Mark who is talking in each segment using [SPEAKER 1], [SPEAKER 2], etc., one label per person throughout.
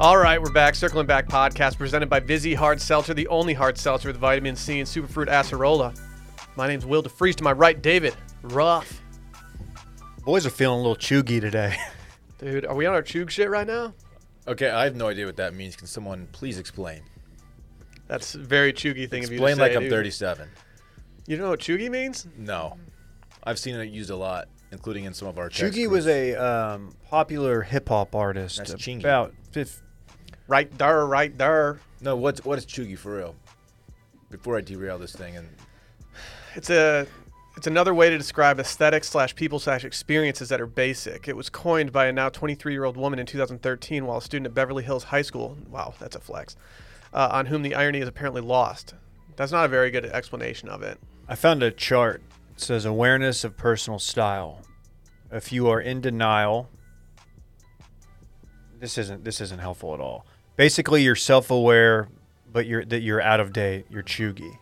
[SPEAKER 1] All right, we're back. Circling Back podcast presented by Vizzy Hard Seltzer, the only hard seltzer with vitamin C and superfruit acerola. My name's Will DeFreeze. To my right, David Ruff.
[SPEAKER 2] Boys are feeling a little chuggy today.
[SPEAKER 1] Dude, are we on our chug shit right now?
[SPEAKER 3] Okay, I have no idea what that means. Can someone please explain?
[SPEAKER 1] That's a very chuggy thing of you to
[SPEAKER 3] Explain like
[SPEAKER 1] say,
[SPEAKER 3] I'm
[SPEAKER 1] dude.
[SPEAKER 3] 37.
[SPEAKER 1] You don't know what chuggy means?
[SPEAKER 3] No, I've seen it used a lot, including in some of our. text
[SPEAKER 2] Chugi was a
[SPEAKER 3] groups.
[SPEAKER 2] um, popular hip hop artist.
[SPEAKER 3] That's Chingy.
[SPEAKER 2] about fif-
[SPEAKER 1] Right there, right there.
[SPEAKER 3] no. What's what is chuggy for real? Before I derail this thing, and
[SPEAKER 1] It's a it's another way to describe aesthetics slash people slash experiences that are basic. It was coined by a now 23 year old woman in 2013 while a student at Beverly Hills High School. Wow, that's a flex. Uh, on whom the irony is apparently lost. That's not a very good explanation of it.
[SPEAKER 2] I found a chart. It says awareness of personal style. If you are in denial, this isn't this isn't helpful at all. Basically, you're self-aware, but you're that you're out of date. You're chuggy.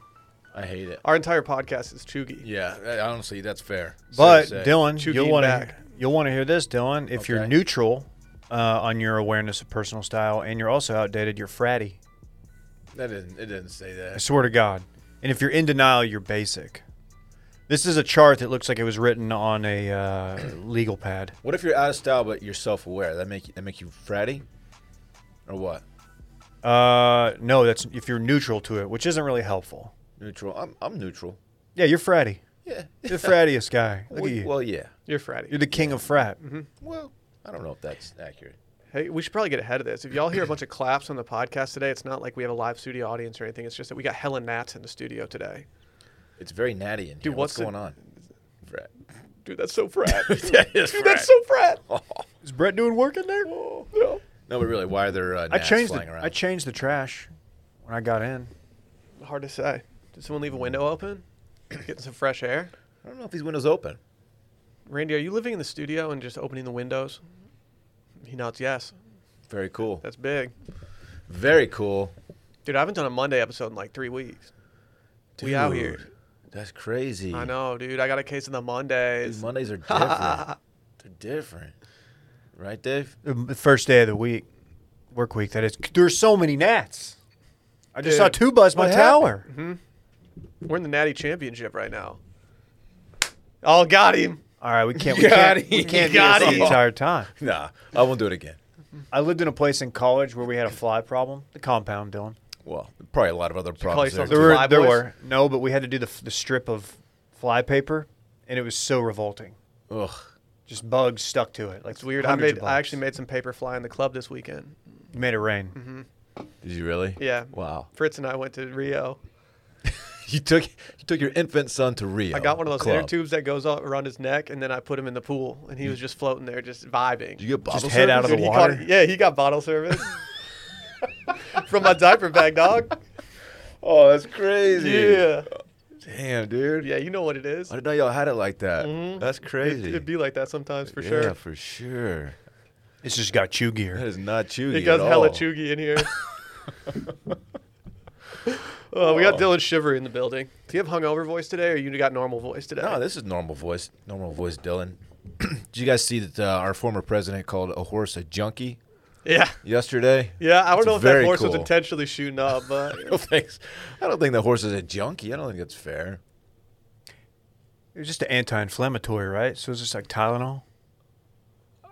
[SPEAKER 3] I hate it.
[SPEAKER 1] Our entire podcast is chuggy.
[SPEAKER 3] Yeah, I- honestly, that's fair. So
[SPEAKER 2] But
[SPEAKER 3] to say.
[SPEAKER 2] Dylan,
[SPEAKER 1] Chuggy
[SPEAKER 2] you'll want
[SPEAKER 1] back.
[SPEAKER 2] to you'll want to hear this, Dylan. If you're
[SPEAKER 3] Okay.
[SPEAKER 2] neutral uh, on your awareness of personal style, and you're also outdated, you're fratty.
[SPEAKER 3] that didn't it didn't say
[SPEAKER 2] I
[SPEAKER 3] that.
[SPEAKER 2] swear to God. And if you're in denial, you're basic. This is a chart that looks like it was written on a uh, legal pad.
[SPEAKER 3] What if you're out of style but you're self-aware? That make that make you fratty, or what?
[SPEAKER 2] Uh, no, that's if you're neutral to it, which isn't really helpful.
[SPEAKER 3] Neutral. I'm I'm neutral.
[SPEAKER 2] Yeah, you're fratty.
[SPEAKER 3] Yeah.
[SPEAKER 2] You're the frattiest guy. Look
[SPEAKER 3] well,
[SPEAKER 2] at you.
[SPEAKER 3] well, mm-hmm. yeah.
[SPEAKER 1] You're Friday.
[SPEAKER 2] you're the king of frat.
[SPEAKER 3] Well, I don't know if that's accurate.
[SPEAKER 1] Hey, we should probably get ahead of this. If y'all hear a bunch of claps on the podcast today, it's not like we have a live studio audience or anything. It's just that we got Helen Nats in the studio today.
[SPEAKER 3] It's very natty in here.
[SPEAKER 1] Dude,
[SPEAKER 3] what's,
[SPEAKER 1] what's the-
[SPEAKER 3] going on? Frat.
[SPEAKER 1] Dude, that's so frat. Dude,
[SPEAKER 3] That is Oh.
[SPEAKER 1] that's so frat.
[SPEAKER 2] Is Brett doing work in there?
[SPEAKER 1] Oh, no.
[SPEAKER 3] No, but really, why are there uh,
[SPEAKER 2] I
[SPEAKER 3] gnats
[SPEAKER 2] changed.
[SPEAKER 3] flying
[SPEAKER 2] The,
[SPEAKER 3] around?
[SPEAKER 2] I changed the trash when I got in.
[SPEAKER 1] Hard to say. Did someone leave a window open? Getting some fresh air.
[SPEAKER 3] I don't know if these windows open.
[SPEAKER 1] Randy, are you living in the studio and just opening the windows? He nods yes.
[SPEAKER 3] Very cool.
[SPEAKER 1] That's big.
[SPEAKER 3] Very cool.
[SPEAKER 1] Dude, I haven't done a Monday episode in like three weeks. We out here.
[SPEAKER 3] Dude, That's crazy.
[SPEAKER 1] I know, dude. I got a case of the
[SPEAKER 3] Dude,
[SPEAKER 1] Mondays.
[SPEAKER 3] Mondays are different. They're different. Right, Dave?
[SPEAKER 2] The first day of the week, work week. That is. There's so many gnats. I just saw
[SPEAKER 1] Dude,
[SPEAKER 2] two buzz my
[SPEAKER 3] what Mm-hmm.
[SPEAKER 2] tower.
[SPEAKER 1] We're in the Natty Championship right now. Oh, got him.
[SPEAKER 2] All right, we can't.
[SPEAKER 3] You
[SPEAKER 2] We can't,
[SPEAKER 3] got
[SPEAKER 2] we
[SPEAKER 3] it.
[SPEAKER 2] can't
[SPEAKER 1] You
[SPEAKER 2] do
[SPEAKER 1] got
[SPEAKER 2] this
[SPEAKER 1] it.
[SPEAKER 2] the entire time.
[SPEAKER 3] Nah, I won't do it again.
[SPEAKER 2] I lived in a place in college where we had a fly problem. The compound, Dylan.
[SPEAKER 3] Well, probably a lot of other problems.
[SPEAKER 1] yourself
[SPEAKER 3] there.
[SPEAKER 1] the
[SPEAKER 2] There
[SPEAKER 1] fly
[SPEAKER 2] were, there
[SPEAKER 1] boys?
[SPEAKER 2] were no, but we had to do the, f- the strip of fly paper, and it was so revolting.
[SPEAKER 3] Ugh.
[SPEAKER 2] Just bugs stuck to it. Like
[SPEAKER 1] It's weird. I
[SPEAKER 2] hundreds of
[SPEAKER 1] made. I
[SPEAKER 2] bugs.
[SPEAKER 1] actually Mm-hmm. made some paper fly in the club this weekend.
[SPEAKER 2] You made it rain.
[SPEAKER 3] Did you really?
[SPEAKER 1] Yeah.
[SPEAKER 3] Wow.
[SPEAKER 1] Fritz and I went to Rio.
[SPEAKER 3] You took you took your infant son to Rio.
[SPEAKER 1] I got one of those inner
[SPEAKER 3] Club.
[SPEAKER 1] tubes that goes all around his neck, and then I put him in the pool, and he was just floating there, just vibing.
[SPEAKER 3] Did you get bottle
[SPEAKER 2] Just head out of
[SPEAKER 1] Dude,
[SPEAKER 2] the
[SPEAKER 3] service?
[SPEAKER 1] he
[SPEAKER 2] water.
[SPEAKER 1] caught- yeah, he got bottle service from my diaper bag, dog.
[SPEAKER 3] Oh, that's crazy.
[SPEAKER 1] Yeah,
[SPEAKER 3] Damn, dude.
[SPEAKER 1] yeah, you know what it is.
[SPEAKER 3] I didn't know y'all had it like that. That's
[SPEAKER 1] It,
[SPEAKER 3] crazy.
[SPEAKER 1] would be like that sometimes for
[SPEAKER 3] Yeah,
[SPEAKER 1] sure.
[SPEAKER 3] for sure.
[SPEAKER 2] It's just got chew
[SPEAKER 3] That
[SPEAKER 2] gear.
[SPEAKER 3] is not chewy.
[SPEAKER 1] It goes
[SPEAKER 3] at
[SPEAKER 1] hella
[SPEAKER 3] all.
[SPEAKER 1] chuggy in here. oh, we got Dylan Shiver in the building. Do you have hungover voice today, or you got normal voice today?
[SPEAKER 3] No, this is normal voice. Normal voice, Dylan. Did you guys see that uh, our former president called a horse a junkie
[SPEAKER 1] yeah,
[SPEAKER 3] yesterday?
[SPEAKER 1] yeah. I don't
[SPEAKER 3] It's
[SPEAKER 1] know if that
[SPEAKER 3] very
[SPEAKER 1] horse was
[SPEAKER 3] cool.
[SPEAKER 1] intentionally shooting up, but
[SPEAKER 3] I don't think I don't think the horse is a junkie. I don't think that's fair.
[SPEAKER 2] It was just an anti-inflammatory, right? So it was just like Tylenol.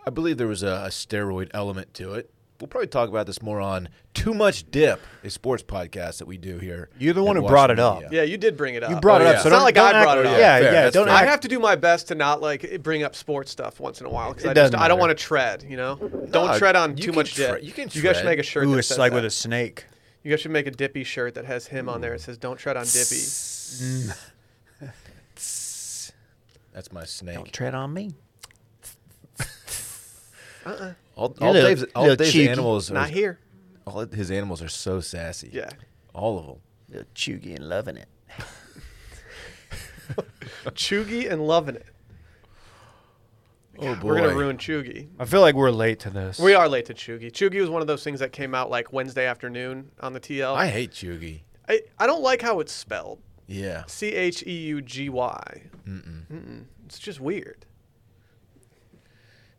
[SPEAKER 3] I believe there was a, a steroid element to it. We'll probably talk about this more on Too Much Dip, a sports podcast that we we do here.
[SPEAKER 2] You're the
[SPEAKER 3] in
[SPEAKER 2] one who brought it
[SPEAKER 3] Washington,
[SPEAKER 2] up.
[SPEAKER 1] yeah, you did bring it up.
[SPEAKER 2] You brought
[SPEAKER 3] Oh,
[SPEAKER 2] it up.
[SPEAKER 3] yeah.
[SPEAKER 2] So
[SPEAKER 1] It's not
[SPEAKER 2] don't-
[SPEAKER 1] like
[SPEAKER 2] don't
[SPEAKER 1] I
[SPEAKER 2] act-
[SPEAKER 1] brought it up.
[SPEAKER 2] Yeah,
[SPEAKER 3] Fair,
[SPEAKER 2] yeah.
[SPEAKER 3] that's
[SPEAKER 2] don't
[SPEAKER 3] fair.
[SPEAKER 1] I
[SPEAKER 2] act-
[SPEAKER 1] have to do my best to not like bring up sports stuff once in a while because
[SPEAKER 2] It
[SPEAKER 1] I just
[SPEAKER 2] doesn't
[SPEAKER 1] I don't
[SPEAKER 2] matter.
[SPEAKER 1] want to tread. You know, don't
[SPEAKER 3] No,
[SPEAKER 1] tread on
[SPEAKER 3] you
[SPEAKER 1] too
[SPEAKER 3] can
[SPEAKER 1] much dip.
[SPEAKER 3] tre- you can
[SPEAKER 1] You guys should
[SPEAKER 3] tread.
[SPEAKER 1] make a shirt.
[SPEAKER 2] Ooh,
[SPEAKER 1] that
[SPEAKER 2] it's
[SPEAKER 1] says
[SPEAKER 2] like
[SPEAKER 1] that.
[SPEAKER 2] with a snake.
[SPEAKER 1] You guys should make a Dippy shirt that has him on there. It says "Don't tread on Dippy."
[SPEAKER 3] That's my
[SPEAKER 2] Don't
[SPEAKER 3] snake.
[SPEAKER 2] tread on me.
[SPEAKER 3] All,
[SPEAKER 2] You're
[SPEAKER 3] all
[SPEAKER 2] little-
[SPEAKER 3] Dave's, all
[SPEAKER 2] little
[SPEAKER 3] Dave's
[SPEAKER 2] cheeky.
[SPEAKER 3] animals are,
[SPEAKER 1] Not here.
[SPEAKER 3] all his animals are so sassy.
[SPEAKER 1] Yeah.
[SPEAKER 3] all of them.
[SPEAKER 2] Little chuggy and loving it.
[SPEAKER 1] Chugi and loving it.
[SPEAKER 3] Oh boy,
[SPEAKER 1] We're gonna ruin Chugi.
[SPEAKER 2] I feel like we're late to this.
[SPEAKER 1] We are late to Chugi. Chugi was one of those things that came out like Wednesday afternoon on the TL.
[SPEAKER 3] Oh, I hate Chugi.
[SPEAKER 1] I, I don't like how it's spelled.
[SPEAKER 3] Yeah.
[SPEAKER 1] C H E U G Y. Mm-mm. It's just weird.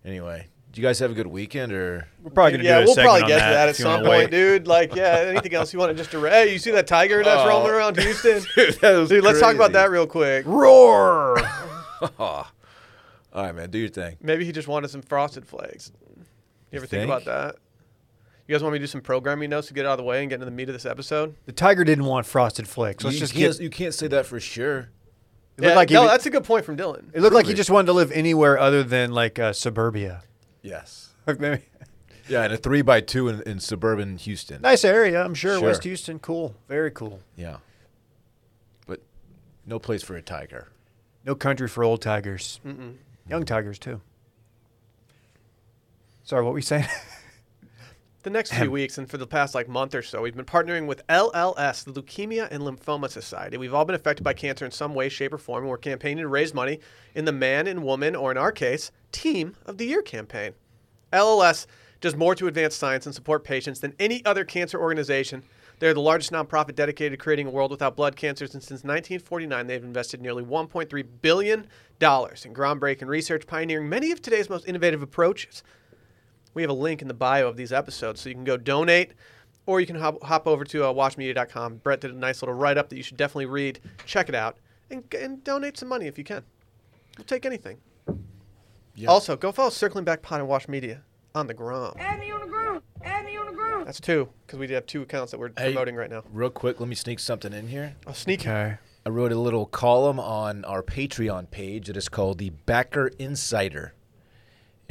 [SPEAKER 3] Anyway, Do you guys have a good weekend or?
[SPEAKER 2] We're probably gonna
[SPEAKER 1] yeah,
[SPEAKER 2] do a
[SPEAKER 1] we'll
[SPEAKER 2] segment
[SPEAKER 1] probably
[SPEAKER 2] on
[SPEAKER 1] get to that at
[SPEAKER 2] if you wanna
[SPEAKER 1] some point,
[SPEAKER 2] wait.
[SPEAKER 1] dude. Like, yeah, anything else you want to just direct? Hey, you see that tiger that's
[SPEAKER 3] Oh.
[SPEAKER 1] roaming around Houston?
[SPEAKER 3] That was
[SPEAKER 1] dude, let's talk about
[SPEAKER 3] crazy.
[SPEAKER 1] that real quick.
[SPEAKER 2] Roar!
[SPEAKER 3] All right, man, do your thing.
[SPEAKER 1] Maybe he just wanted some frosted flakes. You ever think?
[SPEAKER 3] think?
[SPEAKER 1] about that? You guys want me to do some programming notes to get out of the way and get into the meat of this episode?
[SPEAKER 2] the tiger didn't want frosted flakes. Let's
[SPEAKER 3] you,
[SPEAKER 2] just
[SPEAKER 3] can't,
[SPEAKER 2] get.
[SPEAKER 3] you can't say that for sure.
[SPEAKER 2] It looked
[SPEAKER 1] Yeah,
[SPEAKER 2] like he
[SPEAKER 1] no,
[SPEAKER 2] was-
[SPEAKER 1] that's a good point from Dylan.
[SPEAKER 2] It looked like he
[SPEAKER 3] Truly.
[SPEAKER 2] just wanted to live anywhere other than like uh, suburbia.
[SPEAKER 3] Yes.
[SPEAKER 2] Like maybe
[SPEAKER 3] Yeah, and a three by two in, in suburban Houston.
[SPEAKER 2] nice area, I'm sure.
[SPEAKER 3] Sure.
[SPEAKER 2] West Houston, cool, very cool.
[SPEAKER 3] Yeah. But no place for a tiger.
[SPEAKER 2] No country for old tigers,
[SPEAKER 1] Mm-mm.
[SPEAKER 2] young tigers too. Sorry, what were you saying?
[SPEAKER 1] The next few weeks and for the past like month or so, we've been partnering with LLS, the Leukemia and Lymphoma Society. We've all been affected by cancer in some way, shape, or form, and we're campaigning to raise money in the man and woman, or in our case, Team of the Year campaign. LLS does more to advance science and support patients than any other cancer organization. They're the largest nonprofit dedicated to creating a world without blood cancers, and since 1949, they've invested nearly $1.3 billion in groundbreaking research, pioneering many of today's most innovative approaches. We have a link in the bio of these episodes, so you can go donate, or you can hop, hop over to uh, watchmedia.com. Brett did a nice little write up that you should definitely read. Check it out and, and donate some money if you can. We'll take anything.
[SPEAKER 3] Yeah.
[SPEAKER 1] Also, go follow Circling Back Pod and Watch Media on the Grom.
[SPEAKER 4] Add me on the groove. Add me on the groove.
[SPEAKER 1] That's two, because we do have two accounts that we're
[SPEAKER 3] Hey.
[SPEAKER 1] promoting right now.
[SPEAKER 3] Real quick, let me sneak something in here.
[SPEAKER 1] I'll sneak
[SPEAKER 2] okay,
[SPEAKER 3] I wrote a little column on our Patreon page that is called the Backer Insider.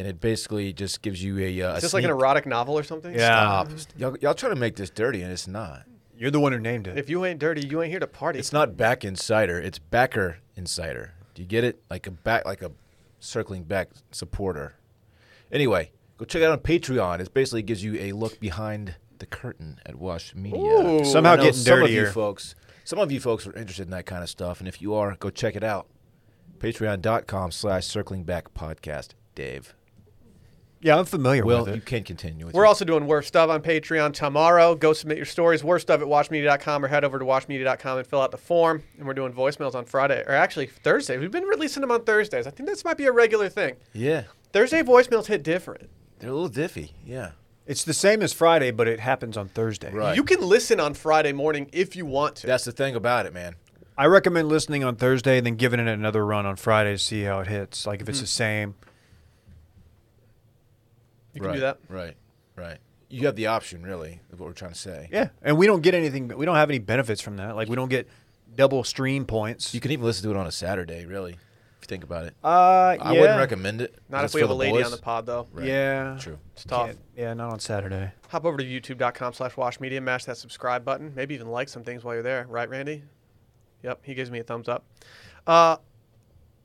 [SPEAKER 3] And it basically just gives you a. Uh, a
[SPEAKER 1] Is this like an
[SPEAKER 3] sneak-
[SPEAKER 1] erotic novel or something?
[SPEAKER 2] Yeah.
[SPEAKER 3] Stop. Y'all, y'all trying to make this dirty, and it's not.
[SPEAKER 2] you're the one who named it.
[SPEAKER 1] If you ain't dirty, you ain't here to party.
[SPEAKER 3] It's not back insider. It's backer insider. Do you get it? Like a back, like a circling back supporter. Anyway, go check it out on Patreon. It basically gives you a look behind the curtain at Wash Media.
[SPEAKER 1] Ooh.
[SPEAKER 2] Somehow
[SPEAKER 3] I know
[SPEAKER 2] getting
[SPEAKER 3] some of
[SPEAKER 2] dirtier.
[SPEAKER 3] you folks. Some of you folks are interested in that kind of stuff, and if you are, go check it out. Patreon.com slash circling back podcast. Dave.
[SPEAKER 2] yeah, I'm familiar
[SPEAKER 3] Well,
[SPEAKER 2] with
[SPEAKER 3] you
[SPEAKER 2] it.
[SPEAKER 3] can continue with
[SPEAKER 1] We're
[SPEAKER 3] your-
[SPEAKER 1] also doing Worst Of on Patreon tomorrow. Go submit your stories, worst of at watchmedia.com, or head over to watchmedia.com and fill out the form. And we're doing voicemails on Friday, or actually Thursday. We've been releasing them on Thursdays. I think this might be a regular thing.
[SPEAKER 3] Yeah.
[SPEAKER 1] Thursday voicemails hit different.
[SPEAKER 3] They're a little diffy. Yeah.
[SPEAKER 2] It's the same as Friday, but it happens on Thursday.
[SPEAKER 3] Right.
[SPEAKER 1] You can listen on Friday morning if you want to.
[SPEAKER 3] That's the thing about it, man.
[SPEAKER 2] I recommend listening on Thursday and then giving it another run on Friday to see how it hits. Like if it's the same.
[SPEAKER 1] you can do that.
[SPEAKER 3] Right, right. You have the option, really, of what we're trying to say.
[SPEAKER 2] Yeah, and we don't get anything. We don't have any benefits from that. Like we don't get double stream points.
[SPEAKER 3] You can even listen to it on a Saturday, really, if you think about it.
[SPEAKER 2] uh,
[SPEAKER 3] I wouldn't recommend it.
[SPEAKER 1] Not
[SPEAKER 3] Is
[SPEAKER 1] if
[SPEAKER 3] it
[SPEAKER 1] we
[SPEAKER 3] for
[SPEAKER 1] have a lady
[SPEAKER 3] boys?
[SPEAKER 1] on the pod, though.
[SPEAKER 3] Right.
[SPEAKER 2] Yeah,
[SPEAKER 3] True.
[SPEAKER 1] It's tough.
[SPEAKER 2] Can't- yeah, not on Saturday.
[SPEAKER 1] Hop over to youtube.com slash washmedia, mash that subscribe button, maybe even like some things while you're there. Right, Randy? Yep, he gives me a thumbs up. Uh,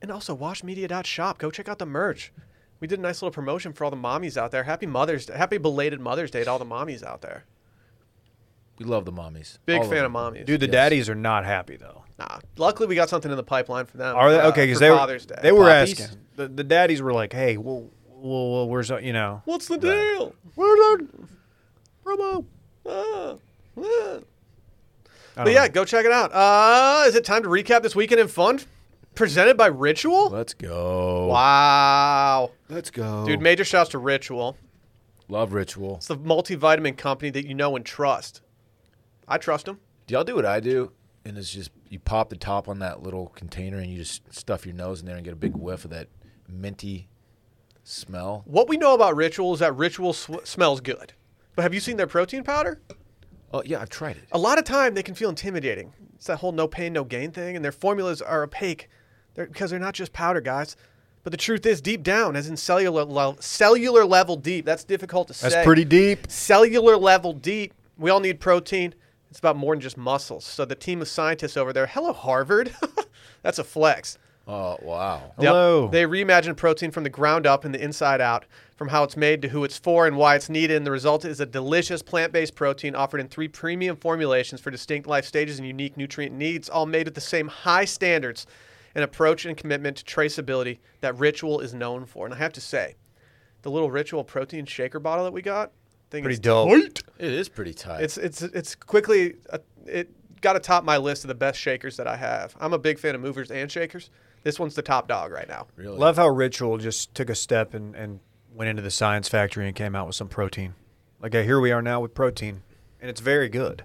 [SPEAKER 1] and also, washmedia.shop. Go check out the merch. We did a nice little promotion for all the mommies out there. Happy Mother's Day. Happy belated Mother's Day to all the mommies out there.
[SPEAKER 3] We love the mommies.
[SPEAKER 1] Big
[SPEAKER 3] All of
[SPEAKER 1] fan of
[SPEAKER 3] them.
[SPEAKER 1] mommies.
[SPEAKER 2] Dude, the
[SPEAKER 3] Yes.
[SPEAKER 2] daddies are not happy though.
[SPEAKER 1] Nah, luckily, we got something in the pipeline for them.
[SPEAKER 2] Are they
[SPEAKER 1] for, uh,
[SPEAKER 2] okay? Because
[SPEAKER 1] for
[SPEAKER 2] they were
[SPEAKER 1] Father's Day.
[SPEAKER 2] they were
[SPEAKER 3] Poppies?
[SPEAKER 2] asking. The, the daddies were like, "Hey, well, well, well where's you know
[SPEAKER 1] What's the deal?
[SPEAKER 2] where's our promo?"
[SPEAKER 1] Ah, ah.
[SPEAKER 2] I
[SPEAKER 1] But
[SPEAKER 2] don't
[SPEAKER 1] yeah,
[SPEAKER 2] know.
[SPEAKER 1] go check it out. Uh, is it time to recap this weekend in fun? Presented by Ritual?
[SPEAKER 3] Let's go.
[SPEAKER 1] Wow.
[SPEAKER 3] Let's go.
[SPEAKER 2] Oh.
[SPEAKER 1] Dude, major shouts to Ritual.
[SPEAKER 3] love ritual.
[SPEAKER 1] It's the multivitamin company that you know and trust. I trust them.
[SPEAKER 3] Do y'all do what I do? And it's just you pop the top on that little container and you just stuff your nose in there and get a big whiff of that minty smell.
[SPEAKER 1] What we know about Ritual is that Ritual sw- smells good. But have you seen their protein powder?
[SPEAKER 3] Oh yeah, I've tried it.
[SPEAKER 1] A lot of time they can feel intimidating. It's that whole no pain, no gain thing, and their formulas are opaque they're, because they're not just powder, guys. But the truth is, deep down, as in cellular, le- cellular level deep, that's difficult to say.
[SPEAKER 2] that's pretty deep.
[SPEAKER 1] cellular level deep. We all need protein. It's about more than just muscles. So the team of scientists over there, hello Harvard, that's a flex.
[SPEAKER 3] Oh wow.
[SPEAKER 1] Yep.
[SPEAKER 2] Hello.
[SPEAKER 1] They reimagined protein from the ground up and the inside out, from how it's made to who it's for and why it's needed. And the result is a delicious plant based protein offered in three premium formulations for distinct life stages and unique nutrient needs, all made with the same high standards and approach and commitment to traceability that Ritual is known for. And I have to say, the little Ritual protein shaker bottle that we got, I think
[SPEAKER 2] Pretty
[SPEAKER 1] it's
[SPEAKER 2] dope.
[SPEAKER 3] It is pretty tight.
[SPEAKER 1] it's it's it's quickly uh, it got to top my list of the best shakers that I have. I'm a big fan of movers and shakers. This one's the top dog right now.
[SPEAKER 3] really
[SPEAKER 2] Love how Ritual just took a step and and went into the science factory and came out with some protein. Like uh, here we are now with protein, and it's very good,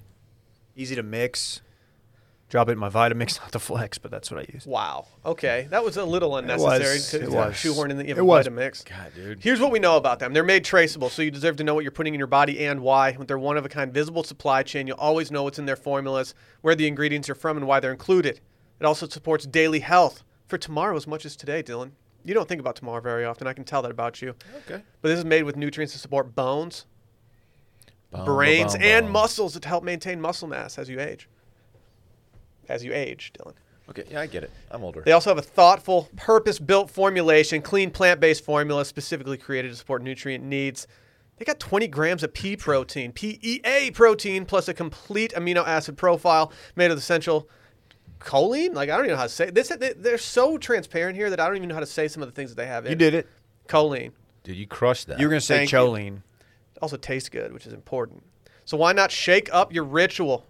[SPEAKER 2] easy to mix. Drop it in my Vitamix, not the Flex, but that's what I use.
[SPEAKER 1] Wow. Okay, that was a little unnecessary
[SPEAKER 2] was-
[SPEAKER 1] to,
[SPEAKER 2] it
[SPEAKER 1] to
[SPEAKER 2] was.
[SPEAKER 1] shoehorn in the
[SPEAKER 2] It was.
[SPEAKER 1] Vitamix.
[SPEAKER 3] God, dude.
[SPEAKER 1] Here's what we know about them. They're made traceable, so you deserve to know what you're putting in your body and why. With their one of a kind visible supply chain, you'll always know what's in their formulas, where the ingredients are from, and why they're included. It also supports daily health for tomorrow as much as today, Dylan. You don't think about tomorrow very often. I can tell that about you.
[SPEAKER 3] Okay.
[SPEAKER 1] But this is made with nutrients to support bones,
[SPEAKER 2] Oh,
[SPEAKER 3] Bum,
[SPEAKER 1] brains,
[SPEAKER 3] bum,
[SPEAKER 1] and
[SPEAKER 3] bum.
[SPEAKER 1] muscles to help maintain muscle mass as you age. As you age, Dylan.
[SPEAKER 3] Okay, yeah, I get it. I'm older.
[SPEAKER 1] They also have a thoughtful, purpose built formulation, clean plant based formula specifically created to support nutrient needs. They got 20 grams of pea protein, PEA protein, plus a complete amino acid profile made of essential choline. Like, I don't even know how to say this. They, they're so transparent here that I don't even know how to say some of the things that they have in
[SPEAKER 2] You did it.
[SPEAKER 1] Choline.
[SPEAKER 3] Dude, you crushed that.
[SPEAKER 2] You were gonna say
[SPEAKER 1] Thank you.
[SPEAKER 2] choline.
[SPEAKER 1] also tastes good, which is important. So why not shake up your ritual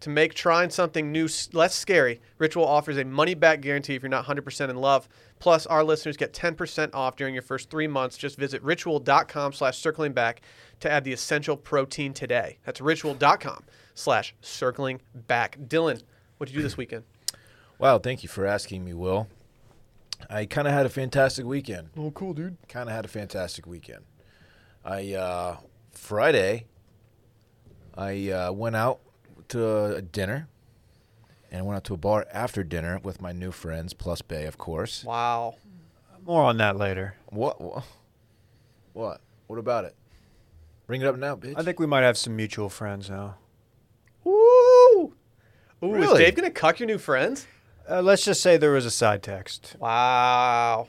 [SPEAKER 1] to make trying something new s- less scary? Ritual offers a money back guarantee if you're not 100% in love. Plus, our listeners get 10% off during your first three months. Just visit ritual.com slash circling back to add the essential protein today. That's ritual.com slash circling back. Dylan, what'd you do this weekend?
[SPEAKER 3] Wow, thank you for asking me, Will. I kind of had a fantastic weekend. Oh, cool, dude. Kind of had a fantastic weekend. I uh, Friday, I uh, went out to a dinner, and went out to a bar after dinner with my new friends, plus Bay, of course.
[SPEAKER 1] Wow.
[SPEAKER 2] More on that later.
[SPEAKER 3] What? What? What, what about it? Bring it up now, bitch.
[SPEAKER 2] I think we might have some mutual friends now.
[SPEAKER 1] Woo! Ooh, is
[SPEAKER 3] Really?
[SPEAKER 1] Dave going to cuck your new friends?
[SPEAKER 2] Uh, let's just say there was a side text.
[SPEAKER 1] Wow.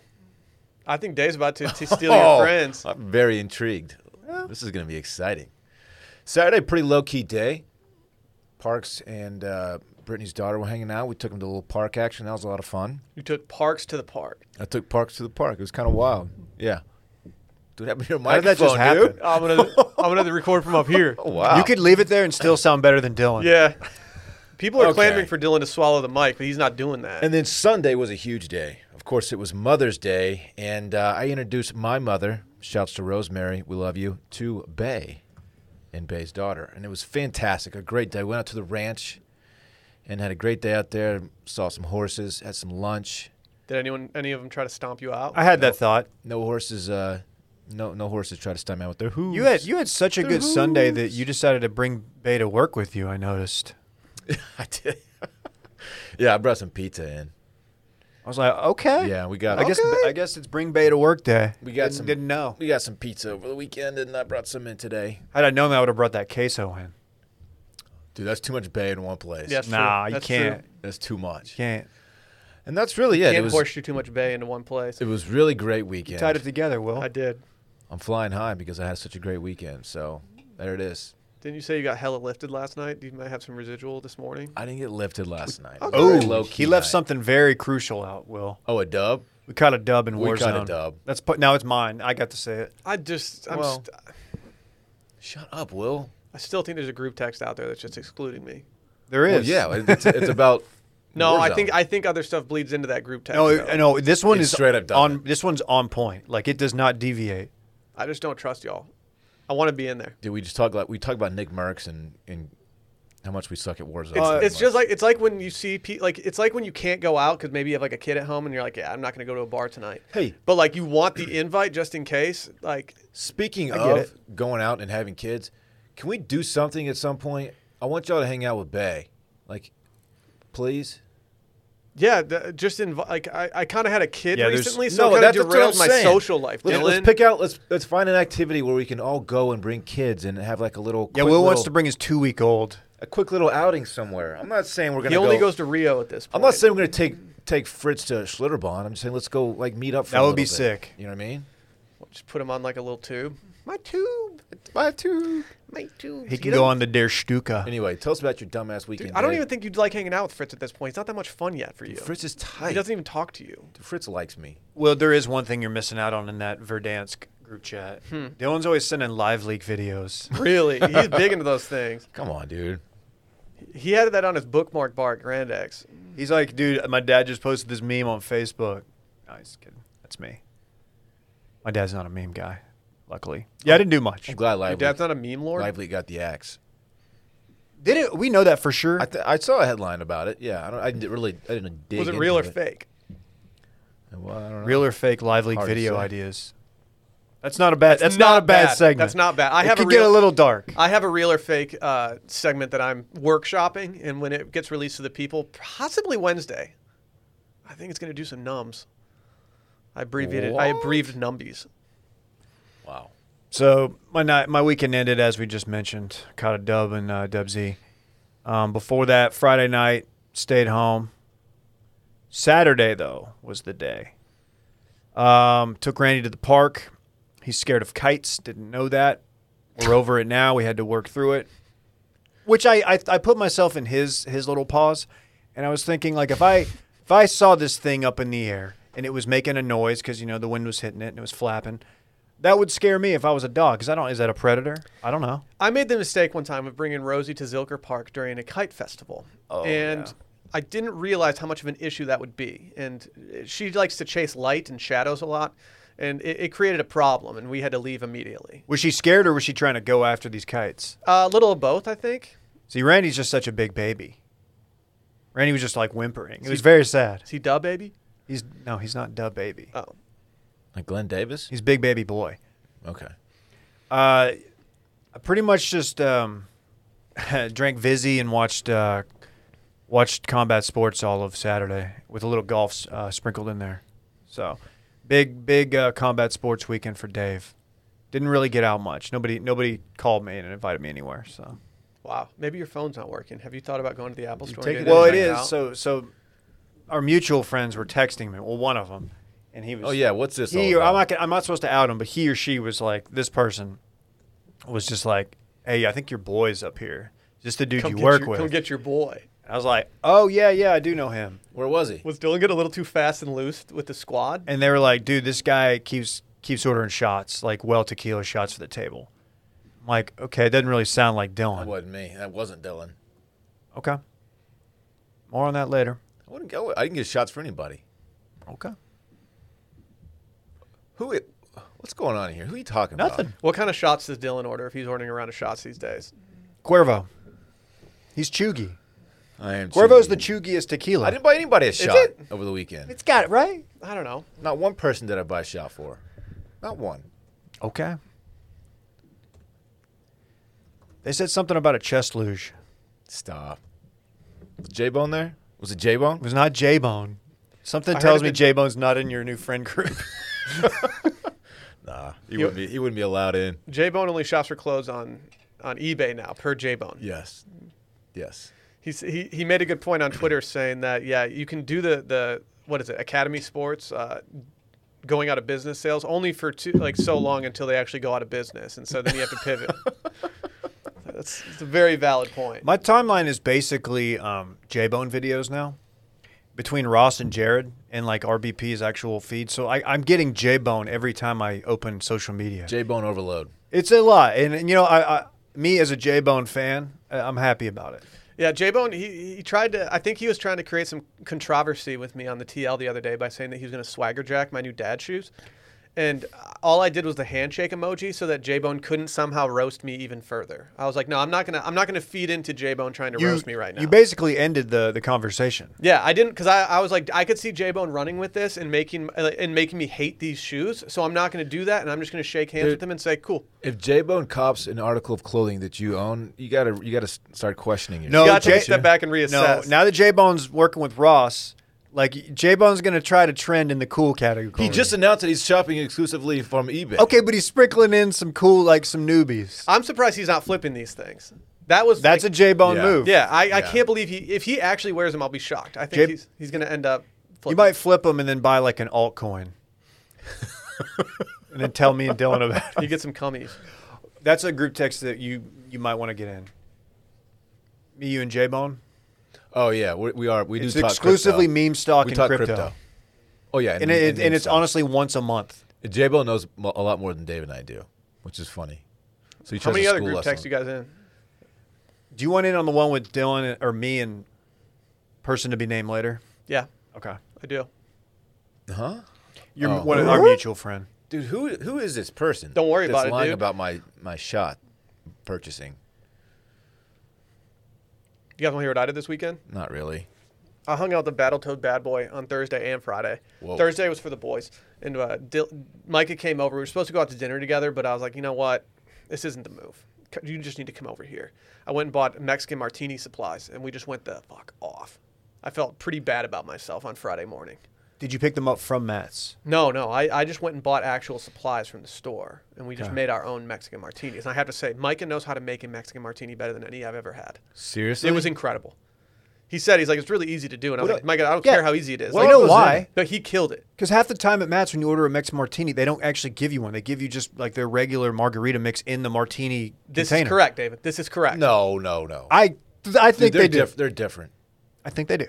[SPEAKER 1] I think Dave's about to, to steal
[SPEAKER 3] Oh,
[SPEAKER 1] your friends.
[SPEAKER 3] I'm very intrigued. This is going to be exciting. Saturday, pretty low key day. Parks and uh, Brittany's daughter were hanging out. We took them to a little park action. That was a lot of fun.
[SPEAKER 1] You took Parks to the park.
[SPEAKER 3] I took Parks to the park. It was kind of wild. Yeah. Dude, happened to your
[SPEAKER 2] How did that just
[SPEAKER 3] microphone, dude?
[SPEAKER 2] happen?
[SPEAKER 1] I'm gonna I'm gonna record from up here.
[SPEAKER 3] Oh, wow.
[SPEAKER 2] You could leave it there and still sound better than Dylan.
[SPEAKER 1] Yeah. People are
[SPEAKER 3] Okay.
[SPEAKER 1] clamoring for Dylan to swallow the mic, but he's not doing that.
[SPEAKER 3] And then Sunday was a huge day. Of course, it was Mother's Day, and uh, I introduced my mother, shouts to Rosemary, we love you, to Bay and Bay's daughter. And it was fantastic, a great day. Went out to the ranch and had a great day out there, saw some horses, had some lunch.
[SPEAKER 1] Did anyone any of them try to stomp you out?
[SPEAKER 2] I had that thought.
[SPEAKER 3] No horses, uh, no no horses try to stun me out with their hooves.
[SPEAKER 2] You had you had such a good Sunday that you decided to bring Bay to work with you. I noticed.
[SPEAKER 3] I did. yeah, I brought some pizza in.
[SPEAKER 2] I was like, okay.
[SPEAKER 3] Yeah, we got.
[SPEAKER 2] I guess I guess it's bring Bay to work day.
[SPEAKER 3] We got
[SPEAKER 2] didn't,
[SPEAKER 3] some-
[SPEAKER 2] Didn't know.
[SPEAKER 3] we got some pizza over the weekend, and I brought some in today.
[SPEAKER 2] Had I known, that, I would have brought that queso in.
[SPEAKER 3] Dude, that's too much Bay in one place.
[SPEAKER 1] Yes. That's
[SPEAKER 2] nah,
[SPEAKER 1] true.
[SPEAKER 2] you
[SPEAKER 1] That's
[SPEAKER 2] can't.
[SPEAKER 1] true.
[SPEAKER 3] that's too much.
[SPEAKER 2] Can't
[SPEAKER 3] And that's really it.
[SPEAKER 1] Can't
[SPEAKER 3] It was,
[SPEAKER 1] horseshoe too much bay into one place.
[SPEAKER 3] it was really great weekend.
[SPEAKER 2] tied it together. Will
[SPEAKER 1] I did.
[SPEAKER 3] I'm flying high because I had such a great weekend. So there it is.
[SPEAKER 1] Didn't you say you got hella lifted last night? You might have some residual this morning.
[SPEAKER 3] I didn't get lifted last night.
[SPEAKER 2] Oh,
[SPEAKER 3] Very low-key
[SPEAKER 2] he left
[SPEAKER 3] night.
[SPEAKER 2] something very crucial out. Will
[SPEAKER 3] Oh, a dub.
[SPEAKER 2] we caught a dub in
[SPEAKER 3] We
[SPEAKER 2] Warzone?
[SPEAKER 3] caught a dub.
[SPEAKER 2] That's put. Now it's mine. I got to say it.
[SPEAKER 1] I just I'm
[SPEAKER 3] Well-
[SPEAKER 1] st-
[SPEAKER 3] Shut up, Will.
[SPEAKER 1] I still think there's a group text out there that's just excluding me.
[SPEAKER 2] There
[SPEAKER 3] Well,
[SPEAKER 2] is.
[SPEAKER 3] yeah, it- it's, it's about.
[SPEAKER 1] No, I
[SPEAKER 3] Warzone.
[SPEAKER 1] think I think other stuff bleeds into that group text.
[SPEAKER 2] No,
[SPEAKER 1] though.
[SPEAKER 2] it- no. This one
[SPEAKER 3] It's
[SPEAKER 2] is
[SPEAKER 3] straight up dub
[SPEAKER 2] on.
[SPEAKER 3] it.
[SPEAKER 2] This one's on point. Like it does not deviate.
[SPEAKER 1] I just don't trust y'all. I want to be in there.
[SPEAKER 3] Did we just talk like we talked about Nick Merckx and and how much we suck at Warzone?
[SPEAKER 1] It's, it's just like it's like when you see pe- like it's like when you can't go out because maybe you have like a kid at home and you're like, yeah, I'm not gonna go to a bar tonight.
[SPEAKER 3] Hey.
[SPEAKER 1] but like you want the invite just in case. Like
[SPEAKER 3] Speaking
[SPEAKER 2] get
[SPEAKER 3] of going out and having kids, can we do something at some point? I want y'all to hang out with Bay, like, please.
[SPEAKER 1] yeah, th- just inv- like I, I kind of had a kid
[SPEAKER 2] Yeah, there's-
[SPEAKER 1] recently, so it kind of
[SPEAKER 3] what I'm
[SPEAKER 1] derailed my
[SPEAKER 3] saying.
[SPEAKER 1] social life.
[SPEAKER 3] Let's,
[SPEAKER 1] Dylan,
[SPEAKER 3] let's pick out. Let's let's find an activity where we can all go and bring kids and have like a little.
[SPEAKER 2] Yeah,
[SPEAKER 3] quick
[SPEAKER 2] Will wants
[SPEAKER 3] little-
[SPEAKER 2] to bring his two week old.
[SPEAKER 3] a quick little outing somewhere. I'm not saying we're gonna.
[SPEAKER 1] he only
[SPEAKER 3] go-
[SPEAKER 1] goes to Rio at this. point.
[SPEAKER 3] I'm not saying we're gonna take take Fritz to Schlitterbahn. I'm saying let's go like meet up. For
[SPEAKER 2] That
[SPEAKER 3] a
[SPEAKER 2] would be
[SPEAKER 3] little bit.
[SPEAKER 2] sick.
[SPEAKER 3] You know what I mean?
[SPEAKER 1] just put him on like a little tube. My tube,
[SPEAKER 3] Bye too.
[SPEAKER 1] my tube.
[SPEAKER 2] He can go on the Der Stuka.
[SPEAKER 3] Anyway, tell us about your dumbass weekend.
[SPEAKER 1] Dude, I don't
[SPEAKER 3] Bay.
[SPEAKER 1] even think you'd like hanging out with Fritz at this point. It's not that much fun yet for you.
[SPEAKER 3] Fritz is
[SPEAKER 1] he
[SPEAKER 3] tight.
[SPEAKER 1] doesn't even talk to you.
[SPEAKER 3] Fritz likes me.
[SPEAKER 2] Well, there is one thing you're missing out on in that Verdansk group chat. Dylan's always sending live leak videos.
[SPEAKER 1] Really, he's big into those things.
[SPEAKER 3] Come on, dude.
[SPEAKER 1] He had that on his bookmark bar at Grand X.
[SPEAKER 2] He's like, dude, my dad just posted this meme on Facebook. No, he's kidding. That's me. My dad's not a meme guy. luckily. Yeah, I didn't do much.
[SPEAKER 3] I'm glad
[SPEAKER 1] Your
[SPEAKER 3] Lively,
[SPEAKER 1] dad's not a meme lord.
[SPEAKER 3] Lively got the axe.
[SPEAKER 2] Did it? We know that for sure.
[SPEAKER 3] I, th- I saw a headline about it. Yeah, I, don't, I didn't really. I didn't dig.
[SPEAKER 1] Was it
[SPEAKER 3] into
[SPEAKER 1] real or fake?
[SPEAKER 3] Well, I don't know.
[SPEAKER 2] Real or fake lively
[SPEAKER 3] Hard to
[SPEAKER 2] video
[SPEAKER 3] say.
[SPEAKER 2] ideas. That's not a bad. That's, not, a bad, segment.
[SPEAKER 1] That's not bad. I
[SPEAKER 2] it
[SPEAKER 1] have
[SPEAKER 2] could
[SPEAKER 1] a real,
[SPEAKER 2] get a little dark.
[SPEAKER 1] I have a real or fake uh, segment that I'm workshopping, and when it gets released to the people, possibly Wednesday, I think it's going to do some numbs. I abbreviated. I
[SPEAKER 3] What?
[SPEAKER 1] abbreviated numbies.
[SPEAKER 3] Wow.
[SPEAKER 2] So my night, my weekend ended as we just mentioned. Caught a dub in uh, Dub Z. Um, before that, Friday night stayed home. Saturday though was the day. Um, took Randy to the park. He's scared of kites. Didn't know that. We're over it now. We had to work through it. Which I, I I put myself in his his little paws, and I was thinking like if I if I saw this thing up in the air and it was making a noise because you know the wind was hitting it and it was flapping, that would scare me if I was a dog because I don't is that a predator? I don't know.
[SPEAKER 1] I made the mistake one time of bringing Rosie to Zilker Park during a kite festival,
[SPEAKER 2] Oh,
[SPEAKER 1] and
[SPEAKER 2] yeah.
[SPEAKER 1] I didn't realize how much of an issue that would be. And uh, she likes to chase light and shadows a lot, and it, it created a problem, and we had to leave immediately.
[SPEAKER 2] Was she scared or was she trying to go after these kites?
[SPEAKER 1] Uh, A little of both, I think.
[SPEAKER 2] See, Randy's just such a big baby. Randy was just like whimpering. It was very sad.
[SPEAKER 1] Is he dub baby?
[SPEAKER 2] He's no, he's not dub baby.
[SPEAKER 1] Oh,
[SPEAKER 3] Like Glenn Davis.
[SPEAKER 2] He's big baby boy.
[SPEAKER 3] Okay.
[SPEAKER 2] Uh, I pretty much just um, drank Vizzy and watched uh, watched combat sports all of Saturday with a little golf uh, sprinkled in there. So big big uh, combat sports weekend for Dave. Didn't really get out much. Nobody nobody called me and invited me anywhere. So
[SPEAKER 1] wow. Maybe your phone's not working. Have you thought about going to the Apple Store? and
[SPEAKER 3] take
[SPEAKER 1] getting
[SPEAKER 3] it
[SPEAKER 2] well,
[SPEAKER 1] it
[SPEAKER 2] it
[SPEAKER 3] out.
[SPEAKER 1] checked
[SPEAKER 2] is
[SPEAKER 1] out?
[SPEAKER 2] so so. Our mutual friends were texting me. Well, one of them, and he was.
[SPEAKER 3] Oh yeah. What's this?
[SPEAKER 2] he
[SPEAKER 3] all
[SPEAKER 2] or, I'm
[SPEAKER 3] about?
[SPEAKER 2] not gonna- I'm not supposed to out him, but he or she was like this person was just like, "Hey, I think your boy's up here. Just the dude
[SPEAKER 1] Come
[SPEAKER 2] you
[SPEAKER 1] get
[SPEAKER 2] work
[SPEAKER 1] your-
[SPEAKER 2] with."
[SPEAKER 1] Come get your boy.
[SPEAKER 2] I was like, "Oh yeah, yeah, I do know him."
[SPEAKER 3] Where was he?
[SPEAKER 1] Was Dylan get a little too fast and loose with the squad?
[SPEAKER 2] And they were like, "Dude, this guy keeps keeps ordering shots, like well tequila shots for the table." I'm like, "Okay, it doesn't really sound like
[SPEAKER 3] That
[SPEAKER 2] Dylan."
[SPEAKER 3] wasn't me. That wasn't Dylan.
[SPEAKER 2] Okay, more on that later.
[SPEAKER 3] I wouldn't go. I didn't get shots for anybody.
[SPEAKER 2] Okay,
[SPEAKER 3] Who? i- What's going on here? Who are you talking about?
[SPEAKER 2] nothing.
[SPEAKER 1] what kind of shots does Dylan order if he's ordering a round of shots these days?
[SPEAKER 2] Cuervo, he's chuggy.
[SPEAKER 3] I am.
[SPEAKER 2] Cuervo's the
[SPEAKER 3] cheating.
[SPEAKER 2] chugiest tequila.
[SPEAKER 3] I didn't buy anybody a shot
[SPEAKER 1] it?
[SPEAKER 3] over the weekend.
[SPEAKER 2] It's got it right.
[SPEAKER 1] I don't know.
[SPEAKER 3] Not one person did I buy a shot for. Not one.
[SPEAKER 2] Okay. They said something about a chest luge.
[SPEAKER 3] Stop. Was J Bone there? Was it J Bone?
[SPEAKER 2] It was not J Bone. Something
[SPEAKER 1] heard
[SPEAKER 2] tells
[SPEAKER 1] it
[SPEAKER 2] me
[SPEAKER 1] did-
[SPEAKER 2] J Bone's not in your new friend group.
[SPEAKER 3] Nah, he wouldn't be. He wouldn't be allowed in.
[SPEAKER 1] J Bone only shops for clothes on on eBay now, per J Bone.
[SPEAKER 3] Yes. Yes.
[SPEAKER 1] He's, he he made a good point on Twitter saying that yeah, you can do the the what is it Academy Sports uh, going out of business sales only for two like so long until they actually go out of business, and so then you have to pivot. that's, that's a very valid point.
[SPEAKER 2] My timeline is basically um, J Bone videos now between Ross and Jared and like RBP's actual feed. So I, I'm getting J Bone every time I open social media.
[SPEAKER 3] J Bone overload.
[SPEAKER 2] it's a lot. And, and, you know, I, I me as a J Bone fan, I- I'm happy about it.
[SPEAKER 1] Yeah, J Bone, he, he tried to, I think he was trying to create some controversy with me on the TL the other day by saying that he was going to swagger jack my new dad shoes. And uh, all I did was the handshake emoji so that J Bone couldn't somehow roast me even further. I was like, no, I'm not going to, I'm not going to feed into J Bone trying to roast me right now.
[SPEAKER 2] You basically ended the, the conversation.
[SPEAKER 1] yeah, I didn't, because I, I was like, I could see J Bone running with this and making, uh, and making me hate these shoes. So I'm not going to do that. And I'm just going to shake hands
[SPEAKER 3] Dude.
[SPEAKER 1] with him and say, cool.
[SPEAKER 3] If J Bone cops an article of clothing that you own, you gotta you gotta s- start questioning yourself.
[SPEAKER 2] No,
[SPEAKER 1] You gotta take a
[SPEAKER 2] J-
[SPEAKER 1] step back and
[SPEAKER 2] No,
[SPEAKER 1] reassess.
[SPEAKER 2] now that J Bone's working with Ross, like J Bone's gonna try to trend in the cool category.
[SPEAKER 3] He just announced that he's shopping exclusively from eBay.
[SPEAKER 2] okay, but he's sprinkling in some cool, like some newbies.
[SPEAKER 1] I'm surprised he's not flipping these things. That was
[SPEAKER 2] That's
[SPEAKER 1] like-
[SPEAKER 2] a J Bone
[SPEAKER 3] Yeah.
[SPEAKER 2] move.
[SPEAKER 1] Yeah, I, I
[SPEAKER 3] Yeah.
[SPEAKER 1] can't believe he. If he actually wears them, I'll be shocked. I think
[SPEAKER 2] Jab-
[SPEAKER 1] he's he's gonna end up.
[SPEAKER 2] you
[SPEAKER 1] flipping.
[SPEAKER 2] might flip him and then buy like an altcoin, and then tell me and Dylan about it.
[SPEAKER 1] You get some cummies.
[SPEAKER 2] That's a group text that you you might want to get in. Me, you, and J Bone.
[SPEAKER 3] Oh yeah, we, we are. We
[SPEAKER 2] It's
[SPEAKER 3] do talk
[SPEAKER 2] exclusively
[SPEAKER 3] crypto.
[SPEAKER 2] meme stock
[SPEAKER 3] We
[SPEAKER 2] and
[SPEAKER 3] talk
[SPEAKER 2] crypto.
[SPEAKER 3] Oh yeah,
[SPEAKER 2] and it,
[SPEAKER 3] meme
[SPEAKER 2] and it's
[SPEAKER 3] stock.
[SPEAKER 2] honestly once a month.
[SPEAKER 3] J Bo knows mo- a lot more than Dave and I do, which is funny. So he
[SPEAKER 1] How
[SPEAKER 3] tries
[SPEAKER 1] many
[SPEAKER 3] to
[SPEAKER 1] other
[SPEAKER 3] school
[SPEAKER 1] group
[SPEAKER 3] us
[SPEAKER 1] texts
[SPEAKER 3] on-
[SPEAKER 1] you guys in?
[SPEAKER 2] Do you want in on the one with Dylan or me and person to be named later?
[SPEAKER 1] Yeah,
[SPEAKER 2] Okay.
[SPEAKER 1] I do.
[SPEAKER 3] Huh?
[SPEAKER 2] You're
[SPEAKER 3] Oh.
[SPEAKER 2] one of our mutual friend.
[SPEAKER 3] dude, who who is this person?
[SPEAKER 1] Don't worry
[SPEAKER 3] that's
[SPEAKER 1] about it,
[SPEAKER 3] lying
[SPEAKER 1] dude.
[SPEAKER 3] about my my shot purchasing.
[SPEAKER 1] You guys want to hear what I did this weekend?
[SPEAKER 3] Not really.
[SPEAKER 1] I hung out with the Battletoad Bad Boy on Thursday and Friday.
[SPEAKER 3] Whoa.
[SPEAKER 1] Thursday was for the boys, and uh, Dil- Micah came over. We were supposed to go out to dinner together, but I was like, you know what, this isn't the move. C- You just need to come over here. I went and bought Mexican martini supplies, and we just went the fuck off. I felt pretty bad about myself on Friday morning.
[SPEAKER 2] Did you pick them up from Matt's?
[SPEAKER 1] No, no, I, I just went and bought actual supplies from the store, and we just made our own Mexican martinis. And I have to say, Micah knows how to make a Mexican martini better than any I've ever had.
[SPEAKER 3] Seriously,
[SPEAKER 1] It was incredible. He said he's like it's really easy to do, and I was
[SPEAKER 2] What
[SPEAKER 1] like,
[SPEAKER 2] a-
[SPEAKER 1] my God, I don't
[SPEAKER 2] yeah.
[SPEAKER 1] care how easy it is.
[SPEAKER 2] Well,
[SPEAKER 1] Like,
[SPEAKER 2] I know why.
[SPEAKER 1] But he killed it.
[SPEAKER 2] Because half the time at Matt's, when you order a Mexican martini, they don't actually give you one. They give you just like their regular margarita mix in the martini
[SPEAKER 1] This
[SPEAKER 2] container.
[SPEAKER 1] is correct, David. This is correct.
[SPEAKER 3] no, no, no.
[SPEAKER 2] I th- I
[SPEAKER 3] Dude,
[SPEAKER 2] think
[SPEAKER 3] they're
[SPEAKER 2] they do.
[SPEAKER 3] diff- They're different.
[SPEAKER 2] I think they do.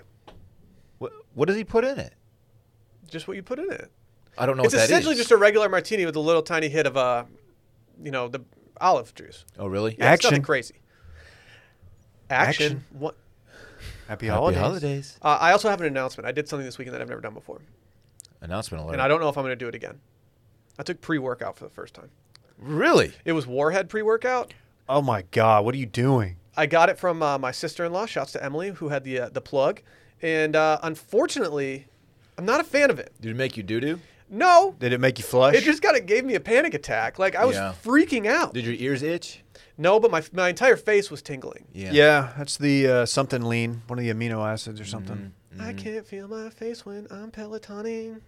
[SPEAKER 3] What what does he put in it?
[SPEAKER 1] just what you put in it.
[SPEAKER 3] I don't know.
[SPEAKER 1] it's
[SPEAKER 3] what Oh, that
[SPEAKER 1] essentially
[SPEAKER 3] is.
[SPEAKER 1] just a regular martini with a little tiny hit of uh, you know, the olive juice.
[SPEAKER 3] Oh, really?
[SPEAKER 1] Yeah, It's nothing
[SPEAKER 2] Action.
[SPEAKER 1] crazy. Action.
[SPEAKER 2] Action.
[SPEAKER 1] What?
[SPEAKER 2] Happy
[SPEAKER 3] Happy
[SPEAKER 2] holidays.
[SPEAKER 1] Uh, I also have an announcement. I did something this weekend that I've never done before,
[SPEAKER 3] Announcement alert.
[SPEAKER 1] and I don't know if I'm going to do it again. I took pre-workout for the first time.
[SPEAKER 3] really.
[SPEAKER 1] It was Warhead pre-workout.
[SPEAKER 2] Oh my God, what are you doing?
[SPEAKER 1] I got it from uh, my sister-in-law. Shouts to Emily who had the uh, the plug, and uh, unfortunately, I'm not a fan of it.
[SPEAKER 3] Did it make you doo doo?
[SPEAKER 1] No,
[SPEAKER 2] Did it make you flush?
[SPEAKER 1] it just kind of gave me a panic attack. Like I was
[SPEAKER 3] Yeah.
[SPEAKER 1] freaking out.
[SPEAKER 3] Did your ears itch?
[SPEAKER 1] No, but my my entire face was tingling.
[SPEAKER 2] yeah. that's the uh, something lean, one of the amino acids or something.
[SPEAKER 3] Mm-hmm.
[SPEAKER 1] I can't feel my face when I'm pelotoning,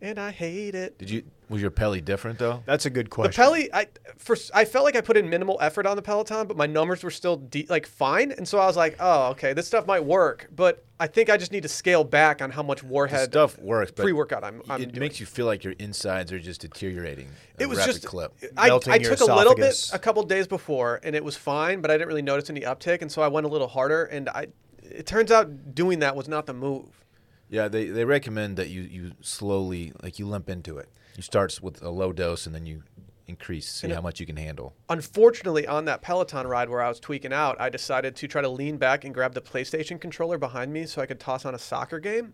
[SPEAKER 1] and I hate it.
[SPEAKER 3] Did you? Was your pelly different though?
[SPEAKER 2] That's a good
[SPEAKER 1] The
[SPEAKER 2] question.
[SPEAKER 1] Pelly, I for I felt like I put in minimal effort on the Peloton, but my numbers were still de- like fine, and so I was like, oh, okay, this stuff might work, but I think I just need to scale back on how much
[SPEAKER 3] The
[SPEAKER 1] Warhead
[SPEAKER 3] stuff works. but
[SPEAKER 1] pre-workout I'm, I'm
[SPEAKER 3] it
[SPEAKER 1] doing.
[SPEAKER 3] makes you feel like your insides are just deteriorating. at a
[SPEAKER 1] it was
[SPEAKER 3] rapid
[SPEAKER 1] just
[SPEAKER 3] clip.
[SPEAKER 1] I,
[SPEAKER 2] Melting
[SPEAKER 1] I
[SPEAKER 2] your
[SPEAKER 1] took a little bit
[SPEAKER 2] esophagus.
[SPEAKER 1] a couple days before and it was fine, but I didn't really notice any uptick, and so I went a little harder, and I it turns out doing that was not the move.
[SPEAKER 3] Yeah, they, they recommend that you, you slowly like you limp into it. You start with a low dose and then you increase, see how much you can handle.
[SPEAKER 1] unfortunately on that peloton ride where i was tweaking out i decided to try to lean back and grab the playstation controller behind me so i could toss on a soccer game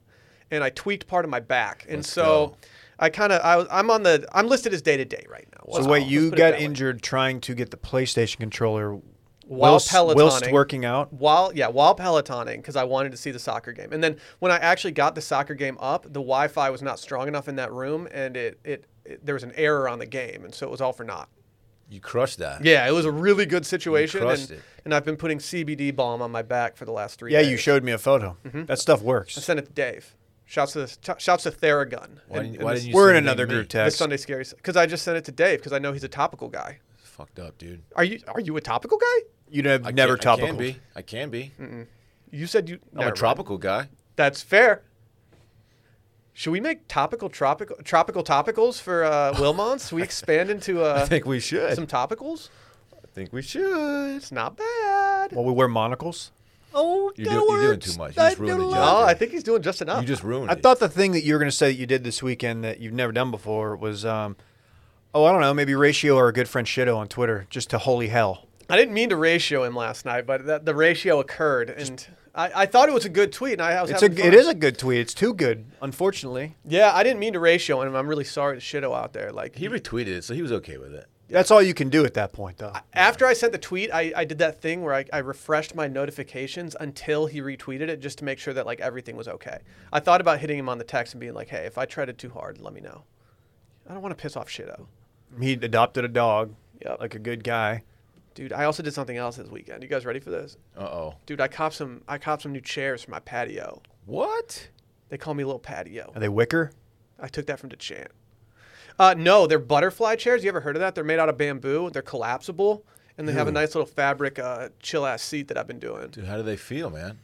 [SPEAKER 1] and i tweaked part of my back and
[SPEAKER 3] Let's
[SPEAKER 1] so
[SPEAKER 3] go.
[SPEAKER 1] i kind of I, was- i'm on the i'm listed as day to day right now
[SPEAKER 2] So
[SPEAKER 1] Let's-
[SPEAKER 2] wait,
[SPEAKER 1] let's
[SPEAKER 2] you
[SPEAKER 1] put it
[SPEAKER 2] got
[SPEAKER 1] that way.
[SPEAKER 2] injured trying to get the PlayStation controller
[SPEAKER 1] While
[SPEAKER 2] whilst, whilst
[SPEAKER 1] Pelotoning.
[SPEAKER 2] working out?
[SPEAKER 1] while yeah while pelotoning because i wanted to see the soccer game and then when i actually got the soccer game up the wi-fi was not strong enough in that room and it it, it there was an error on the game and so it was all for naught
[SPEAKER 3] You crush that.
[SPEAKER 1] Yeah, it was a really good situation.
[SPEAKER 3] crushed
[SPEAKER 1] and,
[SPEAKER 3] it.
[SPEAKER 1] and I've been putting CBD balm on my back for the last three
[SPEAKER 2] Yeah,
[SPEAKER 1] days.
[SPEAKER 2] you showed me a photo.
[SPEAKER 1] Mm-hmm.
[SPEAKER 2] That stuff works.
[SPEAKER 1] I sent it to Dave. Shouts to, the- shouts to Theragun.
[SPEAKER 3] Why,
[SPEAKER 1] and-
[SPEAKER 3] didn't-
[SPEAKER 1] and
[SPEAKER 3] why
[SPEAKER 1] this-
[SPEAKER 3] didn't you
[SPEAKER 2] We're
[SPEAKER 3] send
[SPEAKER 2] in
[SPEAKER 3] it to
[SPEAKER 2] another
[SPEAKER 3] me?
[SPEAKER 2] group
[SPEAKER 1] This
[SPEAKER 2] text.
[SPEAKER 1] Sunday Scary Because I just sent it to Dave because I know he's a topical guy.
[SPEAKER 3] Fucked up, dude.
[SPEAKER 1] Are you Are you a topical guy?
[SPEAKER 2] You'd have
[SPEAKER 3] I
[SPEAKER 2] never
[SPEAKER 3] can,
[SPEAKER 2] topical.
[SPEAKER 3] I can be. I can be. I'm
[SPEAKER 1] You said you. never
[SPEAKER 3] a
[SPEAKER 1] mind.
[SPEAKER 3] tropical guy.
[SPEAKER 1] That's fair. Should we make topical tropical tropical topicals for uh, Wilmont's? we expand into uh,
[SPEAKER 3] we should.
[SPEAKER 1] some topicals.
[SPEAKER 3] I think we should.
[SPEAKER 1] It's not bad.
[SPEAKER 2] While we wear monocles?
[SPEAKER 1] Oh,
[SPEAKER 3] You're, do, you're doing too much. You just ruined the
[SPEAKER 1] no, I
[SPEAKER 3] job.
[SPEAKER 1] think he's doing just
[SPEAKER 3] dude.
[SPEAKER 1] enough.
[SPEAKER 3] You just ruined
[SPEAKER 2] I
[SPEAKER 3] it.
[SPEAKER 2] thought the thing that you were going to say that you did this weekend that you've never done before was, um, oh, I don't know, maybe Ratio or a good friend Shido on Twitter, just to holy hell.
[SPEAKER 1] I didn't mean to ratio him last night, but that, the ratio occurred, and I, I thought it was a good tweet, and I, I was
[SPEAKER 2] It's a,
[SPEAKER 1] having fun.
[SPEAKER 2] it is a good tweet. It's too good, unfortunately.
[SPEAKER 1] yeah. I didn't mean to ratio him. I'm really sorry to Shido out there. Like
[SPEAKER 3] he retweeted it, so he was okay with it.
[SPEAKER 2] That's all you can do at that point, though.
[SPEAKER 1] after I sent the tweet, I, I did that thing where I, I refreshed my notifications until he retweeted it, just to make sure that like everything was okay. I thought about hitting him on the text and being like, "Hey, if I tried it too hard, let me know. I don't want to piss off Shido,
[SPEAKER 2] he adopted a dog,
[SPEAKER 1] Yep.
[SPEAKER 2] like a good guy.
[SPEAKER 1] dude." I also did something else this weekend. You guys ready for this?
[SPEAKER 3] Uh oh.
[SPEAKER 1] Dude, I copped some I copped some new chairs for my patio.
[SPEAKER 3] What?
[SPEAKER 1] They call me Little Patio.
[SPEAKER 2] Are they wicker?
[SPEAKER 1] I took that from Dechant. Uh, no, they're butterfly chairs. You ever heard of that? They're made out of bamboo. They're collapsible, and they have a nice little fabric, uh, chill ass seat that I've been doing.
[SPEAKER 3] Dude, how do they feel, man?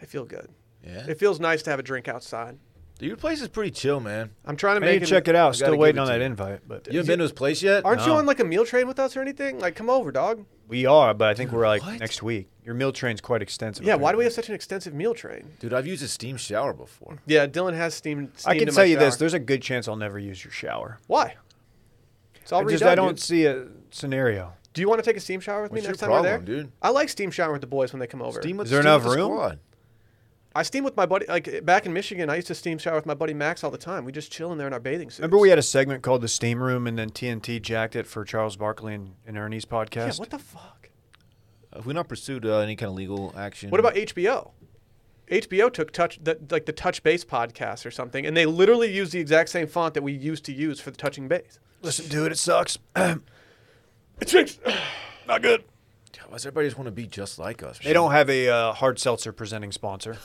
[SPEAKER 1] They feel good.
[SPEAKER 3] Yeah.
[SPEAKER 1] It feels nice to have a drink outside.
[SPEAKER 3] Dude, your place is pretty chill, man.
[SPEAKER 1] I'm trying to
[SPEAKER 2] I need
[SPEAKER 1] make
[SPEAKER 2] to check it
[SPEAKER 3] I
[SPEAKER 2] out. Still
[SPEAKER 3] gotta give
[SPEAKER 2] waiting
[SPEAKER 3] it
[SPEAKER 2] on
[SPEAKER 3] to
[SPEAKER 2] that
[SPEAKER 3] you.
[SPEAKER 2] invite, but
[SPEAKER 3] You haven't been to his place yet?
[SPEAKER 1] Aren't you
[SPEAKER 2] No.
[SPEAKER 1] on like a meal train with us or anything? Like, come over, dog.
[SPEAKER 2] we are. But I think we're like
[SPEAKER 3] what?
[SPEAKER 2] next week. Your meal train's quite extensive.
[SPEAKER 1] Yeah. Why do we have such an extensive meal train?
[SPEAKER 3] Dude, I've used a steam shower before.
[SPEAKER 1] Yeah, Dylan has steam.
[SPEAKER 2] I
[SPEAKER 1] steamed
[SPEAKER 2] can
[SPEAKER 1] in my
[SPEAKER 2] tell you this:
[SPEAKER 1] shower.
[SPEAKER 2] there's a good chance I'll never use your shower.
[SPEAKER 1] Why? It's all
[SPEAKER 2] I just
[SPEAKER 1] redone,
[SPEAKER 2] I don't
[SPEAKER 1] dude.
[SPEAKER 2] see a scenario.
[SPEAKER 1] Do you want to take a steam shower with me
[SPEAKER 3] What's your
[SPEAKER 1] next time we're
[SPEAKER 3] problem,
[SPEAKER 1] there,
[SPEAKER 3] dude?
[SPEAKER 1] I like steam showering with the boys when they come over.
[SPEAKER 3] Steam with
[SPEAKER 2] Is there
[SPEAKER 3] steam with
[SPEAKER 2] enough
[SPEAKER 3] the
[SPEAKER 2] room?
[SPEAKER 3] squad.
[SPEAKER 1] I steam with my buddy. Like back in Michigan, I used to steam shower with my buddy Max all the time. We just chill in there in our bathing suits.
[SPEAKER 2] Remember, we had a segment called the Steam Room, and then TNT jacked it for Charles Barkley and, and Ernie's
[SPEAKER 1] Yeah,
[SPEAKER 2] podcast.
[SPEAKER 1] what the fuck?
[SPEAKER 3] Have we not pursued uh, any kind of legal action?
[SPEAKER 1] What about HBO? HBO took touch the, like the touch base podcast or something, and they literally used the exact same font that we used to use for the touching base.
[SPEAKER 2] Listen to it. It sucks.
[SPEAKER 3] not good? Why does everybody just want to be just like us?
[SPEAKER 2] they don't have a uh, hard seltzer presenting sponsor.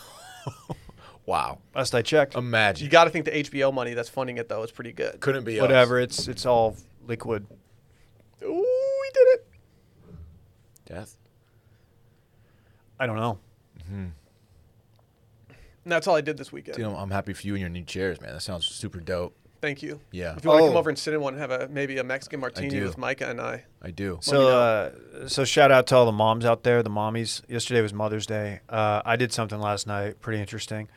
[SPEAKER 3] Wow.
[SPEAKER 2] Last I checked.
[SPEAKER 1] You
[SPEAKER 3] Imagine.
[SPEAKER 1] got to think the HBO money that's funding it though is pretty good.
[SPEAKER 3] Couldn't be us.
[SPEAKER 2] Whatever. It's it's all liquid.
[SPEAKER 1] Ooh, we did it.
[SPEAKER 3] Death.
[SPEAKER 2] I don't know.
[SPEAKER 1] And that's all I did this weekend.
[SPEAKER 3] Dude, I'm, I'm happy for you and your new chairs, man. That sounds super dope.
[SPEAKER 1] Thank you.
[SPEAKER 3] Yeah.
[SPEAKER 1] If you want to come
[SPEAKER 2] Oh.
[SPEAKER 1] over and sit in one and have a maybe a Mexican martini
[SPEAKER 3] do.
[SPEAKER 1] with Micah and I.
[SPEAKER 3] I do.
[SPEAKER 2] So, uh, so shout out to all the moms out there, the mommies. Yesterday was Mother's Day. Uh, I did something last night, pretty interesting.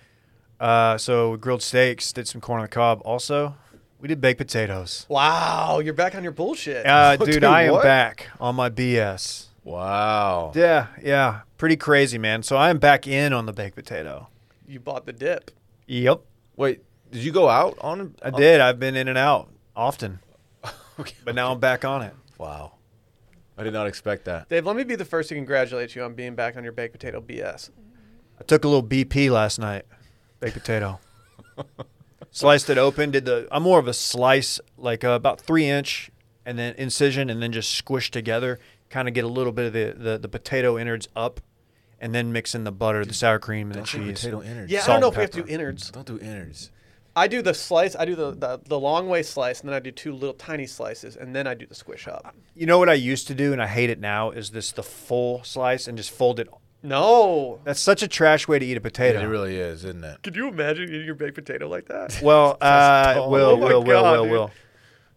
[SPEAKER 2] Uh, so we grilled steaks, did some corn on the cob. Also, we did baked potatoes.
[SPEAKER 1] Wow, you're back on your bullshit.
[SPEAKER 2] Uh,
[SPEAKER 3] Dude,
[SPEAKER 2] dude, I am
[SPEAKER 3] what?
[SPEAKER 2] back on my BS.
[SPEAKER 3] wow.
[SPEAKER 2] Yeah, yeah, pretty crazy, man. So I am back in on the baked potato.
[SPEAKER 1] you bought the dip.
[SPEAKER 2] Yep,
[SPEAKER 3] Wait, did you go out on?
[SPEAKER 2] I did. I've been in and out often,
[SPEAKER 3] Oh, Okay.
[SPEAKER 2] but now I'm back on it.
[SPEAKER 3] Wow. I did not expect that.
[SPEAKER 1] Dave, let me be the first to congratulate you on being back on your baked potato BS.
[SPEAKER 2] I took a little BP last night, baked potato. Sliced it open. Did the I'm more of a slice, like uh, about three inch, and then incision, and then just squish together. Kind of get a little bit of the, the the potato innards up, and then mix in the butter, the sour cream, and the
[SPEAKER 3] Don't do
[SPEAKER 2] cheese.
[SPEAKER 3] potato innards.
[SPEAKER 1] Yeah, I don't
[SPEAKER 2] Salt
[SPEAKER 1] know
[SPEAKER 2] and
[SPEAKER 1] if we have to do
[SPEAKER 2] pepper.
[SPEAKER 1] innards.
[SPEAKER 3] Don't do innards.
[SPEAKER 1] I do the slice. I do the, the the long way slice, and then I do two little tiny slices, and then I do the squish up.
[SPEAKER 2] You know what I used to do, and I hate it now, is this the full slice and just fold it.
[SPEAKER 1] No.
[SPEAKER 2] That's such a trash way to eat a potato.
[SPEAKER 3] It really is, isn't it?
[SPEAKER 1] Could you imagine eating your baked potato like that?
[SPEAKER 2] Well, uh,
[SPEAKER 3] dumb.
[SPEAKER 2] will,
[SPEAKER 1] Oh my
[SPEAKER 2] will, will,
[SPEAKER 1] God,
[SPEAKER 2] will,
[SPEAKER 1] dude.
[SPEAKER 2] will.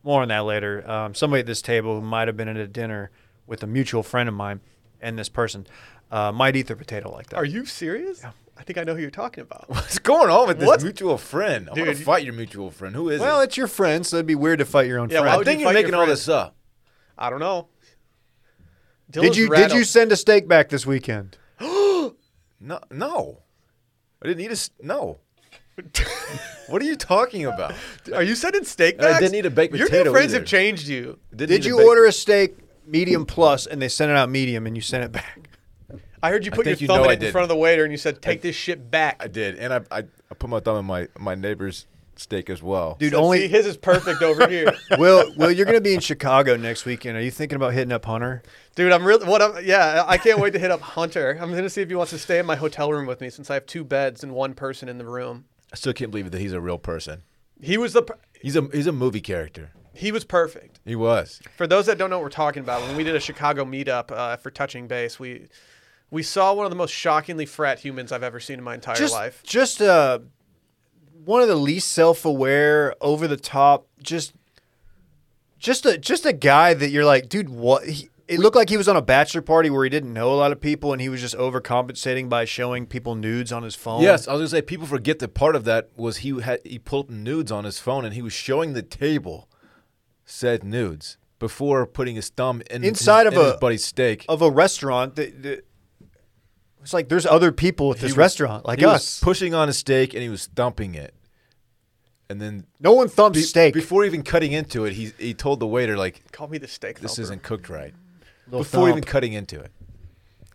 [SPEAKER 2] More on that later. Um, somebody at this table who might have been at a dinner with a mutual friend of mine and this person uh, might eat their potato like that.
[SPEAKER 1] Are you serious? I think I know who you're talking about.
[SPEAKER 3] What's going on with this
[SPEAKER 1] What?
[SPEAKER 3] mutual friend? I'm gonna
[SPEAKER 1] Dude.
[SPEAKER 3] fight your mutual friend. Who is
[SPEAKER 2] well,
[SPEAKER 3] it?
[SPEAKER 2] it's your friend, so it'd be weird to fight your own
[SPEAKER 1] Yeah, why
[SPEAKER 2] friend.
[SPEAKER 1] would
[SPEAKER 3] I think
[SPEAKER 1] you
[SPEAKER 3] you're
[SPEAKER 1] fight your
[SPEAKER 3] making all
[SPEAKER 1] friend?
[SPEAKER 3] this up.
[SPEAKER 1] I don't know.
[SPEAKER 2] did you did you send a steak back this weekend?
[SPEAKER 3] No, no. I didn't eat a s- no. what are you talking about?
[SPEAKER 1] Are you sending steak
[SPEAKER 3] And I
[SPEAKER 1] bags?
[SPEAKER 3] didn't eat a baked
[SPEAKER 1] Your
[SPEAKER 3] potato
[SPEAKER 1] new friends
[SPEAKER 3] either.
[SPEAKER 1] have changed you.
[SPEAKER 2] Did
[SPEAKER 3] Didn't eat a
[SPEAKER 2] you
[SPEAKER 3] bacon-
[SPEAKER 2] order a steak medium plus and they sent it out medium and you sent it back?
[SPEAKER 1] I heard you put your
[SPEAKER 3] think you
[SPEAKER 1] thumb
[SPEAKER 3] know
[SPEAKER 1] in,
[SPEAKER 3] I
[SPEAKER 1] it in
[SPEAKER 3] did.
[SPEAKER 1] front of the waiter and you said, "Take this shit back."
[SPEAKER 3] I did, and I, I I put my thumb in my my neighbor's steak as well.
[SPEAKER 2] Dude,
[SPEAKER 1] So,
[SPEAKER 2] only
[SPEAKER 1] see, his is perfect over here,
[SPEAKER 2] Will, Will, you're going to be in Chicago next weekend. Are you thinking about hitting up Hunter?
[SPEAKER 1] dude. I'm really what I'm. Yeah, I can't wait to hit up Hunter. I'm gonna see if he wants to stay in my hotel room with me since I have two beds and one person in the room.
[SPEAKER 3] I still can't believe that he's a real person.
[SPEAKER 1] He was the per-
[SPEAKER 3] He's a he's a movie character.
[SPEAKER 1] he was perfect.
[SPEAKER 3] He was.
[SPEAKER 1] For those that don't know what we're talking about, when we did a Chicago meetup uh, for touching base, we we saw one of the most shockingly frat humans I've ever seen in my entire
[SPEAKER 2] just,
[SPEAKER 1] life.
[SPEAKER 2] Just uh, one of the least self-aware, over the top, just just a just a guy that you're like, dude, what? He, it looked like he was on a bachelor party where he didn't know a lot of people, and he was just overcompensating by showing people nudes on his phone.
[SPEAKER 3] Yes, I was gonna say people forget that part of that was he had he pulled up nudes on his phone and he was showing the table said nudes before putting his thumb in
[SPEAKER 2] Inside
[SPEAKER 3] his,
[SPEAKER 2] of
[SPEAKER 3] in
[SPEAKER 2] a-
[SPEAKER 3] his buddy's steak.
[SPEAKER 2] of a restaurant that, that it's like there's other people at this
[SPEAKER 3] was-
[SPEAKER 2] restaurant like
[SPEAKER 3] he
[SPEAKER 2] us.
[SPEAKER 3] was pushing on a steak and he was thumping it, and then
[SPEAKER 2] no one thumps
[SPEAKER 3] be-
[SPEAKER 2] steak.
[SPEAKER 3] before even cutting into it, he he told the waiter like
[SPEAKER 1] Call me the steak.
[SPEAKER 3] this
[SPEAKER 1] thumper.
[SPEAKER 3] isn't cooked right
[SPEAKER 2] Little
[SPEAKER 3] before
[SPEAKER 2] thump.
[SPEAKER 3] even cutting into it.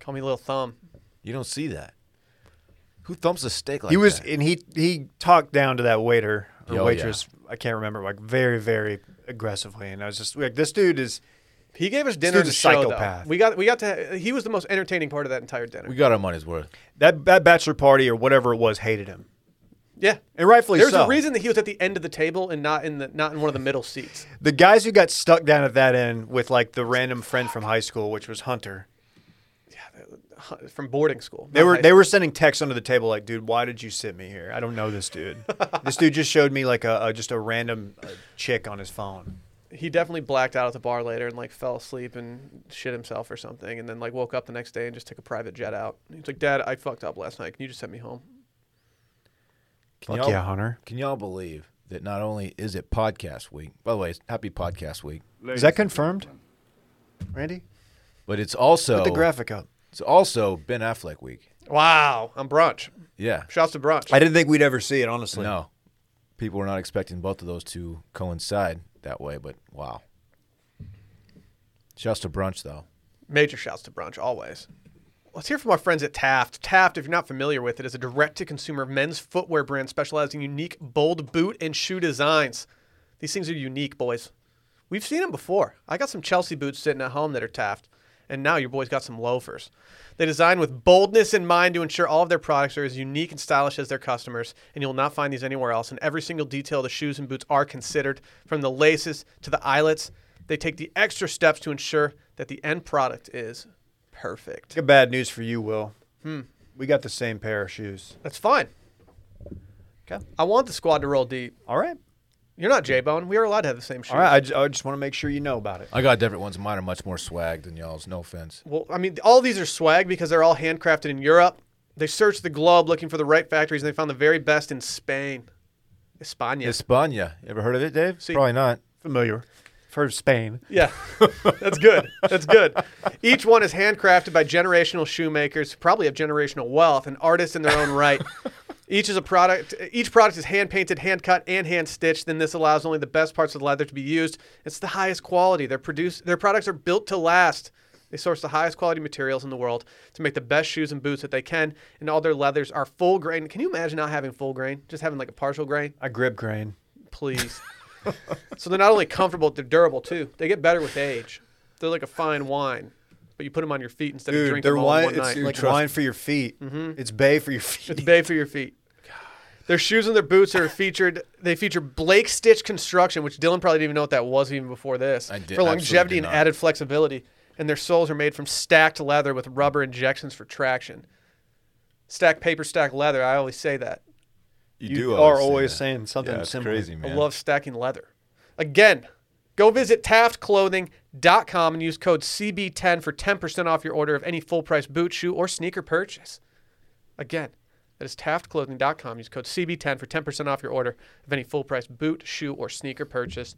[SPEAKER 1] Call me little thumb.
[SPEAKER 3] You don't see that. Who thumps a steak like
[SPEAKER 2] he was
[SPEAKER 3] that?
[SPEAKER 2] and he he talked down to that waiter or
[SPEAKER 3] Yeah, oh,
[SPEAKER 2] waitress i can't remember like very very aggressively and i was just like this dude is
[SPEAKER 1] He gave us dinner
[SPEAKER 2] dude's
[SPEAKER 1] to
[SPEAKER 2] a
[SPEAKER 1] show, though.
[SPEAKER 2] psychopath.
[SPEAKER 1] We got we got to. He was the most entertaining part of that entire dinner.
[SPEAKER 3] We got our money's worth.
[SPEAKER 2] that, that bachelor party or whatever it was hated him
[SPEAKER 1] yeah,
[SPEAKER 2] and rightfully
[SPEAKER 1] there's
[SPEAKER 2] so
[SPEAKER 1] a reason that he was at the end of the table and not in the not in one of the middle seats.
[SPEAKER 2] the guys who got stuck down at that end with like the random friend from high school which was hunter
[SPEAKER 1] Huh, From boarding school,
[SPEAKER 2] they
[SPEAKER 1] Not
[SPEAKER 2] were
[SPEAKER 1] high
[SPEAKER 2] they
[SPEAKER 1] school.
[SPEAKER 2] were sending texts under the table like dude why did you sit me here i don't know this dude this dude just showed me like a, a just a random uh, chick on his phone
[SPEAKER 1] He definitely blacked out at the bar later and like fell asleep and shit himself or something, and then like woke up the next day and just took a private jet out. He's like, "Dad, I fucked up last night. Can you just send me home?"
[SPEAKER 3] Can
[SPEAKER 2] Fuck
[SPEAKER 3] y'all-
[SPEAKER 2] yeah, Hunter.
[SPEAKER 3] Can y'all believe that not only is it podcast week, by the way, it's happy podcast week,
[SPEAKER 2] is that confirmed randy
[SPEAKER 3] but it's also
[SPEAKER 2] put the graphic up
[SPEAKER 3] it's also Ben Affleck week.
[SPEAKER 1] Wow, on brunch.
[SPEAKER 3] Yeah.
[SPEAKER 1] Shouts to brunch.
[SPEAKER 2] I didn't think we'd ever see it, honestly.
[SPEAKER 3] No. People were not expecting both of those to coincide that way, but wow. Shouts to brunch though.
[SPEAKER 1] Major shouts to brunch always. Let's hear from our friends at Taft. Taft, if you're not familiar with it, is a direct-to-consumer men's footwear brand specializing in unique bold boot and shoe designs. These things are unique, boys. We've seen them before. I got some Chelsea boots sitting at home that are Taft, and now your boys got some loafers. They design with boldness in mind to ensure all of their products are as unique and stylish as their customers, and you'll not find these anywhere else. And every single detail of the shoes and boots are considered, from the laces to the eyelets. They take the extra steps to ensure that the end product is perfect.
[SPEAKER 2] Got bad news for you, Will. We got the same pair of shoes.
[SPEAKER 1] That's fine.
[SPEAKER 2] Okay.
[SPEAKER 1] I want the squad to roll deep.
[SPEAKER 2] All right.
[SPEAKER 1] You're not J Bone. We are allowed to have the same shoes.
[SPEAKER 2] All right. I, ju- I just want to make sure you know about it.
[SPEAKER 3] I got different ones. Mine are much more swag than y'all's. No offense.
[SPEAKER 1] Well, I mean, all these are swag because they're all handcrafted in Europe. They searched the globe looking for the right factories, and they found the very best in Spain, España.
[SPEAKER 3] España. You ever heard of it, Dave?
[SPEAKER 1] See-
[SPEAKER 3] Probably not.
[SPEAKER 2] Familiar. For Spain.
[SPEAKER 1] yeah, that's good. That's good. Each one is handcrafted by generational shoemakers, who probably have generational wealth, and artists in their own right. Each is a product. Each product is hand painted, hand cut, and hand stitched. Then this allows only the best parts of the leather to be used. It's the highest quality. Their produce. Their products are built to last. They source the highest quality materials in the world to make the best shoes and boots that they can, and all their leathers are full grain. Can you imagine not having full grain? Just having like a partial grain?
[SPEAKER 2] I grip grain.
[SPEAKER 1] Please. so they're not only comfortable, they're durable too. They get better with age. They're like a fine wine, but you put them on your feet instead of
[SPEAKER 2] Dude,
[SPEAKER 1] drinking
[SPEAKER 2] they're
[SPEAKER 1] them all in
[SPEAKER 2] wine.
[SPEAKER 1] one night.
[SPEAKER 2] It's like
[SPEAKER 3] Trust
[SPEAKER 2] wine for your feet. It's bay for your feet.
[SPEAKER 1] It's bay for your feet. Their shoes and their boots are featured. They feature Blake stitch construction, which Dylan probably didn't even know what that was even before this.
[SPEAKER 3] I did-
[SPEAKER 1] for
[SPEAKER 3] absolutely
[SPEAKER 1] longevity and
[SPEAKER 3] not.
[SPEAKER 1] added flexibility. And their soles are made from stacked leather with rubber injections for traction. Stack paper, stack leather. I always say that.
[SPEAKER 2] You are always saying something
[SPEAKER 3] Yeah, it's
[SPEAKER 2] similar.
[SPEAKER 3] crazy, man.
[SPEAKER 1] I love stacking leather. Again, go visit taftclothing.com and use code CB10 for 10% off your order of any full price boot, shoe, or sneaker purchase. Again, that is taftclothing.com. Use code CB10 for 10% off your order of any full price boot, shoe, or sneaker purchase.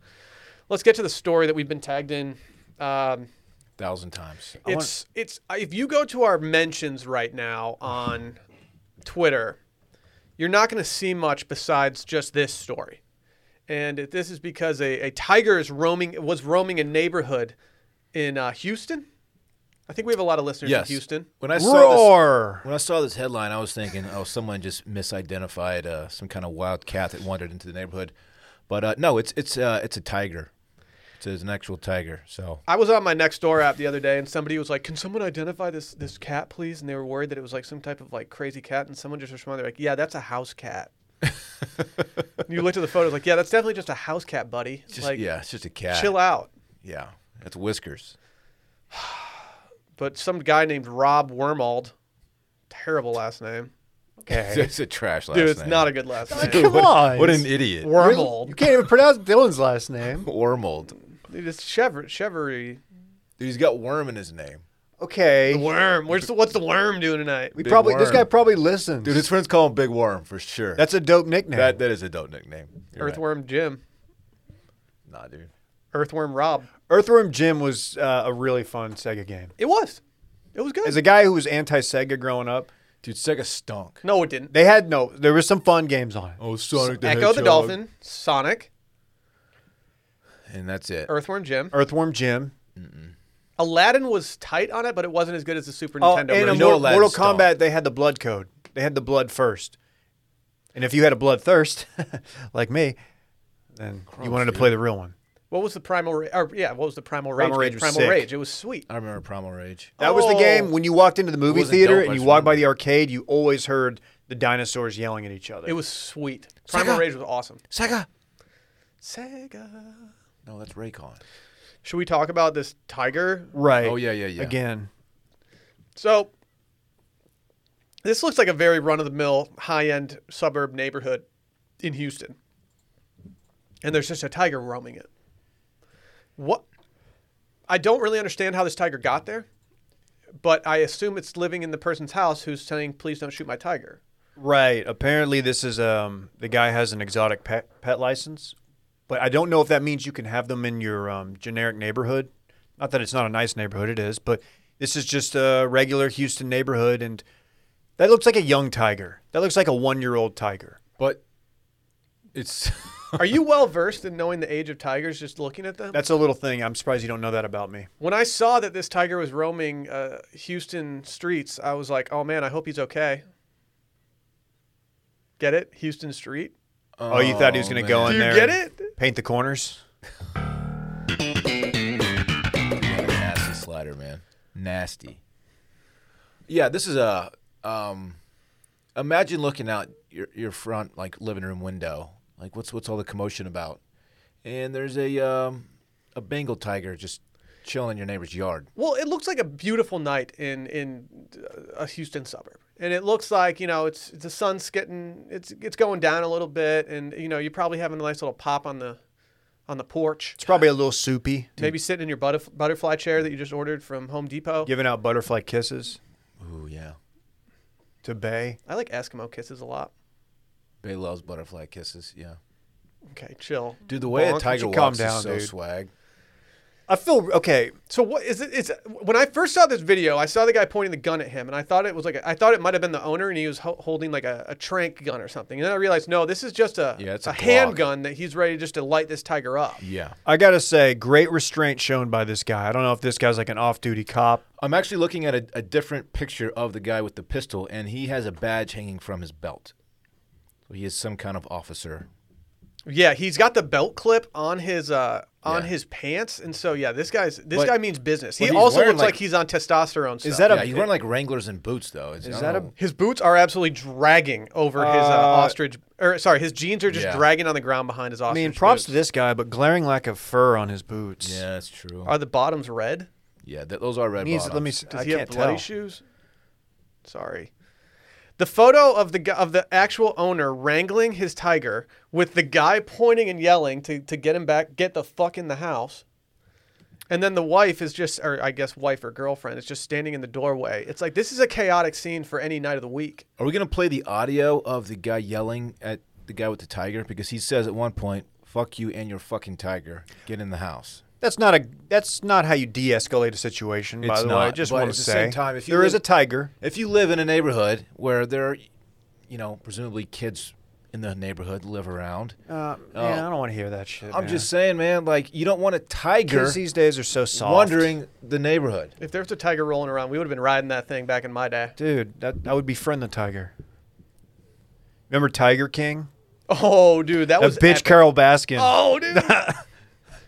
[SPEAKER 1] Let's get to the story that we've been tagged in. Um,
[SPEAKER 3] thousand times.
[SPEAKER 2] want-
[SPEAKER 1] it's it's uh, if you go to our mentions right now on Twitter, you're not going to see much besides just this story. And this is because a, a tiger is roaming was roaming a neighborhood in uh, Houston. I think we have a lot of listeners
[SPEAKER 3] Yes.
[SPEAKER 1] in Houston.
[SPEAKER 3] When I saw this,
[SPEAKER 2] Roar.
[SPEAKER 3] when I saw this headline, I was thinking, oh, someone just misidentified uh, some kind of wild cat that wandered into the neighborhood. But uh, no, it's it's uh, it's a tiger. It's, an actual tiger. So
[SPEAKER 1] I was on my next door app the other day, and somebody was like, "Can someone identify this this cat, please?" And they were worried that it was like some type of like crazy cat, and someone just responded like, "Yeah, that's a house cat." And you looked at the photos like, "Yeah, that's definitely just a house cat, buddy."
[SPEAKER 3] just,
[SPEAKER 1] like,
[SPEAKER 3] yeah, it's just a cat.
[SPEAKER 1] chill out.
[SPEAKER 3] Yeah, it's whiskers.
[SPEAKER 1] but some guy named Rob Wormald, terrible last name.
[SPEAKER 2] Okay.
[SPEAKER 3] It's a trash last
[SPEAKER 1] Dude, it's
[SPEAKER 3] name.
[SPEAKER 1] not a good last name.
[SPEAKER 2] Come
[SPEAKER 3] what,
[SPEAKER 2] on.
[SPEAKER 3] What an idiot.
[SPEAKER 2] Really? You
[SPEAKER 1] Wormald.
[SPEAKER 2] can't even pronounce Dylan's last name.
[SPEAKER 3] Wormold.
[SPEAKER 1] Dude, it's Chever- Chevery.
[SPEAKER 3] Dude, he's got worm in his name.
[SPEAKER 2] Okay.
[SPEAKER 1] Worm. Where's the, what's the worm doing tonight?
[SPEAKER 2] We
[SPEAKER 3] Big
[SPEAKER 2] probably this
[SPEAKER 3] worm.
[SPEAKER 2] guy probably listens.
[SPEAKER 3] Dude, his friends call him Big Worm for sure.
[SPEAKER 2] That's a dope nickname.
[SPEAKER 3] that that is a dope nickname. You're right.
[SPEAKER 1] Earthworm Jim.
[SPEAKER 3] Nah, dude.
[SPEAKER 1] Earthworm Rob.
[SPEAKER 2] Earthworm Jim was uh, a really fun Sega game.
[SPEAKER 1] It was. It was good.
[SPEAKER 2] As a guy who was anti-Sega growing up,
[SPEAKER 3] Dude, Sega stunk.
[SPEAKER 1] no, it didn't.
[SPEAKER 2] they had no. There was some fun games on it.
[SPEAKER 3] Oh, Sonic the
[SPEAKER 1] Echo the
[SPEAKER 3] Hedgehog.
[SPEAKER 1] Dolphin, Sonic,
[SPEAKER 3] And that's it.
[SPEAKER 1] Earthworm Jim.
[SPEAKER 2] Earthworm Jim.
[SPEAKER 1] Aladdin was tight on it, but it wasn't as good as the Super
[SPEAKER 2] Oh,
[SPEAKER 1] Nintendo.
[SPEAKER 2] and in
[SPEAKER 1] version.
[SPEAKER 3] You know
[SPEAKER 2] Mortal,
[SPEAKER 3] Aladdin
[SPEAKER 2] Mortal
[SPEAKER 3] stunk.
[SPEAKER 2] Kombat, they had the blood code. They had the blood first. And if you had a blood thirst, like me, then you wanted to play the real one.
[SPEAKER 1] what was the Primal Rage? Or, yeah, what was the Primal Rage?
[SPEAKER 2] Primal
[SPEAKER 1] game?
[SPEAKER 2] Rage was
[SPEAKER 1] Primal
[SPEAKER 2] sick.
[SPEAKER 1] Rage. It was sweet.
[SPEAKER 3] I remember Primal Rage.
[SPEAKER 2] That was the
[SPEAKER 1] Oh.
[SPEAKER 2] game when you walked into the movie
[SPEAKER 3] wasn't
[SPEAKER 2] theater
[SPEAKER 3] dope, I
[SPEAKER 2] and you
[SPEAKER 3] just
[SPEAKER 2] walked by the
[SPEAKER 3] remember.
[SPEAKER 2] arcade, you always heard the dinosaurs yelling at each other.
[SPEAKER 1] It was sweet. Primal
[SPEAKER 3] Sega.
[SPEAKER 1] Rage was awesome.
[SPEAKER 3] Sega.
[SPEAKER 1] Sega.
[SPEAKER 3] No, that's Raycon.
[SPEAKER 1] Should we talk about this tiger?
[SPEAKER 2] right.
[SPEAKER 3] Oh, yeah, yeah, yeah.
[SPEAKER 2] Again,
[SPEAKER 1] So, this looks like a very run of the mill, high end suburb neighborhood in Houston. And there's just a tiger roaming it. What? I don't really understand how this tiger got there, but I assume it's living in the person's house who's saying, please don't shoot my tiger.
[SPEAKER 2] right. Apparently, this is um the guy has an exotic pet pet license, but I don't know if that means you can have them in your um, generic neighborhood. Not that it's not a nice neighborhood, it is, but this is just a regular Houston neighborhood, and That looks like a young tiger. That looks like a one-year-old tiger.
[SPEAKER 3] But it's
[SPEAKER 1] Are you well versed in knowing the age of tigers just looking at them?
[SPEAKER 2] That's a little thing. I'm surprised you don't know that about me.
[SPEAKER 1] when I saw that this tiger was roaming uh, Houston streets, I was like, oh man, I hope he's okay. Get it? Houston Street?
[SPEAKER 2] Oh, you thought he was going to go
[SPEAKER 1] Do
[SPEAKER 2] in
[SPEAKER 1] you
[SPEAKER 2] there?
[SPEAKER 1] get
[SPEAKER 2] and
[SPEAKER 1] it?
[SPEAKER 2] Paint the corners.
[SPEAKER 3] nasty slider, man. Nasty. Yeah, this is a. Um, imagine looking out your your front like living room window. Like what's what's all the commotion about? And there's a um, a Bengal tiger just chilling in your neighbor's yard.
[SPEAKER 1] Well, it looks like a beautiful night in in uh, a Houston suburb, and it looks like you know it's the sun's getting it's it's going down a little bit, and you know you're probably having a nice little pop on the on the porch,
[SPEAKER 2] It's probably a little soupy.
[SPEAKER 1] maybe sitting in your butterf- butterfly chair that you just ordered from Home Depot.
[SPEAKER 2] Giving out butterfly kisses
[SPEAKER 3] Ooh yeah,
[SPEAKER 2] to Bay.
[SPEAKER 1] I like Eskimo kisses a lot.
[SPEAKER 3] Bay loves butterfly kisses. Yeah,
[SPEAKER 1] Okay, chill.
[SPEAKER 3] dude, the way
[SPEAKER 2] Bonk,
[SPEAKER 3] a tiger
[SPEAKER 2] you calm
[SPEAKER 3] walks
[SPEAKER 2] down,
[SPEAKER 3] is so
[SPEAKER 2] dude.
[SPEAKER 3] swag.
[SPEAKER 2] I feel okay.
[SPEAKER 1] So what is it? It's when I first saw this video, I saw the guy pointing the gun at him, and I thought it was like a, I thought it might have been the owner, and he was ho- holding like a, a trank gun or something. And then I realized no, this is just a
[SPEAKER 3] Yeah, it's a
[SPEAKER 1] a
[SPEAKER 3] Glock.
[SPEAKER 1] handgun that he's ready just to light this tiger up.
[SPEAKER 3] Yeah,
[SPEAKER 2] I gotta say, great restraint shown by this guy. I don't know if this guy's like an off-duty cop.
[SPEAKER 3] I'm actually looking at a, a different picture of the guy with the pistol, and he has a badge hanging from his belt. So he is some kind of officer.
[SPEAKER 1] Yeah, he's got the belt clip on his uh on
[SPEAKER 3] Yeah.
[SPEAKER 1] his pants, and so yeah, this guy's this
[SPEAKER 3] But-
[SPEAKER 1] guy means business. He
[SPEAKER 3] but he's
[SPEAKER 1] also
[SPEAKER 3] wearing,
[SPEAKER 1] looks like,
[SPEAKER 3] like-
[SPEAKER 1] he's on testosterone.
[SPEAKER 2] Is
[SPEAKER 1] stuff.
[SPEAKER 2] that a-
[SPEAKER 3] Yeah, he's wearing like Wranglers and boots though. It's- Oh,
[SPEAKER 2] Is
[SPEAKER 3] I
[SPEAKER 2] that
[SPEAKER 3] don't
[SPEAKER 2] a-
[SPEAKER 3] know.
[SPEAKER 1] his boots are absolutely dragging over his uh,
[SPEAKER 2] Uh,
[SPEAKER 1] ostrich, or sorry, his jeans are just
[SPEAKER 3] Yeah.
[SPEAKER 1] dragging on the ground behind his
[SPEAKER 2] I
[SPEAKER 1] ostrich.
[SPEAKER 2] mean, props to
[SPEAKER 1] boots.
[SPEAKER 2] this guy, but glaring lack of fur on his boots.
[SPEAKER 3] Yeah, that's true.
[SPEAKER 1] Are the bottoms red?
[SPEAKER 3] yeah, th- those are red
[SPEAKER 2] Needs-
[SPEAKER 3] bottoms.
[SPEAKER 2] let me. s-
[SPEAKER 1] Does
[SPEAKER 2] I
[SPEAKER 1] he have
[SPEAKER 2] can't
[SPEAKER 1] bloody
[SPEAKER 2] tell.
[SPEAKER 1] shoes? Sorry. The photo of the gu- of the actual owner wrangling his tiger with the guy pointing and yelling to, to get him back, get the fuck in the house. And then the wife is just, or I guess wife or girlfriend is just standing in the doorway. It's like this is a chaotic scene for any night of the week.
[SPEAKER 3] Are we gonna play the audio of the guy yelling at the guy with the tiger because he says at one point, "Fuck you and your fucking tiger. Get in the house."
[SPEAKER 2] That's not a. That's not how you de-escalate a situation. by
[SPEAKER 3] It's
[SPEAKER 2] the way, I
[SPEAKER 3] not,
[SPEAKER 2] just
[SPEAKER 3] but
[SPEAKER 2] want
[SPEAKER 3] at
[SPEAKER 2] to
[SPEAKER 3] the
[SPEAKER 2] say,
[SPEAKER 3] same time, if you
[SPEAKER 2] there is
[SPEAKER 3] live-
[SPEAKER 2] a tiger.
[SPEAKER 3] If you live in a neighborhood where there, are, you know, presumably kids in the neighborhood live around,
[SPEAKER 2] Uh, yeah, I don't want to hear that shit.
[SPEAKER 3] oh. I'm
[SPEAKER 2] man.
[SPEAKER 3] just saying, man, like you don't want a tiger
[SPEAKER 2] kids these days are so soft.
[SPEAKER 3] wandering the neighborhood.
[SPEAKER 1] If there was a tiger rolling around, we would have been riding that thing back in my day.
[SPEAKER 2] dude, that I would befriend the tiger. Remember Tiger King?
[SPEAKER 1] Oh, dude, that
[SPEAKER 2] That
[SPEAKER 1] was
[SPEAKER 2] bitch
[SPEAKER 1] epic.
[SPEAKER 2] Carol Baskin.
[SPEAKER 1] Oh, dude.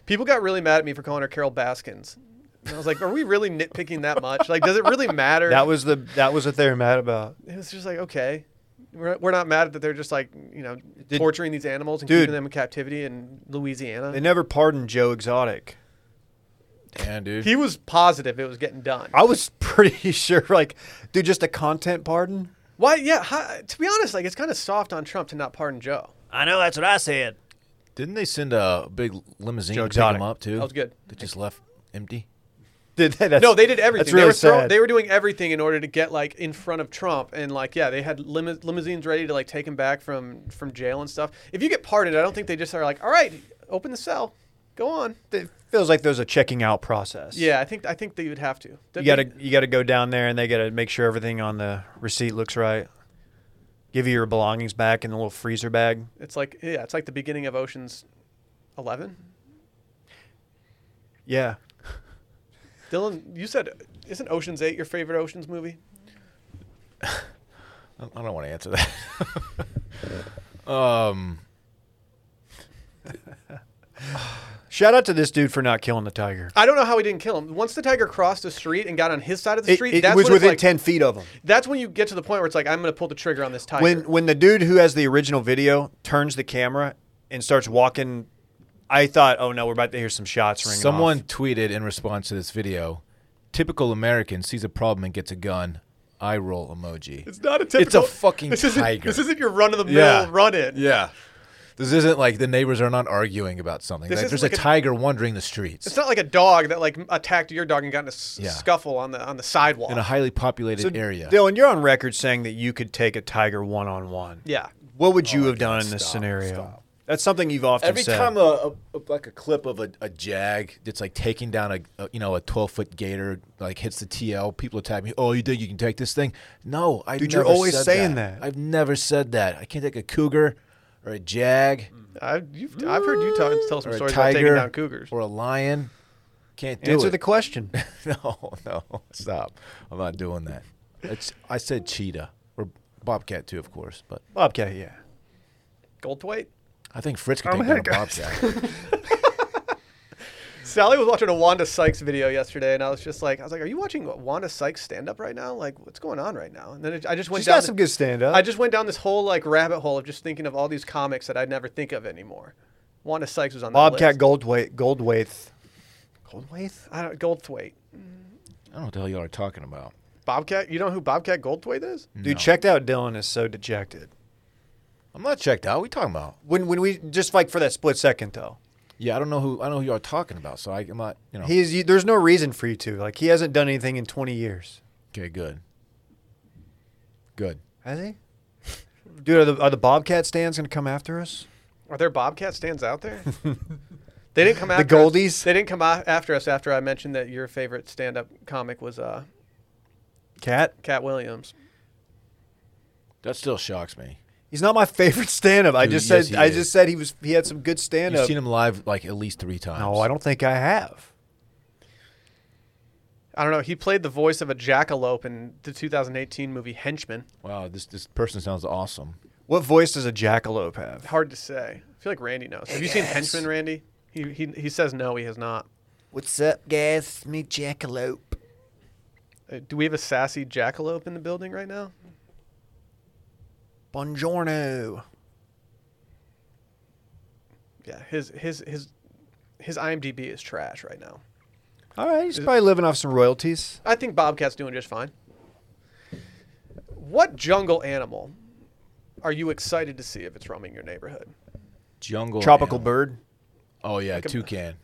[SPEAKER 1] People got really mad at me for calling her Carol Baskins. And I was like, are we really nitpicking that much? Like, does it really matter?
[SPEAKER 2] That was the. That was what they were mad about.
[SPEAKER 1] it was just like okay we're, we're not mad that they're just like you know
[SPEAKER 2] Did-
[SPEAKER 1] torturing these animals and
[SPEAKER 2] Dude.
[SPEAKER 1] keeping them in captivity in louisiana
[SPEAKER 2] They never pardoned Joe Exotic.
[SPEAKER 3] Damn, dude.
[SPEAKER 1] he was positive it was getting done
[SPEAKER 2] I was pretty sure, like, dude, just a content pardon.
[SPEAKER 1] why yeah hi, to be honest like it's kind of soft on trump to not pardon joe
[SPEAKER 2] I know that's what I said.
[SPEAKER 3] Didn't they send a big limousine
[SPEAKER 2] Joe
[SPEAKER 3] to pick
[SPEAKER 2] Exotic.
[SPEAKER 3] him up too?
[SPEAKER 1] That was good.
[SPEAKER 3] They just left empty.
[SPEAKER 2] Did they, that's,
[SPEAKER 1] no they did everything
[SPEAKER 2] That's really
[SPEAKER 1] they, were throw-
[SPEAKER 2] sad.
[SPEAKER 1] they were doing everything in order to get like in front of trump and like yeah they had limo- limousines ready to like take him back from from jail and stuff if you get pardoned i don't think they just are like all right open the cell go on
[SPEAKER 2] it feels like there's a checking out process.
[SPEAKER 1] yeah i think i think they would have to
[SPEAKER 2] you gotta you gotta go down there and they gotta make sure everything on the receipt looks right. Give you your belongings back in the little freezer bag.
[SPEAKER 1] it's like yeah it's like the beginning of oceans 11
[SPEAKER 2] Yeah,
[SPEAKER 1] Dylan, you said isn't Ocean's Eight your favorite Ocean's movie?
[SPEAKER 3] I I don't want to answer that. um,
[SPEAKER 2] Shout out to this dude for not killing the tiger.
[SPEAKER 1] I don't know how he didn't kill him. Once the tiger crossed the street and got on his side of the
[SPEAKER 2] It,
[SPEAKER 1] street,
[SPEAKER 2] it
[SPEAKER 1] that's
[SPEAKER 2] was
[SPEAKER 1] when it's
[SPEAKER 2] within
[SPEAKER 1] like-
[SPEAKER 2] ten feet of him.
[SPEAKER 1] That's when you get to the point where it's like I'm going to pull the trigger on this tiger.
[SPEAKER 2] When when the dude who has the original video turns the camera and starts walking, I thought, oh no, we're about to hear some shots ring.
[SPEAKER 3] someone tweeted in response to this video: "Typical American sees a problem and gets a gun. Eye roll emoji."
[SPEAKER 1] it's not a
[SPEAKER 3] It's a fucking
[SPEAKER 1] this isn't,
[SPEAKER 3] tiger.
[SPEAKER 1] This isn't your run of the mill
[SPEAKER 3] Yeah.
[SPEAKER 1] run in.
[SPEAKER 3] yeah. This isn't like the neighbors are not arguing about something.
[SPEAKER 1] This
[SPEAKER 3] Like,
[SPEAKER 1] isn't
[SPEAKER 3] there's
[SPEAKER 1] like
[SPEAKER 3] a
[SPEAKER 1] a-
[SPEAKER 3] tiger wandering the streets
[SPEAKER 1] It's not like a dog that like attacked your dog and got in a s-
[SPEAKER 3] Yeah.
[SPEAKER 1] scuffle on the on the sidewalk.
[SPEAKER 3] in a highly populated
[SPEAKER 2] So,
[SPEAKER 3] area.
[SPEAKER 2] Dylan, you're on record saying that you could take a tiger one on one.
[SPEAKER 1] yeah.
[SPEAKER 2] What would you have done in this
[SPEAKER 3] Oh, Stop,
[SPEAKER 2] scenario?
[SPEAKER 3] stop.
[SPEAKER 2] That's something you've often
[SPEAKER 3] Every
[SPEAKER 2] said.
[SPEAKER 3] time a, a, a- like a clip of a, a jag that's like taking down a, a you know a twelve foot gator like hits the TL, people attack me. Oh, you think you can take this thing? No, I.
[SPEAKER 2] Dude,
[SPEAKER 3] never
[SPEAKER 2] you're always
[SPEAKER 3] said
[SPEAKER 2] saying that.
[SPEAKER 3] I've never said that. I can't take a cougar or a jag
[SPEAKER 1] I, you've, I've heard you tell, tell some
[SPEAKER 3] or a
[SPEAKER 1] stories about
[SPEAKER 3] tiger
[SPEAKER 1] taking down cougars.
[SPEAKER 3] or a lion. Can't do
[SPEAKER 2] Answer
[SPEAKER 3] it.
[SPEAKER 2] the question.
[SPEAKER 3] no, no, stop. I'm not doing that. It's, I said cheetah or bobcat too, of course, but
[SPEAKER 2] Bobcat, yeah.
[SPEAKER 1] Goldthwait.
[SPEAKER 3] I think Fritz could
[SPEAKER 1] Oh my
[SPEAKER 3] take down a
[SPEAKER 1] gosh.
[SPEAKER 3] bobcat.
[SPEAKER 1] Sally was watching a Wanda Sykes video yesterday, and I was just like, I was like, "Are you watching Wanda Sykes stand up right now? Like, what's going on right now?" And then it, I just went
[SPEAKER 2] She's
[SPEAKER 1] down.
[SPEAKER 2] got some good stand up.
[SPEAKER 1] I just went down this whole like rabbit hole of just thinking of all these comics that I'd never think of anymore. Wanda Sykes was on that list.
[SPEAKER 2] Bobcat Goldthwait. Goldthwait. Goldthwait?
[SPEAKER 1] I don't, Goldthwait.
[SPEAKER 3] I don't know what the hell y'all are talking about.
[SPEAKER 1] Bobcat. You know who Bobcat Goldthwait is?
[SPEAKER 2] Dude, checked out Dylan is so dejected.
[SPEAKER 3] I'm not checked out. What are we talking about?
[SPEAKER 2] When when we just like for that split second though.
[SPEAKER 3] Yeah, I don't know who I don't know who y'all are talking about. So I, I'm not. You know.
[SPEAKER 2] He is there's no reason for you to. Like he hasn't done anything in 20 years.
[SPEAKER 3] okay, good. Good.
[SPEAKER 2] Has he? Dude, are the, are the Bobcat stands going to come after us?
[SPEAKER 1] Are there Bobcat stands out there? they didn't come after us-
[SPEAKER 2] Goldies?
[SPEAKER 1] They didn't come a- after us after I mentioned that your favorite stand-up comic was uh,
[SPEAKER 2] Cat?
[SPEAKER 1] Cat Williams.
[SPEAKER 3] That still shocks me.
[SPEAKER 2] He's not my favorite stand up. I
[SPEAKER 3] Dude,
[SPEAKER 2] just
[SPEAKER 3] yes,
[SPEAKER 2] said
[SPEAKER 3] he
[SPEAKER 2] I
[SPEAKER 3] is.
[SPEAKER 2] just said he was he had some good stand
[SPEAKER 1] uh,
[SPEAKER 3] You've
[SPEAKER 2] up.
[SPEAKER 3] seen him live like at least three times.
[SPEAKER 2] No, I don't think I have.
[SPEAKER 1] I don't know. He played the voice of a jackalope in the 2018 movie Henchman.
[SPEAKER 3] Wow, this this person sounds awesome.
[SPEAKER 2] What voice does a jackalope have?
[SPEAKER 1] Hard to say. I feel like Randy knows. Have you seen Henchman, Randy? He, he he says no, he has not.
[SPEAKER 2] What's up, guys? Me jackalope.
[SPEAKER 1] Uh, do we have a sassy jackalope in the building right now?
[SPEAKER 2] Buongiorno.
[SPEAKER 1] Yeah, his his his his IMDb is trash right now.
[SPEAKER 2] All right, he's probably living off some royalties.
[SPEAKER 1] I think Bobcat's doing just fine. What jungle animal are you excited to see if it's roaming your neighborhood?
[SPEAKER 3] Jungle
[SPEAKER 2] Tropical
[SPEAKER 3] animal.
[SPEAKER 2] bird,
[SPEAKER 3] Oh yeah,
[SPEAKER 1] a-
[SPEAKER 3] toucan.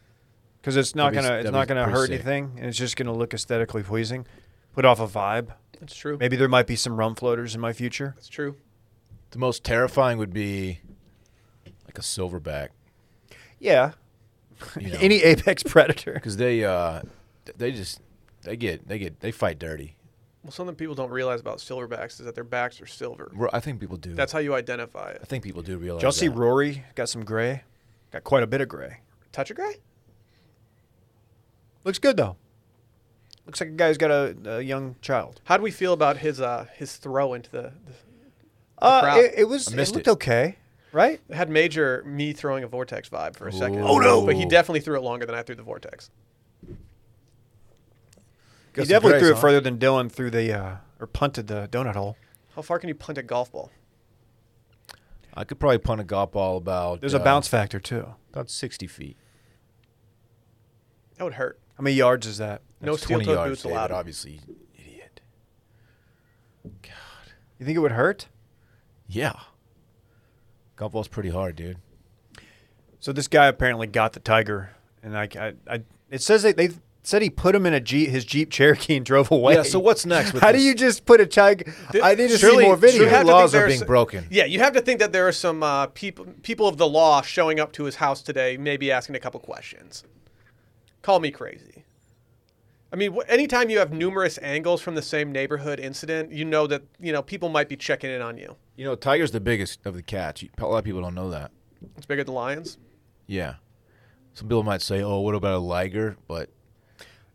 [SPEAKER 2] because it's not
[SPEAKER 3] That'd be-
[SPEAKER 2] gonna it's
[SPEAKER 3] that'd
[SPEAKER 2] not
[SPEAKER 3] be
[SPEAKER 2] gonna
[SPEAKER 3] pretty
[SPEAKER 2] hurt
[SPEAKER 3] sick.
[SPEAKER 2] anything, and it's just gonna look aesthetically pleasing, put off a vibe.
[SPEAKER 1] That's true.
[SPEAKER 2] Maybe there might be some rum floaters in my future.
[SPEAKER 1] That's true.
[SPEAKER 3] The most terrifying would be like a silverback.
[SPEAKER 2] Yeah,
[SPEAKER 3] You know?
[SPEAKER 2] any apex predator.
[SPEAKER 3] because they uh th- they just they get they get they fight dirty.
[SPEAKER 1] Well, something people don't realize about silverbacks is that their backs are silver.
[SPEAKER 3] Ro- I think people do.
[SPEAKER 1] That's how you identify
[SPEAKER 3] I
[SPEAKER 1] it.
[SPEAKER 3] think people do realize.
[SPEAKER 2] Did y'all see
[SPEAKER 3] that.
[SPEAKER 2] Rory got some gray? Got quite a bit of gray.
[SPEAKER 1] Touch a gray?
[SPEAKER 2] Looks good though. Looks like a guy who's got a, a young child.
[SPEAKER 1] How do we feel about his uh, his throw into the,
[SPEAKER 2] Uh,
[SPEAKER 1] crowd.
[SPEAKER 2] it, it was
[SPEAKER 3] I
[SPEAKER 2] it
[SPEAKER 3] missed
[SPEAKER 2] looked
[SPEAKER 3] it.
[SPEAKER 2] okay, right?
[SPEAKER 1] It had major me throwing a vortex vibe for a second.
[SPEAKER 3] Oh, no.
[SPEAKER 1] But he definitely threw it longer than I threw the vortex.
[SPEAKER 2] He
[SPEAKER 3] Got some
[SPEAKER 2] definitely
[SPEAKER 3] grace,
[SPEAKER 2] threw it
[SPEAKER 3] huh?
[SPEAKER 2] further than Dylan threw the uh, or punted the donut hole.
[SPEAKER 1] How far can you punt a golf ball?
[SPEAKER 3] I could probably punt a golf ball about.
[SPEAKER 2] There's
[SPEAKER 3] uh,
[SPEAKER 2] a bounce factor too.
[SPEAKER 3] about sixty feet.
[SPEAKER 1] That would hurt.
[SPEAKER 2] How many yards is that?
[SPEAKER 1] No
[SPEAKER 3] That's
[SPEAKER 1] steel-toed
[SPEAKER 3] 20 yards,
[SPEAKER 1] boots
[SPEAKER 3] David,
[SPEAKER 1] allowed.
[SPEAKER 3] Obviously, idiot.
[SPEAKER 2] You think it would hurt?
[SPEAKER 3] Yeah, golf ball's pretty hard, dude.
[SPEAKER 2] So this guy apparently got the tiger, and I, I, I it says they, they said he put him in a jeep, his Jeep Cherokee, and drove away.
[SPEAKER 3] Yeah. So what's next? With
[SPEAKER 2] How
[SPEAKER 3] this?
[SPEAKER 2] do you just put a tiger? I need to see more
[SPEAKER 1] you
[SPEAKER 2] video.
[SPEAKER 1] have to think
[SPEAKER 3] laws are
[SPEAKER 1] there's-
[SPEAKER 3] being broken.
[SPEAKER 1] Yeah, you have to think that there are some uh, people people of the law showing up to his house today, maybe asking a couple questions. Call me crazy. I mean, wh- anytime you have numerous angles from the same neighborhood incident, you know that you know people might be checking in on you.
[SPEAKER 3] You know, tiger's the biggest of the cats. You- A lot of people don't know that.
[SPEAKER 1] It's bigger than lions.
[SPEAKER 3] Yeah. Some people might say, "Oh, what about a liger?" But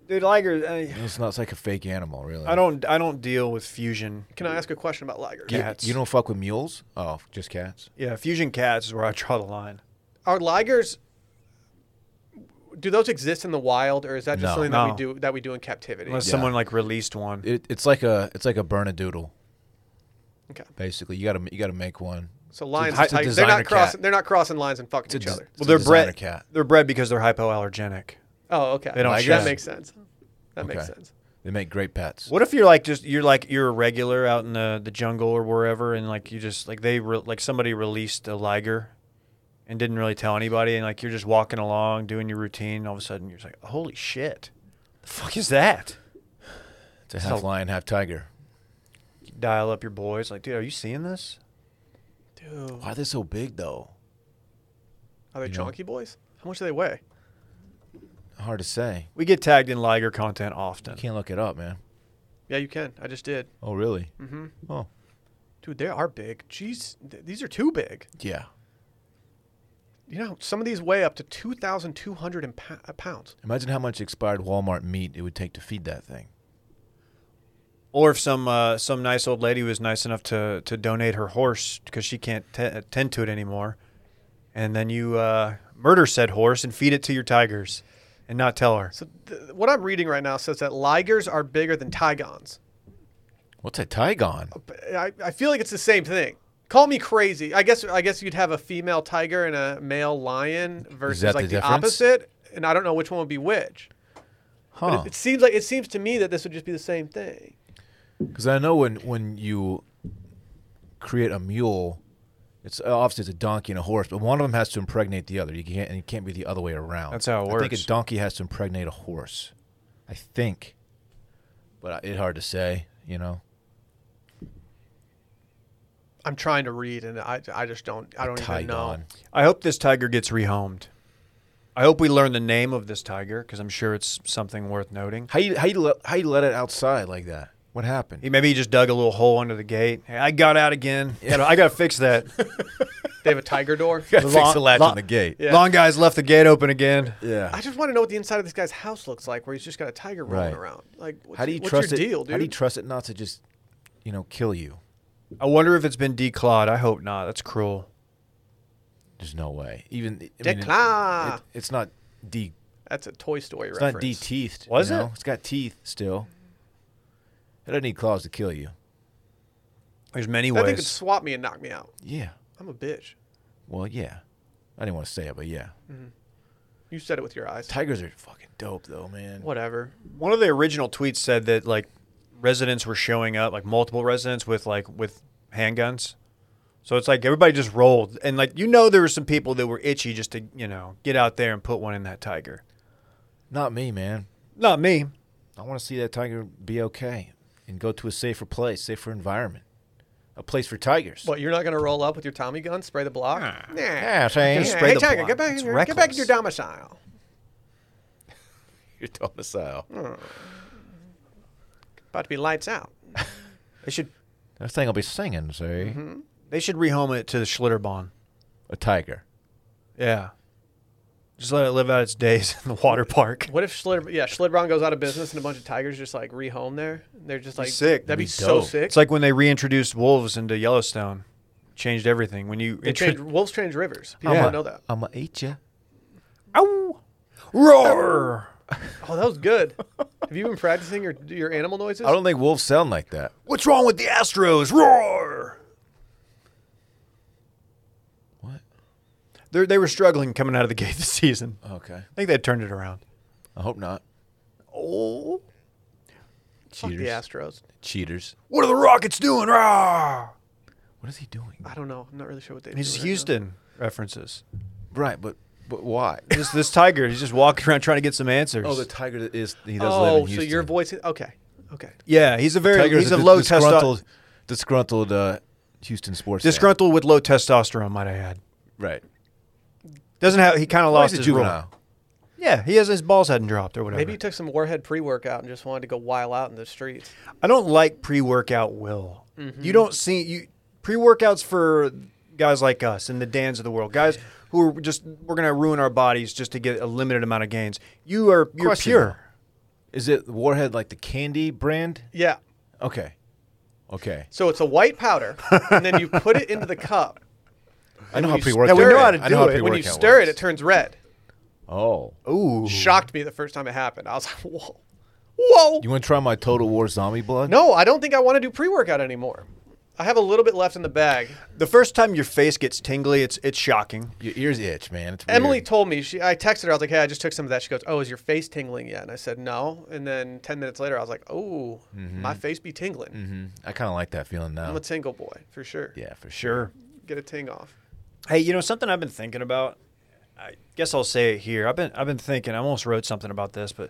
[SPEAKER 2] Dude, Liger, I,
[SPEAKER 3] it's not. It's like a fake animal, really.
[SPEAKER 2] I don't, I don't deal with fusion.
[SPEAKER 1] Can I ask a question about ligers?
[SPEAKER 3] You,
[SPEAKER 2] Cats.
[SPEAKER 3] you don't fuck with mules? Oh, just cats.
[SPEAKER 2] Yeah, fusion cats is where I draw the line.
[SPEAKER 1] Are ligers? Do those exist in the wild, or is that just
[SPEAKER 3] No.
[SPEAKER 1] something that
[SPEAKER 2] No.
[SPEAKER 1] we do that we do in captivity?
[SPEAKER 2] Unless
[SPEAKER 3] Yeah.
[SPEAKER 2] someone like released one.
[SPEAKER 3] It, it's like a it's like a bernadoodle.
[SPEAKER 1] Okay.
[SPEAKER 3] Basically, you gotta you gotta make one.
[SPEAKER 1] So lions,
[SPEAKER 3] it's a
[SPEAKER 1] and tigers, they're
[SPEAKER 3] designer
[SPEAKER 1] not crossing.
[SPEAKER 3] cat.
[SPEAKER 1] They're not crossing lines and fucking
[SPEAKER 3] It's a
[SPEAKER 1] each
[SPEAKER 3] des-
[SPEAKER 1] other.
[SPEAKER 3] it's a
[SPEAKER 2] well, they're
[SPEAKER 3] designer
[SPEAKER 2] bred.
[SPEAKER 3] cat.
[SPEAKER 2] They're bred because they're hypoallergenic.
[SPEAKER 1] Oh, okay.
[SPEAKER 2] They don't
[SPEAKER 1] that
[SPEAKER 2] shed.
[SPEAKER 1] makes sense. That makes
[SPEAKER 3] Okay.
[SPEAKER 1] sense.
[SPEAKER 3] They make great pets.
[SPEAKER 2] What if you're like just you're like you're a regular out in the, the jungle or wherever, and like you just like they re- like somebody released a liger, and didn't really tell anybody, and like you're just walking along doing your routine, and all of a sudden you're just like, holy shit, the fuck is that?
[SPEAKER 3] It's a half
[SPEAKER 2] So-
[SPEAKER 3] lion, half tiger.
[SPEAKER 2] You dial up your boys, like, dude, are you seeing this?
[SPEAKER 1] Dude,
[SPEAKER 3] Why are they so big though?
[SPEAKER 1] Are they
[SPEAKER 3] You know.
[SPEAKER 1] chunky boys? How much do they weigh?
[SPEAKER 3] Hard to say.
[SPEAKER 2] We get tagged in Liger content often.
[SPEAKER 3] I can't look it up, man.
[SPEAKER 1] Yeah, you can. I just did.
[SPEAKER 3] Oh, really? Mm-hmm. Oh,
[SPEAKER 1] Dude, they are big. Jeez, th- these are too big.
[SPEAKER 3] yeah.
[SPEAKER 1] You know, some of these weigh up to 2,200 and pou- uh, pounds.
[SPEAKER 3] Imagine how much expired Walmart meat it would take to feed that thing.
[SPEAKER 2] Or if some uh, some nice old lady was nice enough to, to donate her horse because she can't te- tend to it anymore, and then you uh, murder said horse and feed it to your tigers, and not tell her.
[SPEAKER 1] So, th- what I'm reading right now says that ligers are bigger than tigons.
[SPEAKER 3] What's a Tygon?
[SPEAKER 1] But I, I feel like it's the same thing. Call me crazy. I guess I guess you'd have a female tiger and a male lion versus
[SPEAKER 3] that
[SPEAKER 1] like the,
[SPEAKER 3] the difference?
[SPEAKER 1] opposite, and I don't know which one would be which.
[SPEAKER 3] Huh?
[SPEAKER 1] It, it seems like it seems to me that this would just be the same thing.
[SPEAKER 3] Because I know when when you create a mule, it's uh, obviously it's a donkey and a horse, but one of them has to impregnate the other. You can't and it can't be the other way around.
[SPEAKER 2] That's how it
[SPEAKER 3] I think
[SPEAKER 2] works.
[SPEAKER 3] a donkey has to impregnate a horse. I think, but I- it's hard to say. You know,
[SPEAKER 1] I'm trying to read, and I, I just don't I don't even know.
[SPEAKER 3] Tygon.
[SPEAKER 2] I hope this tiger gets rehomed. I hope we learn the name of this tiger because I'm sure it's something worth noting.
[SPEAKER 3] How you how you let, how you let it outside like that? What happened?
[SPEAKER 2] He, maybe he just dug a little hole under the gate. Hey, I got out again. Gotta- I got to fix that.
[SPEAKER 1] They have a tiger door.
[SPEAKER 3] Gotta
[SPEAKER 2] Lon- Lon-
[SPEAKER 3] gate.
[SPEAKER 1] Yeah.
[SPEAKER 2] Long guys left the gate open again.
[SPEAKER 3] Yeah.
[SPEAKER 1] I just want to know what the inside of this guy's house looks like, where he's just got a tiger rolling
[SPEAKER 3] Right.
[SPEAKER 1] around. Like, what's,
[SPEAKER 3] how do you
[SPEAKER 1] what's
[SPEAKER 3] trust
[SPEAKER 1] your
[SPEAKER 3] it?
[SPEAKER 1] deal, dude?
[SPEAKER 3] How do you trust it not to just, you know, kill you?
[SPEAKER 2] I wonder if it's been declawed. I hope not. That's cruel.
[SPEAKER 3] There's no way. Even I mean,
[SPEAKER 1] Declan.
[SPEAKER 3] it- it's not de.
[SPEAKER 1] That's a Toy Story
[SPEAKER 3] It's not
[SPEAKER 1] reference.
[SPEAKER 3] de-teethed. you
[SPEAKER 2] Was
[SPEAKER 3] know?
[SPEAKER 2] it?
[SPEAKER 3] It's got teeth still. It doesn't need claws to kill you.
[SPEAKER 2] There's many
[SPEAKER 1] That thing could
[SPEAKER 2] ways.
[SPEAKER 1] swap me and knock me out.
[SPEAKER 3] Yeah.
[SPEAKER 1] I'm a bitch.
[SPEAKER 3] Well, yeah. I didn't want to say it, but yeah.
[SPEAKER 1] You said it with your eyes.
[SPEAKER 3] Tigers are fucking dope, though, man.
[SPEAKER 1] Whatever.
[SPEAKER 2] One of the original tweets said that like residents were showing up, like multiple residents with like with handguns. So it's like everybody just rolled, and like you know there were some people that were itchy just to you know get out there and put one in that tiger.
[SPEAKER 3] Not me, man.
[SPEAKER 2] Not me.
[SPEAKER 3] I want to see that tiger be okay and go to a safer place, safer environment, a place for tigers.
[SPEAKER 1] What, you're not going to roll up with your Tommy gun, spray the block? Nah.
[SPEAKER 3] Yeah, I'm saying.
[SPEAKER 1] Yeah,
[SPEAKER 3] Spray
[SPEAKER 1] hey,
[SPEAKER 3] the
[SPEAKER 1] Tiger,
[SPEAKER 3] block.
[SPEAKER 1] get back,
[SPEAKER 3] It's
[SPEAKER 1] in your, get back in your
[SPEAKER 3] reckless.
[SPEAKER 1] domicile.
[SPEAKER 3] Your domicile.
[SPEAKER 1] About to be lights out.
[SPEAKER 2] They should
[SPEAKER 3] That thing will be singing, see?
[SPEAKER 2] they should rehome it to the Schlitterbahn.
[SPEAKER 3] A tiger.
[SPEAKER 2] Yeah. Just let it live out its days in the water park.
[SPEAKER 1] What if Schlitter, yeah, Schlitterbahn goes out of business and a bunch of tigers just like rehome there? They're just like,
[SPEAKER 2] sick.
[SPEAKER 1] That'd be,
[SPEAKER 3] Be
[SPEAKER 1] so
[SPEAKER 3] dope.
[SPEAKER 1] sick.
[SPEAKER 2] It's like when they reintroduced wolves into Yellowstone, changed everything. When you
[SPEAKER 1] they change, wolves change rivers. People
[SPEAKER 2] Yeah.
[SPEAKER 1] don't know that.
[SPEAKER 3] I'm going to eat ya.
[SPEAKER 2] Ow! roar.
[SPEAKER 1] Oh, that was good. Have you been practicing your your animal noises?
[SPEAKER 3] I don't think wolves sound like that.
[SPEAKER 2] What's wrong with the Astros? Roar!
[SPEAKER 3] What?
[SPEAKER 2] They're, they were struggling coming out of the gate this season.
[SPEAKER 3] Okay.
[SPEAKER 2] I think they turned it around.
[SPEAKER 3] I hope not.
[SPEAKER 2] Oh,
[SPEAKER 1] Fuck the
[SPEAKER 3] Cheaters.
[SPEAKER 1] Astros.
[SPEAKER 3] Cheaters.
[SPEAKER 2] what are the Rockets doing? Roar!
[SPEAKER 3] What is he doing?
[SPEAKER 1] I don't know. I'm not really sure what they.
[SPEAKER 2] He's
[SPEAKER 1] do right now.
[SPEAKER 2] Houston references.
[SPEAKER 3] Right, but but why?
[SPEAKER 2] This this tiger, he's just walking around trying to get some answers.
[SPEAKER 3] oh, the tiger that is he does live
[SPEAKER 1] Oh,
[SPEAKER 3] in
[SPEAKER 1] so
[SPEAKER 3] Houston.
[SPEAKER 1] your voice? Is, okay, okay.
[SPEAKER 2] yeah, he's a very
[SPEAKER 3] Tiger's
[SPEAKER 2] he's a, low
[SPEAKER 3] disgruntled,
[SPEAKER 2] testosterone,
[SPEAKER 3] disgruntled uh, Houston sports. fan.
[SPEAKER 2] disgruntled with low testosterone, might I add.
[SPEAKER 3] Right.
[SPEAKER 2] Doesn't have he kind of
[SPEAKER 3] Well,
[SPEAKER 2] lost
[SPEAKER 3] he's a
[SPEAKER 2] his role.
[SPEAKER 3] juvenile.
[SPEAKER 2] Yeah, he has his balls hadn't dropped or whatever.
[SPEAKER 1] Maybe you took some warhead pre-workout and just wanted to go wild out in the streets.
[SPEAKER 2] I don't like pre-workout will. You don't see you pre-workouts for guys like us and the Dans of the world, guys who are just we're gonna ruin our bodies just to get a limited amount of gains. You are you're
[SPEAKER 3] Question,
[SPEAKER 2] pure.
[SPEAKER 3] Is it Warhead like the candy brand?
[SPEAKER 1] Yeah.
[SPEAKER 3] Okay. Okay.
[SPEAKER 1] So it's a white powder, and then you put it into the cup.
[SPEAKER 3] I know
[SPEAKER 1] when
[SPEAKER 3] how
[SPEAKER 1] you
[SPEAKER 3] pre workout.
[SPEAKER 2] stir it-
[SPEAKER 3] I know how
[SPEAKER 2] When you
[SPEAKER 1] When you
[SPEAKER 3] pre-workout
[SPEAKER 1] stir it, it
[SPEAKER 3] works.
[SPEAKER 1] turns red.
[SPEAKER 3] Oh.
[SPEAKER 2] Ooh,
[SPEAKER 1] Shocked me the first time it happened. I was like, whoa, whoa.
[SPEAKER 3] You want to try my Total War Zombie Blood?
[SPEAKER 1] No, I don't think I want to do pre-workout anymore. I have a little bit left in the bag.
[SPEAKER 2] the first time your face gets tingly, it's it's shocking.
[SPEAKER 3] Your ears itch, man. It's
[SPEAKER 1] Emily
[SPEAKER 3] weird.
[SPEAKER 1] told me she. I texted her. I was like, "Hey, I just took some of that." She goes, "Oh, is your face tingling yet?" And I said, "No." And then ten minutes later, I was like, "Oh,
[SPEAKER 3] Mm-hmm.
[SPEAKER 1] my face be tingling.
[SPEAKER 3] Mhm. I kind of like that feeling now.
[SPEAKER 1] I'm a tingle boy for sure.
[SPEAKER 3] yeah, for
[SPEAKER 2] Sure.
[SPEAKER 3] sure.
[SPEAKER 1] Get a ting off.
[SPEAKER 2] Hey, you know something I've been thinking about. I guess I'll say it here. I've been I've been thinking. I almost wrote something about this, but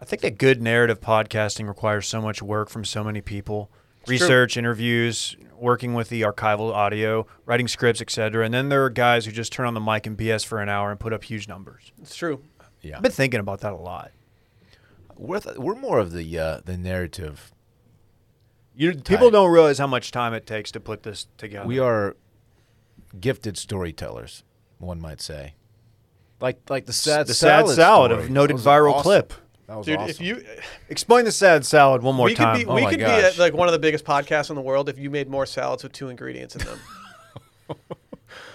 [SPEAKER 2] I think that good narrative podcasting requires so much work from so many people.
[SPEAKER 1] true.
[SPEAKER 2] research, interviews, working with the archival audio, writing scripts, etc. And then there are guys who just turn on the mic and BS for an hour and put up huge numbers.
[SPEAKER 1] It's true.
[SPEAKER 3] Yeah,
[SPEAKER 2] I've been thinking about that a lot.
[SPEAKER 3] we're th- we're more of the uh, the narrative.
[SPEAKER 2] You, people
[SPEAKER 3] Tight.
[SPEAKER 2] don't realize how much time it takes to put this together.
[SPEAKER 3] We are gifted storytellers, one might say. Like like the sad
[SPEAKER 2] the sad
[SPEAKER 3] salad
[SPEAKER 2] salad
[SPEAKER 3] story.
[SPEAKER 2] of noted
[SPEAKER 3] That was
[SPEAKER 2] viral
[SPEAKER 3] awesome.
[SPEAKER 2] clip.
[SPEAKER 3] That was
[SPEAKER 1] Dude,
[SPEAKER 3] awesome.
[SPEAKER 1] if you
[SPEAKER 2] Explain the sad salad one more
[SPEAKER 1] we
[SPEAKER 2] time.
[SPEAKER 1] could be
[SPEAKER 3] Oh
[SPEAKER 1] we
[SPEAKER 3] my
[SPEAKER 1] could be
[SPEAKER 3] gosh.
[SPEAKER 1] at, like one of the biggest podcasts in the world if you made more salads with two ingredients in them.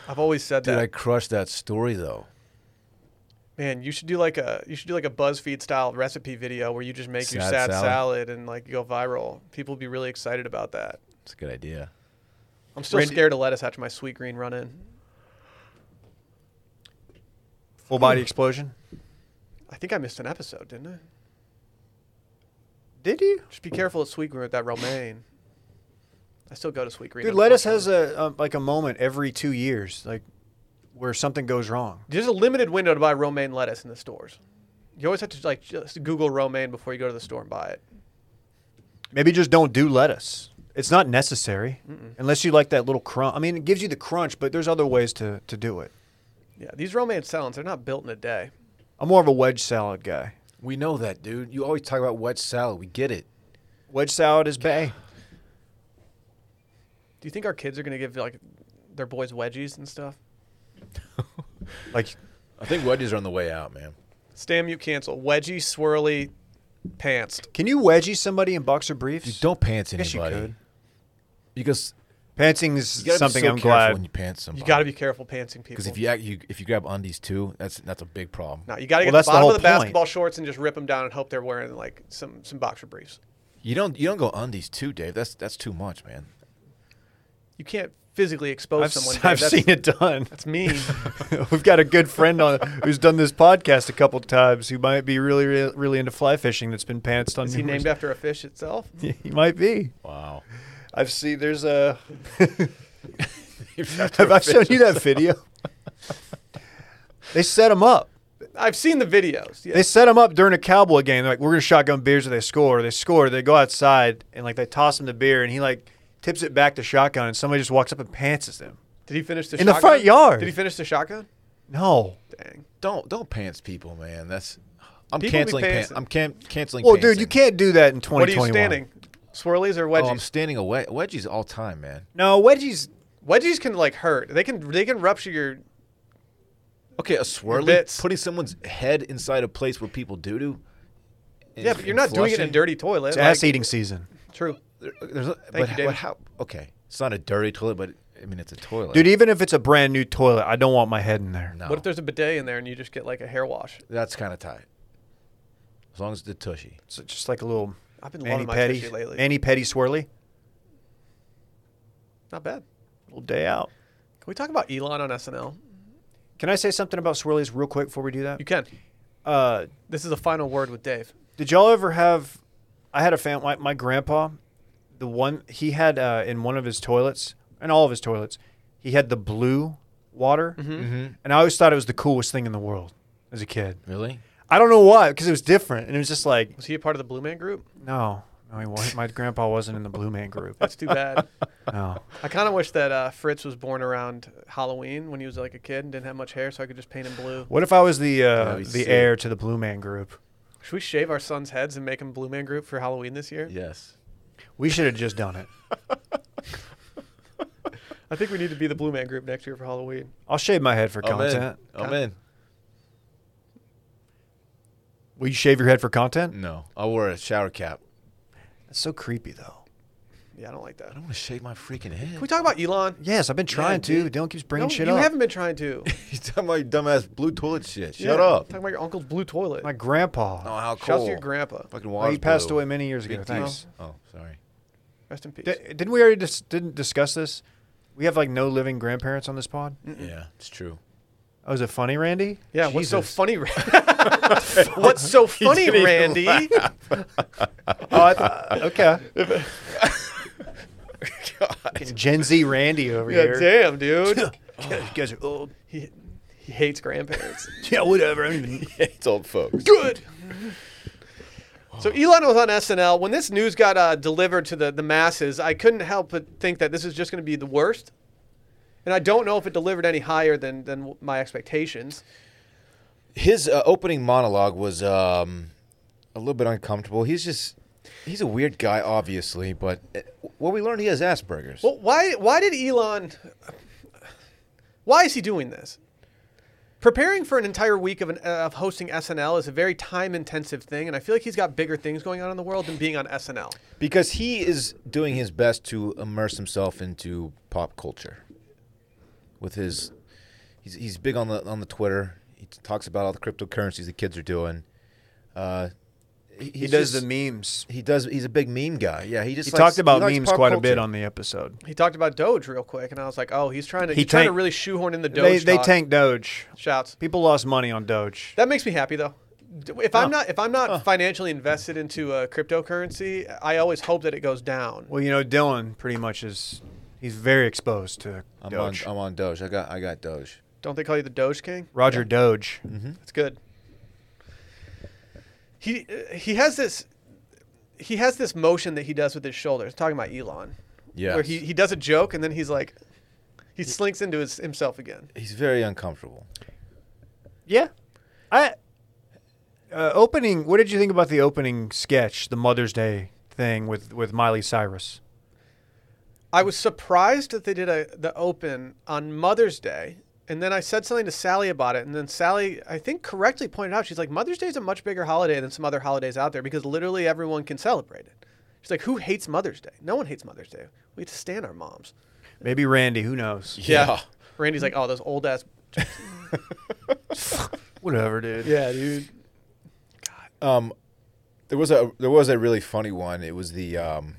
[SPEAKER 1] I've always said
[SPEAKER 3] Dude,
[SPEAKER 1] that.
[SPEAKER 3] I crushed that story though.
[SPEAKER 1] Man, you should do like a you should do like a BuzzFeed style recipe video where you just make your
[SPEAKER 3] Sad
[SPEAKER 1] sad salad.
[SPEAKER 3] salad.
[SPEAKER 1] and like go viral. People would be really excited about that.
[SPEAKER 3] It's a good idea.
[SPEAKER 1] I'm still
[SPEAKER 2] Randy-
[SPEAKER 1] scared of lettuce after my sweet green run in.
[SPEAKER 2] Full body explosion.
[SPEAKER 1] I think I missed an episode, didn't I?
[SPEAKER 2] Did you?
[SPEAKER 1] Just be careful at sweet green with that romaine. I still go to sweet green.
[SPEAKER 2] Dude, lettuce has a, a like a moment every two years, like where something goes wrong.
[SPEAKER 1] There's a limited window to buy romaine lettuce in the stores. You always have to like just Google romaine before you go to the store and buy it.
[SPEAKER 2] Maybe just don't do lettuce. It's not necessary unless you like that little crunch. I mean, it gives you the crunch, but there's other ways to, to do it.
[SPEAKER 1] Yeah, these romaine salads, they're not built in a day.
[SPEAKER 2] I'm more of a wedge salad guy.
[SPEAKER 3] We know that, dude. You always talk about wedge salad. We get it.
[SPEAKER 2] Wedge salad is bay.
[SPEAKER 1] Do you think our kids are going to give like their boys wedgies and stuff?
[SPEAKER 2] Like
[SPEAKER 3] I think wedges are on the way out, man.
[SPEAKER 1] Stam, you cancel. Wedgie, swirly, pants.
[SPEAKER 2] Can you wedgie somebody in boxer briefs?
[SPEAKER 3] You don't pants
[SPEAKER 2] I guess you
[SPEAKER 3] anybody.
[SPEAKER 2] could.
[SPEAKER 3] Because
[SPEAKER 2] Pantsing is
[SPEAKER 3] you gotta
[SPEAKER 2] something
[SPEAKER 3] be so
[SPEAKER 2] I'm
[SPEAKER 3] careful
[SPEAKER 2] glad.
[SPEAKER 3] when you pants somebody.
[SPEAKER 1] You got to be careful pantsing people.
[SPEAKER 3] because if you, act, you if you grab undies too, that's that's a big problem.
[SPEAKER 1] no, you got to get
[SPEAKER 2] Well, that's
[SPEAKER 1] the
[SPEAKER 2] the
[SPEAKER 1] bottom
[SPEAKER 2] whole
[SPEAKER 1] of the
[SPEAKER 2] point.
[SPEAKER 1] basketball shorts and just rip them down and hope they're wearing like some some boxer briefs.
[SPEAKER 3] You don't you don't go undies too, Dave. That's that's too much, man.
[SPEAKER 1] You can't physically expose
[SPEAKER 2] I've,
[SPEAKER 1] someone.
[SPEAKER 2] s-
[SPEAKER 1] Dave.
[SPEAKER 2] I've
[SPEAKER 1] that's,
[SPEAKER 2] seen it done.
[SPEAKER 1] That's mean.
[SPEAKER 2] We've got a good friend on who's done this podcast a couple times who might be really, really, really into fly fishing that's been pantsed on.
[SPEAKER 1] Is he
[SPEAKER 2] numerous-
[SPEAKER 1] named after a fish itself?
[SPEAKER 2] he might be.
[SPEAKER 3] Wow.
[SPEAKER 2] I've seen. There's a. Have I shown you that video? they set him up.
[SPEAKER 1] I've seen the videos. Yeah.
[SPEAKER 2] They set him up during a cowboy game. They're like, "We're gonna shotgun beers if they score." They score. They go outside and like they toss him the beer, and he like tips it back to shotgun, and somebody just walks up and pantses him.
[SPEAKER 1] Did he finish the
[SPEAKER 2] In the
[SPEAKER 1] shotgun?
[SPEAKER 2] front yard.
[SPEAKER 1] Did he finish the shotgun?
[SPEAKER 2] No.
[SPEAKER 1] Dang.
[SPEAKER 3] Don't don't pants people, man. That's
[SPEAKER 1] People
[SPEAKER 3] I'm
[SPEAKER 1] be
[SPEAKER 3] canceling. Pan-
[SPEAKER 1] pantsing.
[SPEAKER 3] I'm can- canceling.
[SPEAKER 2] Well, dude, you
[SPEAKER 3] pantsing.
[SPEAKER 2] can't do that in 2021.
[SPEAKER 1] What are you standing? Swirlies or
[SPEAKER 3] Oh, I'm
[SPEAKER 1] wedgies?
[SPEAKER 3] standing away. Wedgies all time, man.
[SPEAKER 2] No, wedgies.
[SPEAKER 1] wedgies can like hurt. They can they can rupture your.
[SPEAKER 3] Okay, a swirly
[SPEAKER 1] bits.
[SPEAKER 3] putting someone's head inside a place where people do do.
[SPEAKER 1] Yeah, but you're not doing it in a dirty toilet.
[SPEAKER 2] It's
[SPEAKER 1] like-
[SPEAKER 2] ass eating season.
[SPEAKER 1] True.
[SPEAKER 3] There's a,
[SPEAKER 1] you,
[SPEAKER 3] but,
[SPEAKER 1] David.
[SPEAKER 3] but how? Okay, it's not a dirty toilet, but I mean it's a toilet.
[SPEAKER 2] Dude, even if it's a brand new toilet, I don't want my head in there.
[SPEAKER 3] no,
[SPEAKER 1] What if there's a bidet in there and you just get like a hair wash?
[SPEAKER 3] that's kind of tight. As long as the tushy.
[SPEAKER 2] It's just like a little
[SPEAKER 1] I've been
[SPEAKER 2] mani
[SPEAKER 1] loving my
[SPEAKER 2] petty,
[SPEAKER 1] tissue lately.
[SPEAKER 2] mani petty swirly.
[SPEAKER 1] Not bad.
[SPEAKER 2] Little day out.
[SPEAKER 1] Can we talk about Elon on SNL?
[SPEAKER 2] Can I say something about swirlies real quick before we do that?
[SPEAKER 1] You can.
[SPEAKER 2] Uh,
[SPEAKER 1] This is a final word with Dave.
[SPEAKER 2] did y'all ever have? I had a fan. My, my grandpa, the one he had uh, in one of his toilets, and all of his toilets, he had the blue water,
[SPEAKER 3] Mm-hmm.
[SPEAKER 1] Mm-hmm.
[SPEAKER 2] and I always thought it was the coolest thing in the world as a kid.
[SPEAKER 3] Really?
[SPEAKER 2] I don't know why, because it was different, and it was just like,
[SPEAKER 1] Was he a part of the Blue Man Group?
[SPEAKER 2] no, no, he wasn't. my grandpa wasn't in the Blue Man group.
[SPEAKER 1] That's too bad.
[SPEAKER 2] No.
[SPEAKER 1] I kind of wish that uh, Fritz was born around Halloween when he was like a kid and didn't have much hair, so I could just paint him blue.
[SPEAKER 2] What if I was the uh,
[SPEAKER 3] That'd be
[SPEAKER 2] the
[SPEAKER 3] sick.
[SPEAKER 2] heir to the Blue Man Group?
[SPEAKER 1] Should we shave our sons' heads and make them Blue Man Group for Halloween this year?
[SPEAKER 3] Yes.
[SPEAKER 2] We should have just done it.
[SPEAKER 1] I think we need to be the Blue Man Group next year for Halloween.
[SPEAKER 2] I'll shave my head for
[SPEAKER 3] I'm
[SPEAKER 2] content.
[SPEAKER 3] in. I'm in.
[SPEAKER 2] Will you shave your head for content?
[SPEAKER 3] No, I wore a shower cap.
[SPEAKER 2] That's so creepy, though.
[SPEAKER 1] Yeah, I don't like that.
[SPEAKER 3] I don't want to shave my freaking head.
[SPEAKER 1] Can we talk about Elon?
[SPEAKER 2] Yes, I've been trying to.
[SPEAKER 3] dude.
[SPEAKER 2] Dylan keeps bringing
[SPEAKER 1] no,
[SPEAKER 2] shit
[SPEAKER 1] you
[SPEAKER 2] up.
[SPEAKER 1] haven't been trying to.
[SPEAKER 3] He's talking about your dumbass blue toilet shit. Shut
[SPEAKER 1] Yeah,
[SPEAKER 3] up.
[SPEAKER 1] Talking about your uncle's blue toilet.
[SPEAKER 2] My grandpa.
[SPEAKER 3] Oh, how cool.
[SPEAKER 1] Shout out to your grandpa.
[SPEAKER 3] Fucking
[SPEAKER 2] Oh,
[SPEAKER 3] water.
[SPEAKER 2] he passed away many years ago. Thanks.
[SPEAKER 3] Oh, sorry.
[SPEAKER 1] Rest in peace.
[SPEAKER 2] D- didn't we already dis- didn't discuss this? We have like no living grandparents on this pod.
[SPEAKER 3] Yeah, it's true.
[SPEAKER 2] Oh, is it funny, Randy?
[SPEAKER 1] yeah, what's so
[SPEAKER 2] Jesus.
[SPEAKER 1] funny? Ra- what's so funny,
[SPEAKER 3] didn't even
[SPEAKER 1] Randy?
[SPEAKER 2] Oh, I th- okay. Fucking Gen Z Randy over
[SPEAKER 1] Yeah,
[SPEAKER 2] here.
[SPEAKER 1] damn, dude.
[SPEAKER 2] Yeah, you guys are oh, old.
[SPEAKER 1] he, he hates grandparents.
[SPEAKER 2] Yeah, whatever. I don't even.
[SPEAKER 3] it's old folks.
[SPEAKER 1] Good. So Elon was on SNL. When this news got uh, delivered to the, the masses, I couldn't help but think that this is just going to be the worst. And I don't know if it delivered any higher than, than my expectations.
[SPEAKER 3] His uh, opening monologue was um, a little bit uncomfortable. He's just he's a weird guy, obviously, but uh, what we learned he has Asperger's.
[SPEAKER 1] Well, why why did Elon? Why is he doing this? Preparing for an entire week of, an, uh, of hosting SNL is a very time intensive thing, and I feel like he's got bigger things going on in the world than being on SNL.
[SPEAKER 3] because he is doing his best to immerse himself into pop culture. With his, he's, he's big on the on the Twitter. He talks about all the cryptocurrencies the kids are doing. Uh,
[SPEAKER 2] He does the memes.
[SPEAKER 3] He does. He's a big meme guy. Yeah, he just
[SPEAKER 2] He
[SPEAKER 3] likes-
[SPEAKER 2] talked about
[SPEAKER 3] likes
[SPEAKER 2] memes
[SPEAKER 3] pop
[SPEAKER 2] quite a
[SPEAKER 3] culture.
[SPEAKER 2] bit on the episode.
[SPEAKER 1] He talked about Doge real quick, and I was like, "Oh, he's trying to
[SPEAKER 2] He
[SPEAKER 1] he's trying to
[SPEAKER 2] tanked-
[SPEAKER 1] really shoehorn in the Doge."
[SPEAKER 2] They they
[SPEAKER 1] talk.
[SPEAKER 2] tanked Doge.
[SPEAKER 1] shouts.
[SPEAKER 2] People lost money on Doge.
[SPEAKER 1] That makes me happy though. D- If I'm not if I'm not financially invested into a cryptocurrency, I always hope that it goes down.
[SPEAKER 2] Well, you know, Dylan pretty much is he's very exposed to
[SPEAKER 3] I'm
[SPEAKER 2] Doge.
[SPEAKER 3] on. I'm on Doge. I got. I got Doge.
[SPEAKER 1] Don't they call you the Doge King?
[SPEAKER 2] Roger Doge.
[SPEAKER 1] It's good. He uh, he has this he has this motion that he does with his shoulders. Talking about Elon,
[SPEAKER 3] Yeah.
[SPEAKER 1] where he, he does a joke and then he's like, he slinks into his, himself again.
[SPEAKER 3] he's very uncomfortable.
[SPEAKER 2] Yeah, I uh, opening. What did you think about the opening sketch, the Mother's Day thing with with Miley Cyrus?
[SPEAKER 1] I was surprised that they did a the open on Mother's Day, and then I said something to Sally about it, and then Sally I think correctly pointed out she's like Mother's Day is a much bigger holiday than some other holidays out there because literally everyone can celebrate it. She's like, who hates Mother's Day? No one hates Mother's Day. We have to stand our moms.
[SPEAKER 2] Maybe Randy. Who knows?
[SPEAKER 3] Yeah.
[SPEAKER 1] Randy's like, oh, those old ass
[SPEAKER 2] Whatever, dude.
[SPEAKER 1] Yeah, dude.
[SPEAKER 3] Um, there was a there was a really funny one. It was the um,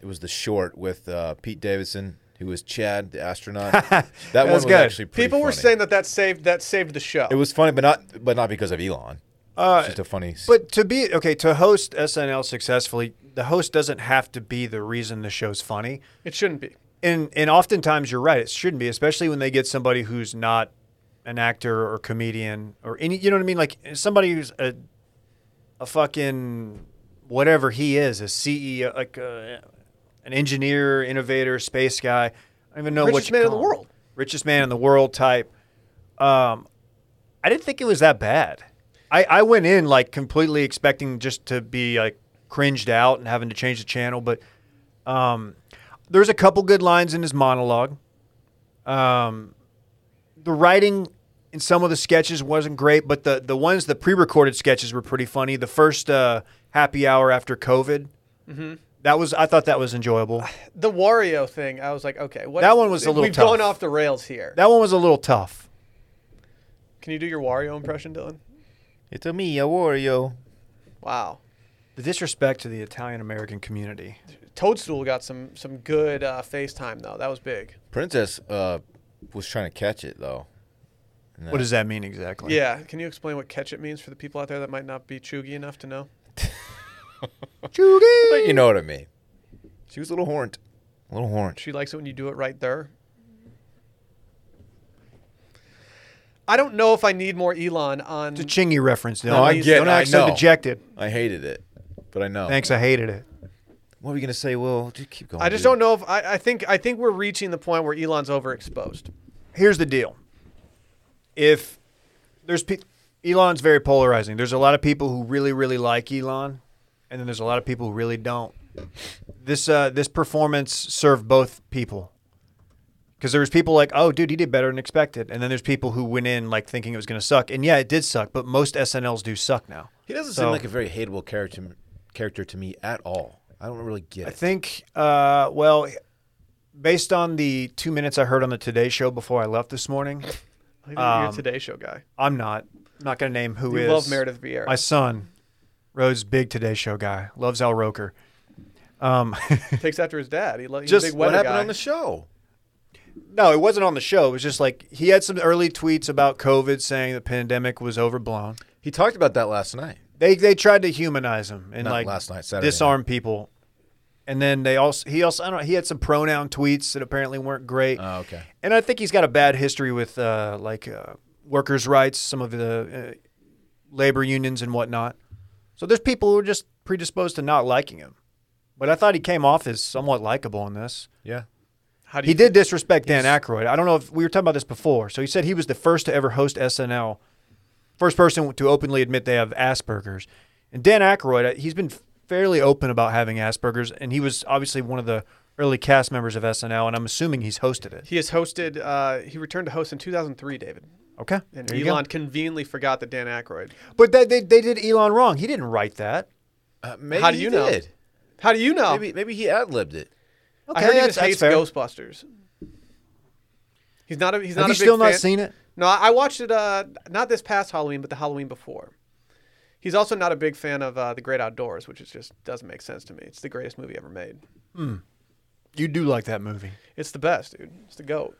[SPEAKER 3] it was the short with uh, Pete Davidson, who was Chad the astronaut. that
[SPEAKER 2] That
[SPEAKER 3] one
[SPEAKER 2] was
[SPEAKER 3] was
[SPEAKER 2] good.
[SPEAKER 3] actually pretty
[SPEAKER 1] People were
[SPEAKER 3] funny.
[SPEAKER 1] saying that that saved that saved the show.
[SPEAKER 3] it was funny, but not but not because of Elon.
[SPEAKER 2] Uh,
[SPEAKER 3] It's just a funny. s-
[SPEAKER 2] But to be okay to host SNL successfully, the host doesn't have to be the reason the show's funny.
[SPEAKER 1] it shouldn't be.
[SPEAKER 2] And and oftentimes you're right, it shouldn't be, especially when they get somebody who's not an actor or comedian or any you know what I mean? Like somebody who's a a fucking whatever he is, a CEO like uh an engineer, innovator, space guy. I don't even know what
[SPEAKER 1] Richest
[SPEAKER 2] you
[SPEAKER 1] man in
[SPEAKER 2] call
[SPEAKER 1] the
[SPEAKER 2] him.
[SPEAKER 1] world.
[SPEAKER 2] Richest man in the world type. Um I didn't think it was that bad. I, I went in like completely expecting just to be like cringed out and having to change the channel, but um, there's a couple good lines in his monologue. Um, the writing in some of the sketches wasn't great, but the the ones the pre-recorded sketches were pretty funny. The first uh, happy hour after COVID,
[SPEAKER 3] Mm-hmm.
[SPEAKER 2] that was I thought that was enjoyable.
[SPEAKER 1] The Wario thing, I was like, okay, what
[SPEAKER 2] That one was a little
[SPEAKER 1] We've
[SPEAKER 2] tough.
[SPEAKER 1] gone off the rails here.
[SPEAKER 2] That one was a little tough.
[SPEAKER 1] Can you do your Wario impression, Dylan?
[SPEAKER 3] it's a me, a Wario.
[SPEAKER 1] Wow.
[SPEAKER 2] The disrespect to the Italian American community.
[SPEAKER 1] Toadstool got some some good uh, FaceTime though. That was big.
[SPEAKER 3] Princess uh, was trying to catch it though. And
[SPEAKER 2] What does that mean exactly?
[SPEAKER 1] Yeah. Can you explain what catch it means for the people out there that might not be chuggy enough to know?
[SPEAKER 3] But you know what I mean. She was a little horned. A little horned.
[SPEAKER 1] She likes it when you do it right there. I don't know if I need more Elon on.
[SPEAKER 2] It's a Chingy reference.
[SPEAKER 3] No, I
[SPEAKER 2] Dylan.
[SPEAKER 3] get-
[SPEAKER 2] Don't
[SPEAKER 3] I
[SPEAKER 2] act so
[SPEAKER 3] know.
[SPEAKER 2] dejected.
[SPEAKER 3] I hated it, but I know.
[SPEAKER 2] Thanks, I hated it.
[SPEAKER 3] What were you gonna say, Will? Just keep going.
[SPEAKER 1] I just
[SPEAKER 3] dude.
[SPEAKER 1] don't know if I, I think I think we're reaching the point where Elon's overexposed.
[SPEAKER 2] here's the deal. If there's pe- Elon's very polarizing. There's a lot of people who really really like Elon, and then there's a lot of people who really don't. This uh, this performance served both people. Because there was people like, oh, dude, he did better than expected, and then there's people who went in like thinking it was going to suck, and yeah, it did suck. But most SNLs do suck now.
[SPEAKER 3] He doesn't
[SPEAKER 2] So-
[SPEAKER 3] seem like a very hateable character character to me at all. I don't really get
[SPEAKER 2] I
[SPEAKER 3] it.
[SPEAKER 2] think, uh, well, based on the two minutes I heard on the Today Show before I left this morning,
[SPEAKER 1] I think You're a
[SPEAKER 2] Um,
[SPEAKER 1] Today Show guy.
[SPEAKER 2] I'm not I'm not going to name who
[SPEAKER 1] You
[SPEAKER 2] is.
[SPEAKER 1] love Meredith Vieira.
[SPEAKER 2] My son, Rhodes, big Today Show guy, loves Al Roker. Um,
[SPEAKER 1] Takes after his dad. He lo- he's
[SPEAKER 2] Just
[SPEAKER 1] a big
[SPEAKER 3] what
[SPEAKER 1] weather
[SPEAKER 3] happened
[SPEAKER 1] guy.
[SPEAKER 3] on the show?
[SPEAKER 2] no, it wasn't on the show. It was just like he had some early tweets about COVID, saying the pandemic was overblown.
[SPEAKER 3] He talked about that last night.
[SPEAKER 2] They they tried to humanize him and
[SPEAKER 3] Not
[SPEAKER 2] like
[SPEAKER 3] last night, Saturday night.
[SPEAKER 2] disarm people, and then they also he also I don't know he had some pronoun tweets that apparently weren't great.
[SPEAKER 3] Oh, okay.
[SPEAKER 2] And I think he's got a bad history with uh, like uh, workers' rights, some of the uh, labor unions and whatnot. So there's people who are just predisposed to not liking him. But I thought he came off as somewhat likable in this.
[SPEAKER 3] Yeah.
[SPEAKER 1] How do you
[SPEAKER 2] He did disrespect Dan Aykroyd. I don't know if we were talking about this before. So he said he was the first to ever host SNL, first person to openly admit they have Asperger's. And Dan Aykroyd, uh, he's been fairly open about having Asperger's, and he was obviously one of the early cast members of SNL, and I'm assuming he's hosted it.
[SPEAKER 1] He has hosted. Uh, he returned to host in 2003, David.
[SPEAKER 2] Okay.
[SPEAKER 1] And
[SPEAKER 2] There you go.
[SPEAKER 1] Elon conveniently forgot that Dan Aykroyd.
[SPEAKER 2] But they, they, they did Elon wrong. He didn't write that.
[SPEAKER 3] Uh, maybe
[SPEAKER 1] How do
[SPEAKER 3] he
[SPEAKER 1] you know?
[SPEAKER 3] did.
[SPEAKER 1] How do you know?
[SPEAKER 3] Maybe maybe he ad libbed it.
[SPEAKER 1] I heard he
[SPEAKER 2] that's-
[SPEAKER 1] just
[SPEAKER 2] that's
[SPEAKER 1] hates
[SPEAKER 2] fair.
[SPEAKER 1] Ghostbusters. He's not a. He's not
[SPEAKER 2] Have you
[SPEAKER 1] a big
[SPEAKER 2] still not
[SPEAKER 1] fan.
[SPEAKER 2] seen it?
[SPEAKER 1] No, I I watched it. Uh, not this past Halloween, but the Halloween before. He's also not a big fan of uh, the Great Outdoors, which is just doesn't make sense to me. It's the greatest movie ever made.
[SPEAKER 2] You do like that movie.
[SPEAKER 1] It's the best, dude. It's the goat.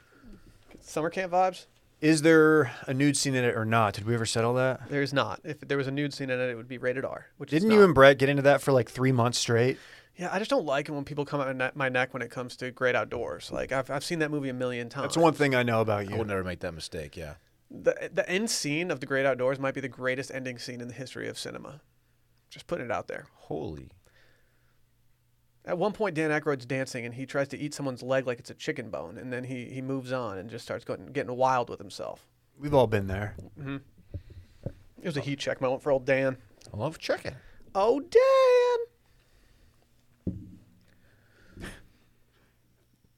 [SPEAKER 1] Summer camp vibes.
[SPEAKER 2] Is there a nude scene in it or not? Did we ever settle that?
[SPEAKER 1] There is not. If there was a nude scene in it, it would be rated R. Which it's
[SPEAKER 2] Didn't you
[SPEAKER 1] not.
[SPEAKER 2] and Brett get into that for like three months straight?
[SPEAKER 1] Yeah, I just don't like it when people come at my ne- my neck when it comes to Great Outdoors. Like I've, I've seen that movie a million times.
[SPEAKER 2] That's one thing I know about you.
[SPEAKER 3] I would never make that mistake. Yeah.
[SPEAKER 1] The the end scene of The Great Outdoors might be the greatest ending scene in the history of cinema. Just putting it out there.
[SPEAKER 3] Holy.
[SPEAKER 1] At one point, Dan Aykroyd's dancing and he tries to eat someone's leg like it's a chicken bone, and then he, he moves on and just starts going, getting wild with himself.
[SPEAKER 2] We've all been there.
[SPEAKER 1] It
[SPEAKER 2] Oh.
[SPEAKER 1] was a heat check moment for old Dan.
[SPEAKER 3] I love chicken.
[SPEAKER 1] Oh, Dan!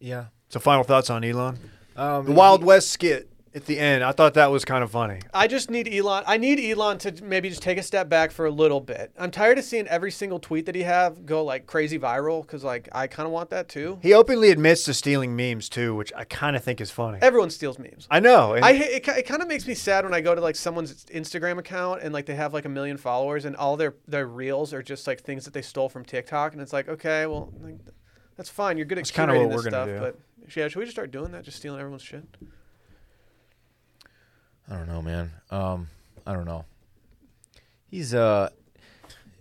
[SPEAKER 3] Yeah.
[SPEAKER 2] So, final thoughts on Elon?
[SPEAKER 3] Um,
[SPEAKER 2] The Wild West skit at the end. I thought that was kind of funny.
[SPEAKER 1] I just need Elon. I need Elon to maybe just take a step back for a little bit. I'm tired of seeing every single tweet that he have go like crazy viral because like I kind of want that too.
[SPEAKER 2] He openly admits to stealing memes too, which I kind of think is funny.
[SPEAKER 1] Everyone steals memes.
[SPEAKER 2] I know. and
[SPEAKER 1] I hate, it, ki- it kind of makes me sad when I go to like someone's Instagram account and like they have like a million followers and all their their reels are just like things that they stole from TikTok and it's like okay well like, that's fine you're good at
[SPEAKER 2] That's kinda
[SPEAKER 1] curating
[SPEAKER 2] what
[SPEAKER 1] this
[SPEAKER 2] we're
[SPEAKER 1] stuff
[SPEAKER 2] gonna
[SPEAKER 1] but yeah should we just start doing that just stealing everyone's shit
[SPEAKER 3] I don't know, man. Um, I don't know. He's uh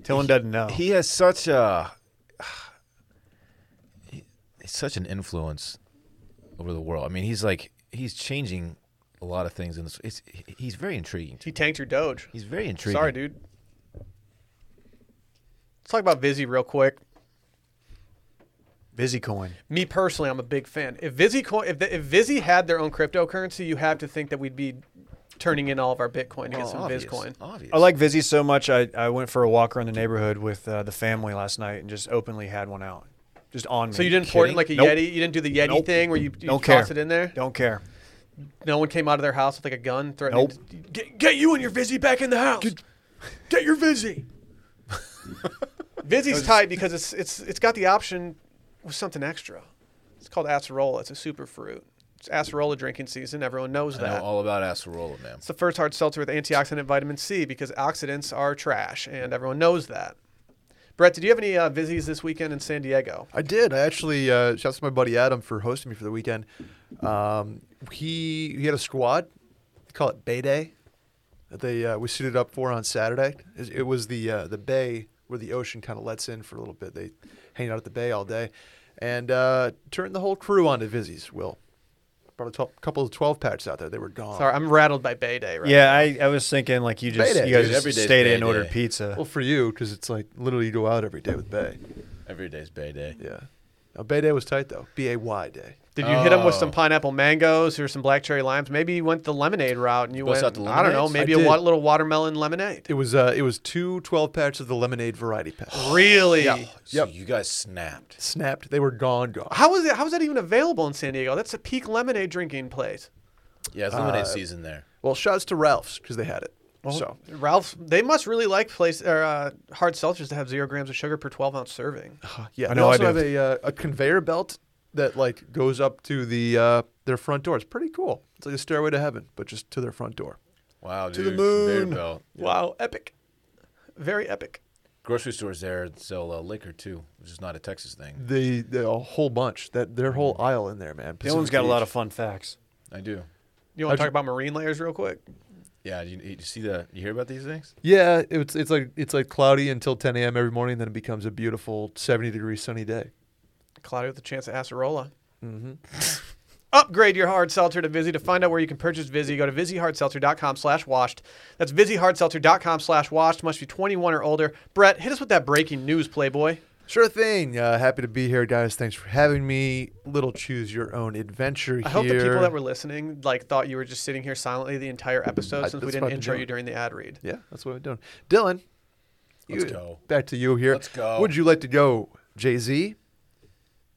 [SPEAKER 2] Dylan doesn't know.
[SPEAKER 3] he has such a he's such an influence over the world. I mean, he's like he's changing a lot of things in this. It's he's very intriguing.
[SPEAKER 1] he tanked your Doge
[SPEAKER 3] He's very intriguing.
[SPEAKER 1] sorry dude let's talk about Vizzy real quick
[SPEAKER 2] Busy coin.
[SPEAKER 1] me personally I'm a big fan if Vizzy coin if the, if Vizzy had their own cryptocurrency you have to think that we'd be turning in all of our Bitcoin to get some
[SPEAKER 3] Oh, obvious,
[SPEAKER 1] Vizcoin
[SPEAKER 3] Obvious.
[SPEAKER 2] I like Vizzy so much. I, I went for a walk around the neighborhood with uh, the family last night and just openly had one out, just on me.
[SPEAKER 1] So you didn't pour it in like a
[SPEAKER 2] Nope.
[SPEAKER 1] Yeti? You didn't do the Yeti
[SPEAKER 2] Nope.
[SPEAKER 1] thing where you, you
[SPEAKER 2] Don't
[SPEAKER 1] toss it
[SPEAKER 2] care.
[SPEAKER 1] in there?
[SPEAKER 2] Don't care.
[SPEAKER 1] No one came out of their house with like a gun threatening to, get, get you and your Vizzy back in the house. Get, your Vizzy. Vizzy's tight because it's it's it's got the option with something extra. It's called acerola. It's a super fruit. It's acerola drinking season. Everyone knows
[SPEAKER 3] I
[SPEAKER 1] that.
[SPEAKER 3] know all about Acerola, man.
[SPEAKER 1] it's the first hard seltzer with antioxidant and vitamin C because oxidants are trash and everyone knows that. Brett, did you have any uh, Vizzies this weekend in San Diego?
[SPEAKER 5] I did. I actually uh, shouts to my buddy Adam for hosting me for the weekend. Um, he he had a squad. They call it Bay Day. That they uh, we suited up for on Saturday. It, it was the uh, the bay where the ocean kind of lets in for a little bit. They hang out at the bay all day, and uh, turned the whole crew onto Vizzies. Will brought a 12, couple of twelve packs out there. They were gone.
[SPEAKER 1] Sorry, I'm rattled by Bay Day right
[SPEAKER 2] Yeah, I, I was thinking like you just
[SPEAKER 5] Payday,
[SPEAKER 2] you guys
[SPEAKER 5] dude.
[SPEAKER 2] just
[SPEAKER 3] Every day's
[SPEAKER 2] stayed in and
[SPEAKER 3] payday.
[SPEAKER 2] ordered pizza.
[SPEAKER 5] Well, for you because it's like literally you go out every day with Bay.
[SPEAKER 3] Every day's Bay Day.
[SPEAKER 5] Yeah. Now, Bay Day was tight though. B A Y Day.
[SPEAKER 1] Did you hit them with
[SPEAKER 3] Oh.
[SPEAKER 1] some pineapple mangoes or some black cherry limes? Maybe you went the lemonade route and you
[SPEAKER 3] Bust
[SPEAKER 1] went,
[SPEAKER 3] out the
[SPEAKER 1] I don't know,
[SPEAKER 3] lemonades?
[SPEAKER 1] maybe
[SPEAKER 5] I
[SPEAKER 1] a
[SPEAKER 5] did.
[SPEAKER 1] wa- little watermelon lemonade.
[SPEAKER 5] It was uh, it was two 12 packs of the lemonade variety pack.
[SPEAKER 2] Oh.
[SPEAKER 1] Really?
[SPEAKER 3] So
[SPEAKER 5] Yep.
[SPEAKER 3] you guys snapped.
[SPEAKER 5] Snapped. They were gone, gone.
[SPEAKER 1] How was it? How was that even available in San Diego? That's a peak lemonade drinking place.
[SPEAKER 3] Yeah, it's lemonade season there.
[SPEAKER 5] Well, shouts to Ralph's because they had it.
[SPEAKER 2] Oh.
[SPEAKER 5] so
[SPEAKER 1] Ralph, they must really like place or uh, hard seltzers that have zero grams of sugar per twelve ounce serving.
[SPEAKER 5] yeah,
[SPEAKER 2] I
[SPEAKER 5] they
[SPEAKER 2] know I
[SPEAKER 5] also
[SPEAKER 2] do.
[SPEAKER 5] have a uh, a conveyor belt that like goes up to the uh, their front door. It's pretty cool. It's like a stairway to heaven, but just to their front door.
[SPEAKER 3] Wow, dude.
[SPEAKER 2] the
[SPEAKER 3] conveyor
[SPEAKER 2] moon.
[SPEAKER 3] belt.
[SPEAKER 1] Wow, epic, very epic.
[SPEAKER 3] Grocery stores there sell uh, liquor too, which is not a Texas thing.
[SPEAKER 5] They, they a whole bunch that their whole aisle in there, man.
[SPEAKER 2] Dylan's
[SPEAKER 5] Pacific
[SPEAKER 2] Mm. got a lot
[SPEAKER 5] Beach.
[SPEAKER 2] of fun facts.
[SPEAKER 3] I do.
[SPEAKER 1] You want to
[SPEAKER 5] How'd
[SPEAKER 1] talk
[SPEAKER 5] you-
[SPEAKER 1] about marine layers real quick?
[SPEAKER 3] Yeah, you, you see the you hear about these things?
[SPEAKER 5] Yeah, it's it's like it's like cloudy until 10 a.m. every morning, then it becomes a beautiful 70 degree sunny day. Mm-hmm.
[SPEAKER 1] Cloudy with a chance of acerola. Upgrade your hard seltzer to Vizzy. To find out where you can purchase Vizzy, go to VizzyHardSeltzer.com slash washed. That's VizzyHardSeltzer.com slash washed. Must be 21 or older. Brett, hit us with that breaking news, Playboy.
[SPEAKER 5] Sure thing. Uh, happy to be here, guys. Thanks for having me. Little choose your own adventure here.
[SPEAKER 1] I hope the people that were listening like thought you were just sitting here silently the entire episode
[SPEAKER 5] I-
[SPEAKER 1] since we
[SPEAKER 5] that's what I've
[SPEAKER 1] didn't
[SPEAKER 5] been
[SPEAKER 1] intro
[SPEAKER 5] doing.
[SPEAKER 1] you during the ad read.
[SPEAKER 5] Yeah, that's what we're doing. Dylan,
[SPEAKER 3] Let's
[SPEAKER 5] you-
[SPEAKER 3] go.
[SPEAKER 5] Back to you here.
[SPEAKER 3] Let's go.
[SPEAKER 5] Would you like to go, Jay Z?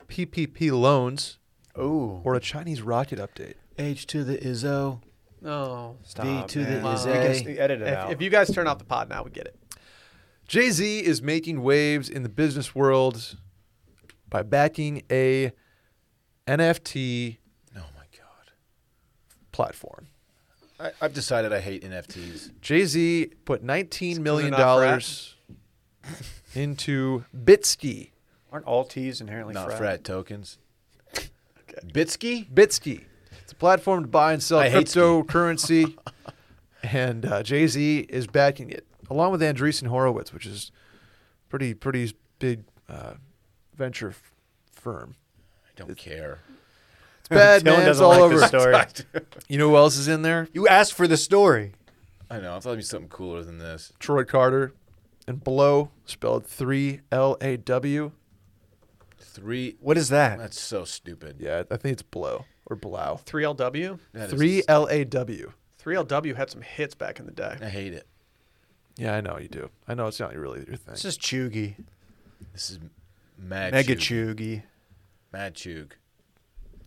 [SPEAKER 5] PPP loans
[SPEAKER 2] Ooh.
[SPEAKER 5] or a Chinese rocket update?
[SPEAKER 3] H to the is O.
[SPEAKER 1] Oh.
[SPEAKER 2] Stop,
[SPEAKER 3] to the
[SPEAKER 2] man.
[SPEAKER 3] is
[SPEAKER 2] We
[SPEAKER 3] a-
[SPEAKER 2] can s- edit it
[SPEAKER 1] If,
[SPEAKER 2] out.
[SPEAKER 1] if you guys turn off the pod now, we get it.
[SPEAKER 5] Jay Z is making waves in the business world by backing a NFT
[SPEAKER 3] Oh my god.
[SPEAKER 5] platform.
[SPEAKER 3] I, I've decided I hate NFTs.
[SPEAKER 5] Jay Z put nineteen million
[SPEAKER 1] enough, Rat.
[SPEAKER 5] dollars into Bitsky.
[SPEAKER 2] Aren't all T's inherently
[SPEAKER 3] Not
[SPEAKER 2] frat?
[SPEAKER 3] frat tokens. Bitsky?
[SPEAKER 5] Bitsky. It's a platform to buy and sell
[SPEAKER 3] I hate ski.
[SPEAKER 5] cryptocurrency, and uh, Jay Z is backing it along with Andreessen Horowitz, which is pretty pretty big uh, venture f- firm.
[SPEAKER 3] I don't care.
[SPEAKER 5] It's bad,
[SPEAKER 2] Dylan
[SPEAKER 5] man. It's
[SPEAKER 2] doesn't
[SPEAKER 5] all
[SPEAKER 2] like
[SPEAKER 5] over.
[SPEAKER 2] this story.
[SPEAKER 5] You know who else is in there?
[SPEAKER 2] you asked for the story.
[SPEAKER 3] I know. I thought it'd be something cooler than this.
[SPEAKER 5] Troy Carter, and Blow, spelled three L A W.
[SPEAKER 3] Three.
[SPEAKER 2] What is that?
[SPEAKER 3] That's so stupid.
[SPEAKER 5] Yeah, I think it's Blow or Blow.
[SPEAKER 1] 3LW.
[SPEAKER 3] That is-
[SPEAKER 5] Three L A W.
[SPEAKER 1] 3LW had some hits back in the day.
[SPEAKER 3] I hate it.
[SPEAKER 5] Yeah, I know you do. I know it's not really your thing.
[SPEAKER 2] This is Chugi.
[SPEAKER 3] This is mad.
[SPEAKER 2] Mega
[SPEAKER 3] chug.
[SPEAKER 2] Chugi.
[SPEAKER 3] Mad chug.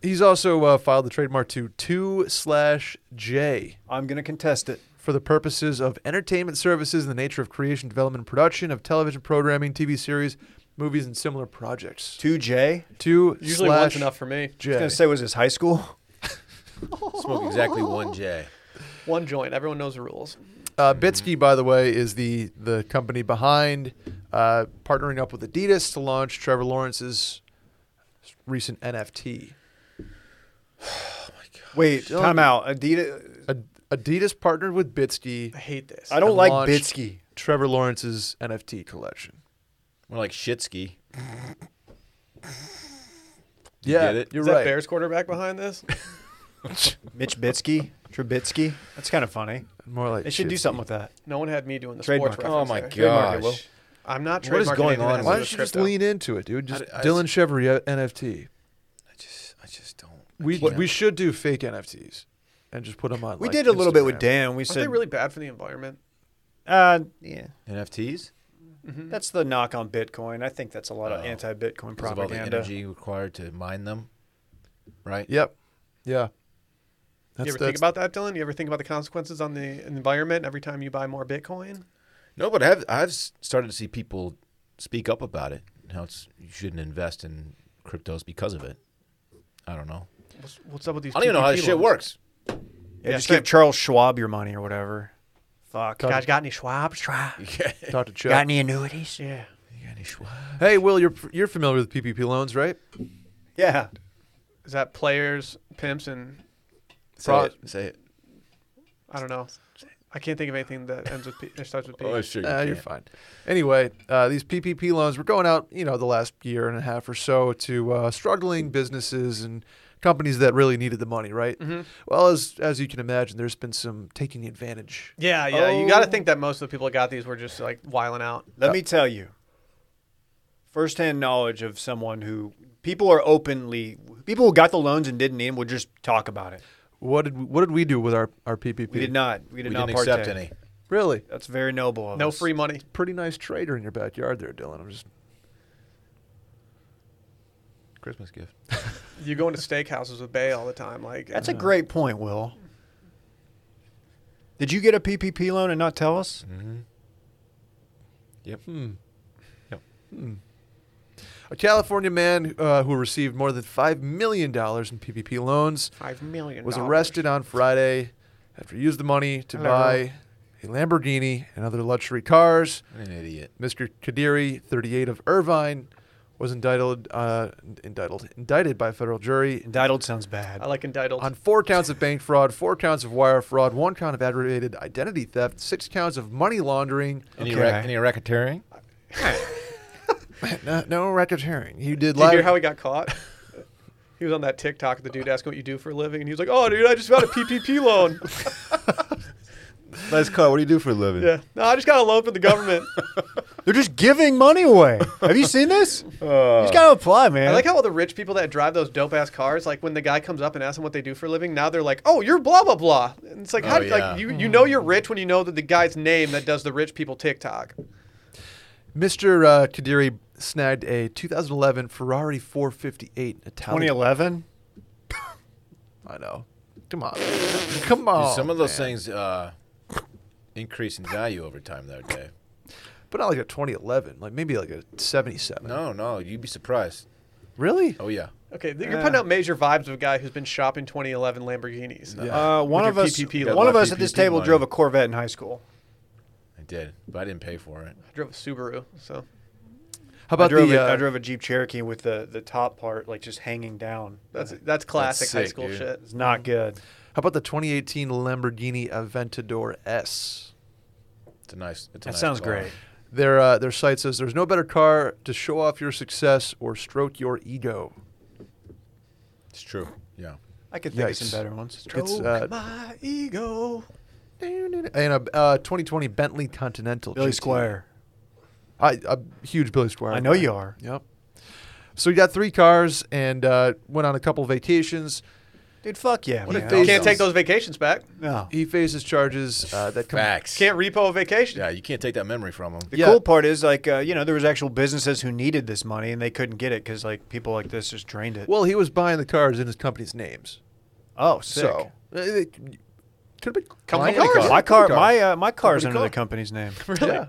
[SPEAKER 5] He's also uh, filed the trademark to two slash J.
[SPEAKER 2] I'm gonna contest it.
[SPEAKER 5] for the purposes of entertainment services in the nature of creation, development, and production of television programming, TV series, movies, and similar projects.
[SPEAKER 2] Two J.
[SPEAKER 5] Two
[SPEAKER 1] Usually
[SPEAKER 5] slash
[SPEAKER 1] one's enough for me.
[SPEAKER 5] J.
[SPEAKER 2] I was gonna say, was this high school?
[SPEAKER 3] Smoke exactly one J.
[SPEAKER 1] One joint. Everyone knows the rules.
[SPEAKER 5] Uh, Bitsky, by the way, is the the company behind uh, partnering up with Adidas to launch Trevor Lawrence's recent NFT.
[SPEAKER 2] Wait, time out. Adidas.
[SPEAKER 5] Ad- Adidas partnered with Bitsky.
[SPEAKER 1] I hate this.
[SPEAKER 2] I don't
[SPEAKER 5] and
[SPEAKER 2] like
[SPEAKER 5] launched
[SPEAKER 2] Bitsky.
[SPEAKER 5] Trevor Lawrence's NFT collection.
[SPEAKER 3] More like shitski.
[SPEAKER 5] yeah,
[SPEAKER 3] get it?
[SPEAKER 5] you're
[SPEAKER 1] Is
[SPEAKER 5] right.
[SPEAKER 1] that Bears quarterback behind this?
[SPEAKER 2] Mitch Bitsky. Trubitsky. That's kind of funny.
[SPEAKER 5] More like
[SPEAKER 2] They should do
[SPEAKER 5] shit.
[SPEAKER 2] something with that.
[SPEAKER 1] No one had me doing the
[SPEAKER 2] Trademark.
[SPEAKER 1] sports
[SPEAKER 3] Oh
[SPEAKER 1] reference
[SPEAKER 3] my
[SPEAKER 1] there.
[SPEAKER 2] Trademark it,
[SPEAKER 3] gosh.
[SPEAKER 2] Will.
[SPEAKER 1] I'm not
[SPEAKER 3] What is
[SPEAKER 1] trademarking
[SPEAKER 3] going
[SPEAKER 1] anything
[SPEAKER 3] on
[SPEAKER 1] that has to do
[SPEAKER 5] Why don't
[SPEAKER 1] with
[SPEAKER 5] you just
[SPEAKER 1] crypto.
[SPEAKER 5] lean into it, dude? Just
[SPEAKER 3] I- I-
[SPEAKER 5] Dylan Chevrolet NFT.
[SPEAKER 3] I just, I just don't.
[SPEAKER 5] We
[SPEAKER 3] can't.
[SPEAKER 5] we should do fake NFTs and just put them on.
[SPEAKER 2] We
[SPEAKER 5] like,
[SPEAKER 2] did a little bit with
[SPEAKER 5] Instagram.
[SPEAKER 2] Dan. We
[SPEAKER 1] Aren't
[SPEAKER 2] said,
[SPEAKER 1] they really bad for the environment?
[SPEAKER 2] uh, yeah,
[SPEAKER 3] NFTs?
[SPEAKER 2] that's the knock on Bitcoin. I think that's a lot
[SPEAKER 3] Oh.
[SPEAKER 2] of anti-Bitcoin
[SPEAKER 3] Because of all the
[SPEAKER 2] propaganda.
[SPEAKER 3] energy required to mine them, right?
[SPEAKER 5] Yep. Yeah. That's,
[SPEAKER 1] you ever think about that, Dylan? You ever think about the consequences on the environment every time you buy more Bitcoin?
[SPEAKER 3] No, but I've I've s- started to see people speak up about it. How it's you shouldn't invest in cryptos because of it. I don't know.
[SPEAKER 1] What's, what's up with these?
[SPEAKER 3] I don't even know how
[SPEAKER 1] PPP
[SPEAKER 3] this shit
[SPEAKER 1] loans?
[SPEAKER 3] works.
[SPEAKER 2] Yeah,
[SPEAKER 1] Yeah,
[SPEAKER 2] just
[SPEAKER 1] same.
[SPEAKER 2] give Charles Schwab your money or whatever. Fuck.
[SPEAKER 1] You guys got any Schwab? Schwab.
[SPEAKER 3] Yeah.
[SPEAKER 5] Talk to Chuck.
[SPEAKER 2] Got any annuities?
[SPEAKER 1] Yeah.
[SPEAKER 5] Hey, Will, you're you're familiar with PPP loans, right?
[SPEAKER 2] Yeah.
[SPEAKER 1] Is that players, pimps, and
[SPEAKER 3] Say
[SPEAKER 5] Pro- uh,
[SPEAKER 3] it. Say it.
[SPEAKER 1] I don't know. I can't think of anything that ends with P, that starts with P.
[SPEAKER 3] Oh, sure. You
[SPEAKER 5] Uh,
[SPEAKER 3] can't.
[SPEAKER 5] you're fine. Anyway, uh, these PPP loans were going out, you know, the last year and a half or so to uh, struggling businesses and companies that really needed the money, right?
[SPEAKER 1] Mm-hmm.
[SPEAKER 5] Well, as as you can imagine, there's been some taking advantage.
[SPEAKER 1] yeah, yeah. You got
[SPEAKER 3] Oh.
[SPEAKER 1] to think that most of the people that got these were just like wiling out.
[SPEAKER 2] Let me tell you. Firsthand knowledge of someone who people are openly people who got the loans and didn't need them will just talk about it.
[SPEAKER 5] What did we, what did we do with our our PPP?
[SPEAKER 2] We did not. We did
[SPEAKER 3] We
[SPEAKER 2] not
[SPEAKER 3] didn't
[SPEAKER 2] partake.
[SPEAKER 3] accept any.
[SPEAKER 5] Really,
[SPEAKER 2] That's very noble
[SPEAKER 3] Oh,
[SPEAKER 2] of
[SPEAKER 1] No
[SPEAKER 2] us.
[SPEAKER 1] free money.
[SPEAKER 5] pretty nice trader in your backyard there, Dylan. I'm just
[SPEAKER 3] Christmas gift.
[SPEAKER 1] You go into steakhouses with Bay all the time. Like
[SPEAKER 2] That's a great point, Will. Did you get a PPP loan and not tell us?
[SPEAKER 3] Yep.
[SPEAKER 5] A California man uh, who received more than $5 million in PPP loans
[SPEAKER 1] five million.
[SPEAKER 5] was
[SPEAKER 1] dollars.
[SPEAKER 5] arrested on Friday after he used the money to
[SPEAKER 1] Hello.
[SPEAKER 5] buy a Lamborghini and other luxury cars.
[SPEAKER 3] What an idiot.
[SPEAKER 5] Mr. Kadiri, 38 of Irvine, was indicted, uh, indicted, indicted by a federal jury
[SPEAKER 2] Entitled sounds bad.
[SPEAKER 1] I like entitled.
[SPEAKER 5] on four counts of bank fraud, four counts of wire fraud, one count of aggravated identity theft, six counts of money laundering.
[SPEAKER 3] Any,
[SPEAKER 2] Okay.
[SPEAKER 3] rac- any racketeering?
[SPEAKER 5] No, no racketeering. He did
[SPEAKER 1] Did you
[SPEAKER 5] live.
[SPEAKER 1] hear how he got caught? He was on that TikTok of the dude asking what you do for a living, and he was like, "Oh, dude, I just got a PPP loan.
[SPEAKER 3] Nice car. What do you do for a living?
[SPEAKER 1] yeah, no, I just got a loan from the government."
[SPEAKER 2] They're just giving money away. Have you seen this? you just
[SPEAKER 3] Oh,
[SPEAKER 2] gotta apply, man.
[SPEAKER 1] I like how all the rich people that drive those dope ass cars, like when the guy comes up and asks them what they do for a living, now they're like, "Oh, you're blah blah blah." And it's like, how
[SPEAKER 3] Oh,
[SPEAKER 1] do you
[SPEAKER 3] yeah.
[SPEAKER 1] like you you know you're rich when you know that the guy's name that does the rich people TikTok.
[SPEAKER 5] Mr. Uh, Kadiri snagged a 2011 Ferrari 458 Italian.
[SPEAKER 2] 2011.
[SPEAKER 5] I know. Come on. Come on.
[SPEAKER 3] Some of those
[SPEAKER 5] man.
[SPEAKER 3] things uh, increase in value over time, though, Dave.
[SPEAKER 5] But not like a 2011. Like maybe like a 77.
[SPEAKER 3] No, no, you'd be surprised.
[SPEAKER 5] Really?
[SPEAKER 3] Oh yeah,
[SPEAKER 1] Okay, th- you're putting out major vibes of a guy who's been shopping 2011 Lamborghinis.
[SPEAKER 2] Uh, one
[SPEAKER 1] With
[SPEAKER 2] of
[SPEAKER 1] your
[SPEAKER 2] us,
[SPEAKER 1] PPP
[SPEAKER 2] one
[SPEAKER 3] loan.
[SPEAKER 2] of us at this
[SPEAKER 3] PPP
[SPEAKER 2] table
[SPEAKER 3] loan.
[SPEAKER 2] drove a Corvette in high school.
[SPEAKER 3] I did, but I didn't pay for it.
[SPEAKER 1] I drove a Subaru, so
[SPEAKER 5] How about
[SPEAKER 2] I drove,
[SPEAKER 5] the?
[SPEAKER 2] a,
[SPEAKER 5] uh,
[SPEAKER 2] I drove a Jeep Cherokee with the, the top part like just hanging down.
[SPEAKER 1] that's that's classic high
[SPEAKER 3] sick,
[SPEAKER 1] school
[SPEAKER 3] dude.
[SPEAKER 1] shit.
[SPEAKER 2] It's not good.
[SPEAKER 5] How about the 2018 Lamborghini Aventador S?
[SPEAKER 3] It's a nice. It's a
[SPEAKER 2] That
[SPEAKER 3] nice
[SPEAKER 2] sounds
[SPEAKER 3] car.
[SPEAKER 2] great.
[SPEAKER 5] Their uh, their site says there's no better car to show off your success or stroke your ego.
[SPEAKER 3] It's true. Yeah.
[SPEAKER 2] I could think of
[SPEAKER 5] Yikes.
[SPEAKER 2] some better ones.
[SPEAKER 5] It's
[SPEAKER 1] Stroke
[SPEAKER 5] uh,
[SPEAKER 1] my ego.
[SPEAKER 5] and a uh, 2020 Bentley Continental.
[SPEAKER 2] Billy
[SPEAKER 5] GT.
[SPEAKER 2] Squire.
[SPEAKER 5] I, I'm a huge Billy Squire.
[SPEAKER 2] I know
[SPEAKER 5] fan.
[SPEAKER 2] you are.
[SPEAKER 5] Yep. So we got three cars and uh, went on a couple vacations.
[SPEAKER 2] Dude, fuck yeah.
[SPEAKER 3] What
[SPEAKER 2] man.
[SPEAKER 3] if
[SPEAKER 2] I'll-
[SPEAKER 3] they-
[SPEAKER 1] Can't take
[SPEAKER 3] those-
[SPEAKER 1] those vacations back.
[SPEAKER 2] no.
[SPEAKER 5] He faces charges uh, that come.
[SPEAKER 3] Facts.
[SPEAKER 1] Can't repo a vacation.
[SPEAKER 3] yeah, you can't take that memory from them.
[SPEAKER 2] The
[SPEAKER 5] Yeah.
[SPEAKER 2] cool part is like uh, you know there was actual businesses who needed this money and they couldn't get it because like people like this just drained it.
[SPEAKER 5] Well, he was buying the cars in his company's names.
[SPEAKER 2] oh, sick.
[SPEAKER 5] So uh, it could have been
[SPEAKER 1] Company
[SPEAKER 5] client-
[SPEAKER 1] cars.
[SPEAKER 2] My car, my uh, my car's
[SPEAKER 5] Company
[SPEAKER 2] under the
[SPEAKER 5] car.
[SPEAKER 2] company's name.
[SPEAKER 5] Yeah.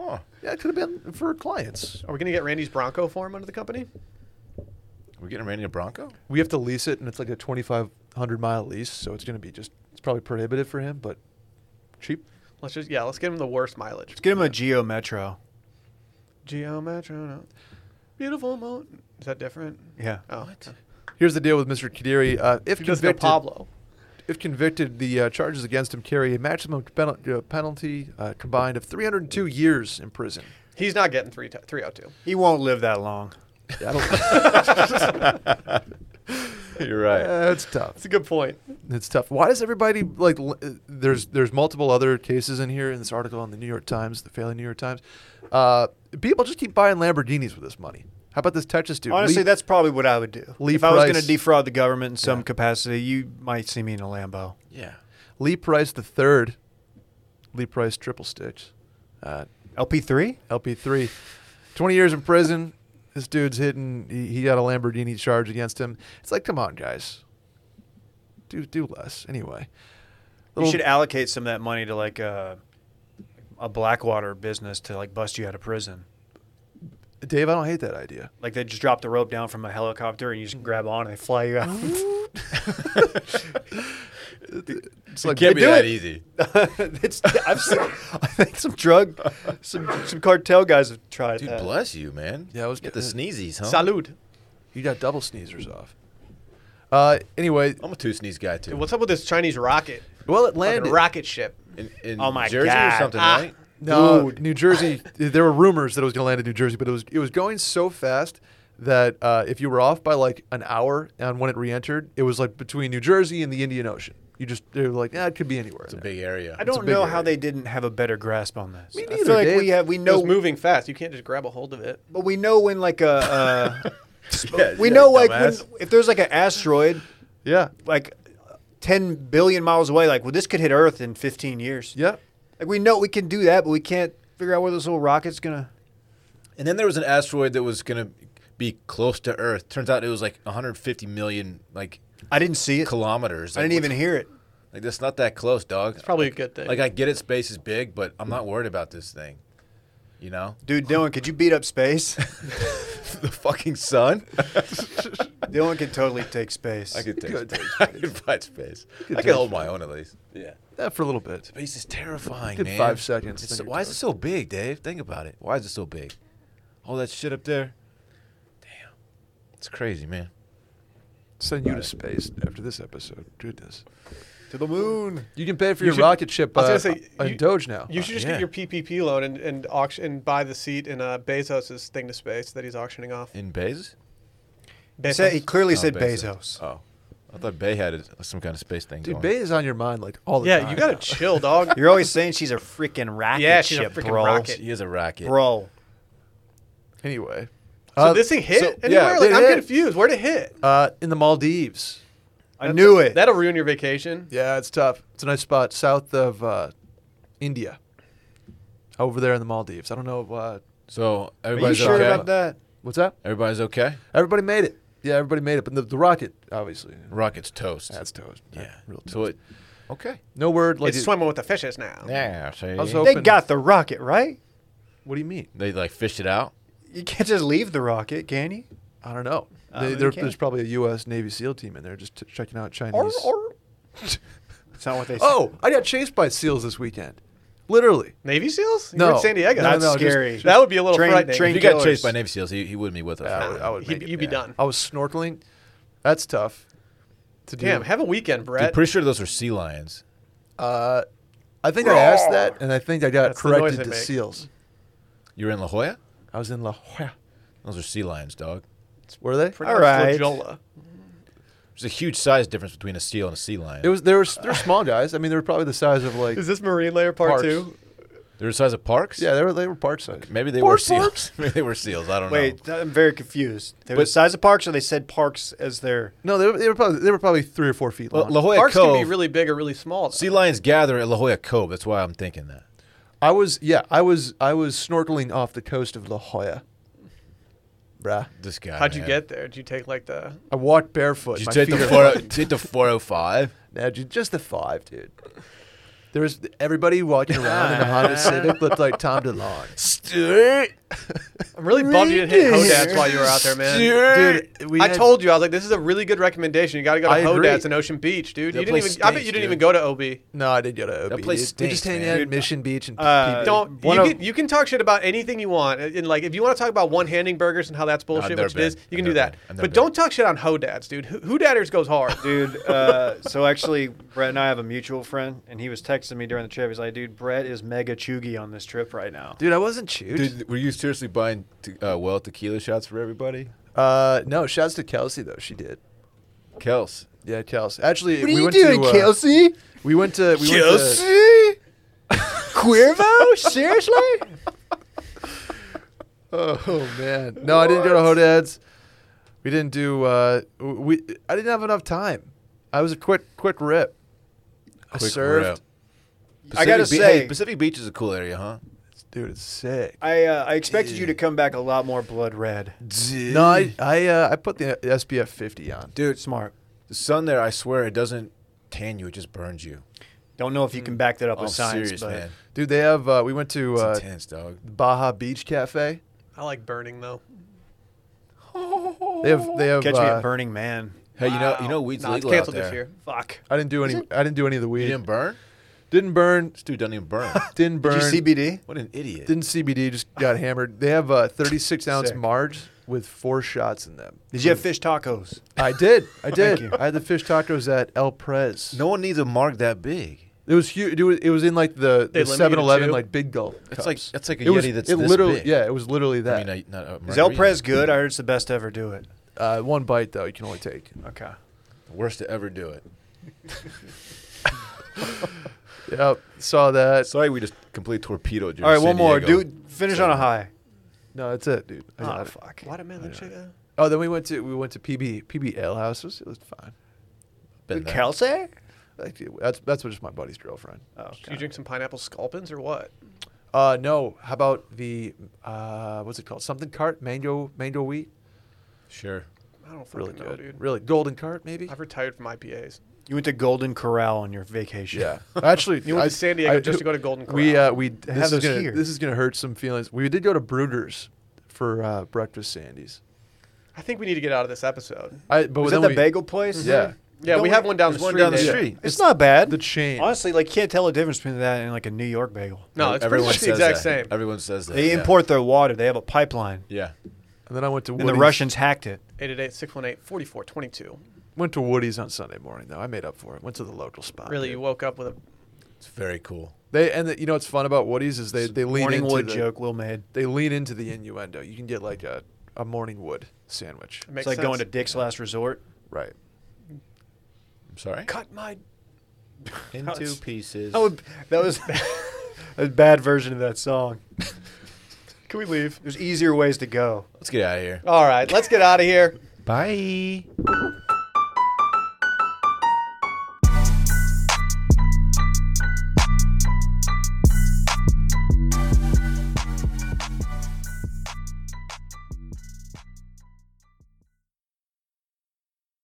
[SPEAKER 3] Huh.
[SPEAKER 5] Yeah, it could have been for clients.
[SPEAKER 1] Are we gonna get Randy's Bronco for him under the company?
[SPEAKER 3] We're getting Randy a Bronco.
[SPEAKER 5] We have to lease it, and it's like a 2,500 mile lease, so it's going to be just, it's probably prohibitive for him, but cheap.
[SPEAKER 1] Let's just yeah, let's give him the worst mileage.
[SPEAKER 2] Let's get him a Geo Metro.
[SPEAKER 1] Geo Metro, no. beautiful mountain. Is that different?
[SPEAKER 2] Yeah.
[SPEAKER 1] Oh,
[SPEAKER 5] Here's the deal with Mr. Kadiri. Uh, if,
[SPEAKER 1] He doesn't know
[SPEAKER 5] convicted,
[SPEAKER 1] Pablo.
[SPEAKER 5] if convicted, the uh, charges against him carry a maximum penal- uh, penalty uh, combined of 302 years in prison.
[SPEAKER 1] He's not getting three oh t- 302.
[SPEAKER 2] He won't live that long.
[SPEAKER 5] I don't-
[SPEAKER 3] You're right.
[SPEAKER 5] Uh, it's tough.
[SPEAKER 1] That's a good point.
[SPEAKER 5] It's tough. Why does everybody like? l- uh, There's there's multiple other cases in here in this article on the New York Times, the failing New York Times. Uh, people just keep buying Lamborghinis with this money. How about this Texas dude?
[SPEAKER 2] Honestly,
[SPEAKER 5] Lee-
[SPEAKER 2] that's probably what I would do.
[SPEAKER 5] Lee
[SPEAKER 2] if I was going
[SPEAKER 5] Price.
[SPEAKER 2] to defraud the government in some capacity, you might see me in a Lambo.
[SPEAKER 3] Yeah.
[SPEAKER 5] Lee Price the third. Lee Price triple stitch. Uh,
[SPEAKER 2] LP3?
[SPEAKER 5] LP3. 20 years in prison. This dude's hitting. He, he got a Lamborghini charge against him. It's like, come on, guys. Do do less. Anyway.
[SPEAKER 2] You
[SPEAKER 5] Little-
[SPEAKER 2] should allocate some of that money to like a, a Blackwater business to like bust you out of prison.
[SPEAKER 5] Dave, I don't hate that idea.
[SPEAKER 2] Like they just drop the rope down from a helicopter and you just grab on and they fly you
[SPEAKER 5] Oh.
[SPEAKER 2] out.
[SPEAKER 5] It's like
[SPEAKER 3] Can't be
[SPEAKER 2] do
[SPEAKER 3] that
[SPEAKER 2] it.
[SPEAKER 3] easy.
[SPEAKER 2] it's, I've seen, I think some drug, some, some cartel guys have tried
[SPEAKER 3] Dude,
[SPEAKER 2] that.
[SPEAKER 3] bless you, man.
[SPEAKER 5] Yeah, I was
[SPEAKER 3] get the
[SPEAKER 5] getting-
[SPEAKER 3] sneezies, huh?
[SPEAKER 1] Salud.
[SPEAKER 5] you got double sneezers off. Uh, anyway,
[SPEAKER 3] I'm a two sneeze guy too.
[SPEAKER 1] Dude, what's up with this Chinese rocket?
[SPEAKER 5] well, it
[SPEAKER 1] Like a
[SPEAKER 5] landed.
[SPEAKER 1] rocket ship.
[SPEAKER 3] in, in
[SPEAKER 2] Oh my
[SPEAKER 3] Jersey
[SPEAKER 2] God.
[SPEAKER 3] or something,
[SPEAKER 1] Ah.
[SPEAKER 3] right?
[SPEAKER 5] No,
[SPEAKER 2] Dude.
[SPEAKER 5] New Jersey. there were rumors that it was going to land in New Jersey, but it was it was going so fast that uh, if you were off by like an hour on when it re-entered, it was like between New Jersey and the Indian Ocean. You just they were like, yeah, it could be anywhere.
[SPEAKER 3] It's a
[SPEAKER 5] in there."
[SPEAKER 3] big area.
[SPEAKER 2] I
[SPEAKER 5] a
[SPEAKER 2] don't
[SPEAKER 5] big
[SPEAKER 2] know how
[SPEAKER 5] area.
[SPEAKER 2] they didn't have a better grasp on this.
[SPEAKER 5] Me
[SPEAKER 2] I
[SPEAKER 5] neither,
[SPEAKER 2] feel like
[SPEAKER 5] Dave.
[SPEAKER 2] we have we
[SPEAKER 1] No,
[SPEAKER 2] know
[SPEAKER 1] it's moving fast. You can't just grab a hold of it.
[SPEAKER 2] But we know when like a uh,
[SPEAKER 3] Yeah,
[SPEAKER 2] we
[SPEAKER 3] yeah,
[SPEAKER 2] know like when,
[SPEAKER 3] dumbass.
[SPEAKER 2] if there's like an asteroid
[SPEAKER 5] Yeah,
[SPEAKER 2] like 10 billion miles away like well this could hit earth in 15 years.
[SPEAKER 5] yeah.
[SPEAKER 2] Like we know we can do that but we can't figure out where this little rocket's going to
[SPEAKER 3] And then there was an asteroid that was gonna be close to Earth. Turns out it was like 150 million like
[SPEAKER 2] I didn't see it.
[SPEAKER 3] kilometers.
[SPEAKER 2] I
[SPEAKER 3] Like,
[SPEAKER 2] didn't even
[SPEAKER 3] what's-
[SPEAKER 2] hear it.
[SPEAKER 3] like that's not that close, dog. It's
[SPEAKER 1] Probably a good thing.
[SPEAKER 3] like I get it. Space is big, but I'm not worried about this thing. You know,
[SPEAKER 2] Dude, Dylan, could you beat up space?
[SPEAKER 3] the fucking sun.
[SPEAKER 2] Dylan could totally take space.
[SPEAKER 3] I could take
[SPEAKER 5] Good.
[SPEAKER 3] space. I could fight space. I
[SPEAKER 5] take
[SPEAKER 3] could hold my own at least. Yeah.
[SPEAKER 5] Yeah, for a little bit.
[SPEAKER 3] Space is terrifying,
[SPEAKER 5] Good
[SPEAKER 3] man.
[SPEAKER 5] five seconds,
[SPEAKER 3] It's
[SPEAKER 5] then
[SPEAKER 3] so-
[SPEAKER 5] you're
[SPEAKER 3] why is it so big, Dave? Think about it. Why is it so big? All that shit up there. Damn, it's crazy, man.
[SPEAKER 5] Send you to space after this episode. Goodness.
[SPEAKER 2] to the moon.
[SPEAKER 5] You can pay for
[SPEAKER 1] You
[SPEAKER 5] your
[SPEAKER 1] should-
[SPEAKER 5] rocket ship
[SPEAKER 1] I was
[SPEAKER 5] uh,
[SPEAKER 1] gonna say,
[SPEAKER 5] on
[SPEAKER 1] you-
[SPEAKER 5] Doge now. Uh,
[SPEAKER 1] You should just
[SPEAKER 3] yeah.
[SPEAKER 1] get your PPP loan and, and auction and buy the seat in uh, Bezos's thing to space that he's auctioning off.
[SPEAKER 3] In Bezos.
[SPEAKER 2] He, said, he clearly said
[SPEAKER 3] Oh,
[SPEAKER 2] Bezos.
[SPEAKER 3] Oh, I thought Bay had it- some kind of space thing.
[SPEAKER 5] Dude,
[SPEAKER 3] going.
[SPEAKER 5] Bay is on your mind like all the time.
[SPEAKER 1] yeah, you gotta chill, dog.
[SPEAKER 2] You're always saying she's a freaking racket
[SPEAKER 1] Yeah, she's a
[SPEAKER 2] ship,
[SPEAKER 1] freaking
[SPEAKER 2] bro.
[SPEAKER 1] rocket.
[SPEAKER 3] He is a racket.
[SPEAKER 2] Bro.
[SPEAKER 5] Anyway,
[SPEAKER 1] So
[SPEAKER 5] Uh,
[SPEAKER 1] this thing hit
[SPEAKER 5] so-
[SPEAKER 1] anywhere?
[SPEAKER 5] yeah,
[SPEAKER 1] like
[SPEAKER 5] it
[SPEAKER 1] I'm
[SPEAKER 5] hit.
[SPEAKER 1] confused. Where'd it hit?
[SPEAKER 5] uh, in the Maldives.
[SPEAKER 2] I knew it.
[SPEAKER 1] That'll ruin your vacation.
[SPEAKER 5] Yeah, it's tough. It's a nice spot south of uh, India. Over there in the Maldives. I don't know. Uh,
[SPEAKER 3] So
[SPEAKER 2] Are you
[SPEAKER 3] everybody's
[SPEAKER 2] sure
[SPEAKER 3] okay.
[SPEAKER 2] about that?
[SPEAKER 5] what's that?
[SPEAKER 3] Everybody's okay.
[SPEAKER 5] Everybody made it. Yeah, everybody made it. But the, the rocket, obviously.
[SPEAKER 3] Rocket's toast.
[SPEAKER 5] That's toast.
[SPEAKER 3] yeah,
[SPEAKER 5] real toast.
[SPEAKER 3] So it. Okay.
[SPEAKER 5] No word like.
[SPEAKER 1] it's
[SPEAKER 5] it-
[SPEAKER 1] swimming with the fishes now.
[SPEAKER 3] Yeah. See?
[SPEAKER 5] was hoping-
[SPEAKER 2] They got the rocket, right?
[SPEAKER 5] what do you mean?
[SPEAKER 3] they like fished it out.
[SPEAKER 2] You can't just leave the rocket, can you?
[SPEAKER 5] I don't know.
[SPEAKER 2] Uh,
[SPEAKER 5] They-
[SPEAKER 2] they
[SPEAKER 5] there-
[SPEAKER 2] can't.
[SPEAKER 5] there's probably a U.S. Navy SEAL team in there just t- checking out Chinese.
[SPEAKER 2] Or, or. That's not what they said.
[SPEAKER 5] Oh, I got chased by SEAls this weekend. Literally.
[SPEAKER 1] Navy SEALs? You
[SPEAKER 5] No.
[SPEAKER 1] were in San Diego.
[SPEAKER 5] No,
[SPEAKER 2] that's
[SPEAKER 5] no, just-
[SPEAKER 2] scary.
[SPEAKER 5] just-
[SPEAKER 1] that would be a little
[SPEAKER 2] Train-
[SPEAKER 1] frightening.
[SPEAKER 2] train-
[SPEAKER 3] If
[SPEAKER 2] Pink
[SPEAKER 3] he got
[SPEAKER 2] killers.
[SPEAKER 3] chased by Navy SEALs, he, he wouldn't be with us.
[SPEAKER 5] I would- I would
[SPEAKER 1] He'd-
[SPEAKER 5] make it,
[SPEAKER 1] you'd be
[SPEAKER 5] yeah.
[SPEAKER 1] done.
[SPEAKER 5] I was snorkeling. That's tough. To
[SPEAKER 1] Damn,
[SPEAKER 5] do.
[SPEAKER 1] have a weekend,
[SPEAKER 3] Dude,
[SPEAKER 1] Brett.
[SPEAKER 3] pretty sure those are sea lions.
[SPEAKER 5] Uh, I think I asked that, and I think I got
[SPEAKER 1] That's the noise
[SPEAKER 5] corrected
[SPEAKER 1] they
[SPEAKER 5] to
[SPEAKER 1] make.
[SPEAKER 5] SEALs.
[SPEAKER 3] You were in La Jolla.
[SPEAKER 5] I was in La Jolla.
[SPEAKER 3] Those are sea lions, dog.
[SPEAKER 5] Were they?
[SPEAKER 1] Pretty
[SPEAKER 2] All
[SPEAKER 1] much
[SPEAKER 2] right.
[SPEAKER 1] Loyola.
[SPEAKER 3] There's a huge size difference between a seal and a sea lion.
[SPEAKER 5] It was. They were. s- They're small guys. I mean, they were probably the size of like.
[SPEAKER 1] Is this Marine Layer Part
[SPEAKER 5] Parks.
[SPEAKER 1] Two?
[SPEAKER 3] They're the size of parks.
[SPEAKER 5] Yeah, they were. They were part size.
[SPEAKER 3] Maybe they
[SPEAKER 5] Pork
[SPEAKER 3] were seals.
[SPEAKER 5] forks?
[SPEAKER 3] Maybe they were seals. I don't know.
[SPEAKER 2] Wait, I'm very confused. They were
[SPEAKER 3] But-
[SPEAKER 2] the size of parks, or they said parks as their.
[SPEAKER 5] No, they were, they were probably. They were probably three or four feet
[SPEAKER 3] La,
[SPEAKER 5] long.
[SPEAKER 3] La Jolla
[SPEAKER 1] Parks
[SPEAKER 3] Cove.
[SPEAKER 1] can be really big or really small. though.
[SPEAKER 3] sea lions gather at La Jolla Cove. That's why I'm thinking that.
[SPEAKER 5] I was. Yeah, I was. I was snorkeling off the coast of La Jolla. Bruh.
[SPEAKER 3] This guy.
[SPEAKER 1] How'd you
[SPEAKER 3] man.
[SPEAKER 1] get there? Did you take like the?
[SPEAKER 5] I walked barefoot.
[SPEAKER 3] Did you
[SPEAKER 5] My
[SPEAKER 3] take
[SPEAKER 5] feet
[SPEAKER 3] the
[SPEAKER 5] are
[SPEAKER 3] four? oh
[SPEAKER 5] fucking
[SPEAKER 3] Did you take the 405?
[SPEAKER 5] Nah, dude, just the five, dude. There was everybody walking around in a Honda Civic looked like Tom DeLonge.
[SPEAKER 3] Stuart.
[SPEAKER 1] I'm really bummed you didn't hit
[SPEAKER 5] Rangers.
[SPEAKER 1] Hodats while you were out there, man.
[SPEAKER 3] Dude,
[SPEAKER 5] Dude, we
[SPEAKER 1] I
[SPEAKER 5] had-
[SPEAKER 1] told you, I was like, this is a really good recommendation. You got to go to
[SPEAKER 5] I
[SPEAKER 1] Hodats
[SPEAKER 5] agree.
[SPEAKER 1] in Ocean Beach, dude.
[SPEAKER 3] That
[SPEAKER 1] you didn't even.
[SPEAKER 3] place
[SPEAKER 1] I bet
[SPEAKER 3] stinks,
[SPEAKER 1] you didn't
[SPEAKER 3] dude.
[SPEAKER 1] even go to OB.
[SPEAKER 5] No, I did go to OB.
[SPEAKER 3] That place
[SPEAKER 5] dude. We just
[SPEAKER 3] stinks,
[SPEAKER 5] hanging
[SPEAKER 3] man.
[SPEAKER 5] out
[SPEAKER 3] Dude,
[SPEAKER 5] at Mission Beach and
[SPEAKER 2] uh,
[SPEAKER 5] PB.
[SPEAKER 1] Don't
[SPEAKER 2] One
[SPEAKER 1] you,
[SPEAKER 2] of-
[SPEAKER 1] can, you can talk shit about anything you want, Uh, and like if you want to talk about one-handing burgers and how that's bullshit,
[SPEAKER 3] never
[SPEAKER 1] which it is,
[SPEAKER 3] been.
[SPEAKER 1] you
[SPEAKER 3] I've
[SPEAKER 1] can do
[SPEAKER 3] never
[SPEAKER 1] that.
[SPEAKER 3] been. I've
[SPEAKER 1] But
[SPEAKER 3] never been.
[SPEAKER 1] don't talk shit on Hodats, dude. Who who datters goes hard?
[SPEAKER 2] Dude, uh, so actually, Brett and I have a mutual friend, and he was texting me during the trip. He's like, dude, Brett is mega chuggy on this trip right now.
[SPEAKER 5] dude, I wasn't chewed.
[SPEAKER 3] Dude, were you seriously buying te- uh, well tequila shots for everybody?
[SPEAKER 5] Uh, no, shouts to Kelsey though. She did.
[SPEAKER 3] Kels.
[SPEAKER 5] Yeah, Kelsey. Actually, we went to, uh,
[SPEAKER 2] Kelsey?
[SPEAKER 5] We went to. We went to
[SPEAKER 2] Quervo? Seriously?
[SPEAKER 5] oh man, no, I didn't go to Hodad's. We didn't do. Uh, w- we I didn't have enough time. I was a quick quick rip. I
[SPEAKER 3] Quick
[SPEAKER 5] served,
[SPEAKER 3] rip.
[SPEAKER 2] I gotta
[SPEAKER 3] Pacific Be- hey,
[SPEAKER 2] say-
[SPEAKER 3] Pacific Beach is a cool area, huh?
[SPEAKER 5] dude. It's sick.
[SPEAKER 2] I uh, I expected you to come back a lot more blood red.
[SPEAKER 5] No, I I, uh, I put the SPF 50 on.
[SPEAKER 2] Dude, smart.
[SPEAKER 3] The sun there, I swear, it doesn't tan you; it just burns you.
[SPEAKER 2] Don't know if you can back that up
[SPEAKER 3] I'm
[SPEAKER 2] with science,
[SPEAKER 3] Oh, serious,
[SPEAKER 2] but
[SPEAKER 3] man.
[SPEAKER 5] Dude, they have. Uh, we went to
[SPEAKER 3] It's
[SPEAKER 5] uh,
[SPEAKER 3] intense, dog.
[SPEAKER 5] Baja Beach Cafe.
[SPEAKER 1] I like burning though.
[SPEAKER 5] They have. They have.
[SPEAKER 2] catch me
[SPEAKER 5] uh,
[SPEAKER 2] at Burning Man.
[SPEAKER 3] Hey, you know, you know, weed's
[SPEAKER 1] Nah, it's
[SPEAKER 3] legal out
[SPEAKER 1] canceled
[SPEAKER 3] there.
[SPEAKER 1] this year.
[SPEAKER 2] Fuck.
[SPEAKER 5] I didn't do any. I didn't do any of the
[SPEAKER 3] You
[SPEAKER 5] weed.
[SPEAKER 3] didn't burn?
[SPEAKER 5] Didn't burn.
[SPEAKER 3] This dude doesn't even burn.
[SPEAKER 5] Didn't burn.
[SPEAKER 2] CBD?
[SPEAKER 3] what an idiot!
[SPEAKER 5] Didn't CBD just got hammered? They have uh, 36 ounce
[SPEAKER 2] Sick.
[SPEAKER 5] Marge with four shots in them.
[SPEAKER 2] Did you have fish tacos?
[SPEAKER 5] I did. I did.
[SPEAKER 2] you.
[SPEAKER 5] I had the fish tacos at El Prez.
[SPEAKER 3] no one needs a mark that big.
[SPEAKER 5] It was huge. It was, it was in like the,
[SPEAKER 1] They limit
[SPEAKER 5] the
[SPEAKER 1] you to
[SPEAKER 5] 7 Eleven,
[SPEAKER 1] two?
[SPEAKER 5] like big gulp.
[SPEAKER 3] It's like
[SPEAKER 5] cups.
[SPEAKER 3] that's like a
[SPEAKER 5] it was,
[SPEAKER 3] yeti that's
[SPEAKER 5] it
[SPEAKER 3] this
[SPEAKER 5] literally,
[SPEAKER 3] big.
[SPEAKER 5] Yeah, it was literally
[SPEAKER 3] I
[SPEAKER 5] that.
[SPEAKER 3] mean, I, not uh, a
[SPEAKER 2] Is El
[SPEAKER 3] margarita.
[SPEAKER 2] Prez good? I heard it's the best to ever do it.
[SPEAKER 5] uh, one bite, though, you can only take.
[SPEAKER 2] Okay.
[SPEAKER 3] Worst to ever do it.
[SPEAKER 5] Yep. Saw that.
[SPEAKER 3] Sorry, we just complete torpedo.
[SPEAKER 2] All right, one more. Dude, finish on a high.
[SPEAKER 5] No, that's it, dude.
[SPEAKER 3] Ah,
[SPEAKER 5] I
[SPEAKER 2] Oh,
[SPEAKER 5] got it.
[SPEAKER 2] fuck.
[SPEAKER 1] Watermelon chicken.
[SPEAKER 5] Oh, then we went to we went to PB PB Ale House. It was, it was fine.
[SPEAKER 3] Been there.
[SPEAKER 2] Kelsey?
[SPEAKER 5] Like, it- that's that's just my buddy's girlfriend.
[SPEAKER 2] Oh,
[SPEAKER 1] Did you drink some pineapple sculpins or what?
[SPEAKER 5] Uh, no. How about the uh, what's it called? Something cart mango mango wheat.
[SPEAKER 3] Sure.
[SPEAKER 1] I don't fucking
[SPEAKER 5] Really
[SPEAKER 1] know,
[SPEAKER 5] good.
[SPEAKER 1] dude.
[SPEAKER 5] Really golden cart maybe.
[SPEAKER 1] I've retired from IPAs.
[SPEAKER 2] You went to Golden Corral on your vacation.
[SPEAKER 5] Yeah, actually,
[SPEAKER 1] You went to San Diego just to go to Golden
[SPEAKER 5] We
[SPEAKER 1] Corral.
[SPEAKER 5] uh, we this have
[SPEAKER 2] those
[SPEAKER 5] those gonna,
[SPEAKER 2] here.
[SPEAKER 5] This is gonna hurt some feelings. We did go to Brugger's for uh, breakfast Sandy's.
[SPEAKER 1] I think we need to get out of this episode.
[SPEAKER 5] I but
[SPEAKER 2] Was
[SPEAKER 5] then
[SPEAKER 2] that the
[SPEAKER 5] we,
[SPEAKER 2] bagel place?
[SPEAKER 5] Yeah.
[SPEAKER 1] Yeah,
[SPEAKER 2] Don't
[SPEAKER 1] we
[SPEAKER 2] we-
[SPEAKER 1] have one down the
[SPEAKER 3] There's
[SPEAKER 1] street.
[SPEAKER 3] one down the
[SPEAKER 1] there.
[SPEAKER 3] street.
[SPEAKER 2] It's, not bad.
[SPEAKER 5] the chain.
[SPEAKER 2] Honestly, like can't tell the difference between that and like a New York bagel.
[SPEAKER 1] No, it's pretty
[SPEAKER 3] Everyone
[SPEAKER 1] much the
[SPEAKER 3] says
[SPEAKER 1] exact
[SPEAKER 3] that.
[SPEAKER 1] same.
[SPEAKER 3] Everyone says that.
[SPEAKER 2] They
[SPEAKER 3] yeah.
[SPEAKER 2] import their water. They have a pipeline.
[SPEAKER 3] Yeah.
[SPEAKER 5] And then I went to
[SPEAKER 2] And
[SPEAKER 5] Woody's.
[SPEAKER 2] the Russians hacked it.
[SPEAKER 1] 888-618-4422.
[SPEAKER 5] went to Woody's on Sunday morning though. I made up for it. Went to the local spot.
[SPEAKER 1] Really, you
[SPEAKER 5] dude.
[SPEAKER 1] woke up with a
[SPEAKER 3] It's very cool.
[SPEAKER 5] They and the, you know what's fun about Woody's is they they lean
[SPEAKER 2] Morning
[SPEAKER 5] into
[SPEAKER 2] wood
[SPEAKER 5] the,
[SPEAKER 2] joke Will made.
[SPEAKER 5] They lean into the innuendo. You can get like a a morning wood sandwich.
[SPEAKER 1] It
[SPEAKER 2] It's
[SPEAKER 1] makes
[SPEAKER 2] like
[SPEAKER 1] sense.
[SPEAKER 2] going to Dick's Last Resort.
[SPEAKER 5] Right.
[SPEAKER 3] I'm sorry.
[SPEAKER 2] Cut my.
[SPEAKER 3] Into pieces.
[SPEAKER 2] That, would, that was a bad version of that song.
[SPEAKER 1] Can we leave?
[SPEAKER 2] There's easier ways to go.
[SPEAKER 3] Let's get out of here.
[SPEAKER 1] All right, let's get out of here.
[SPEAKER 3] Bye.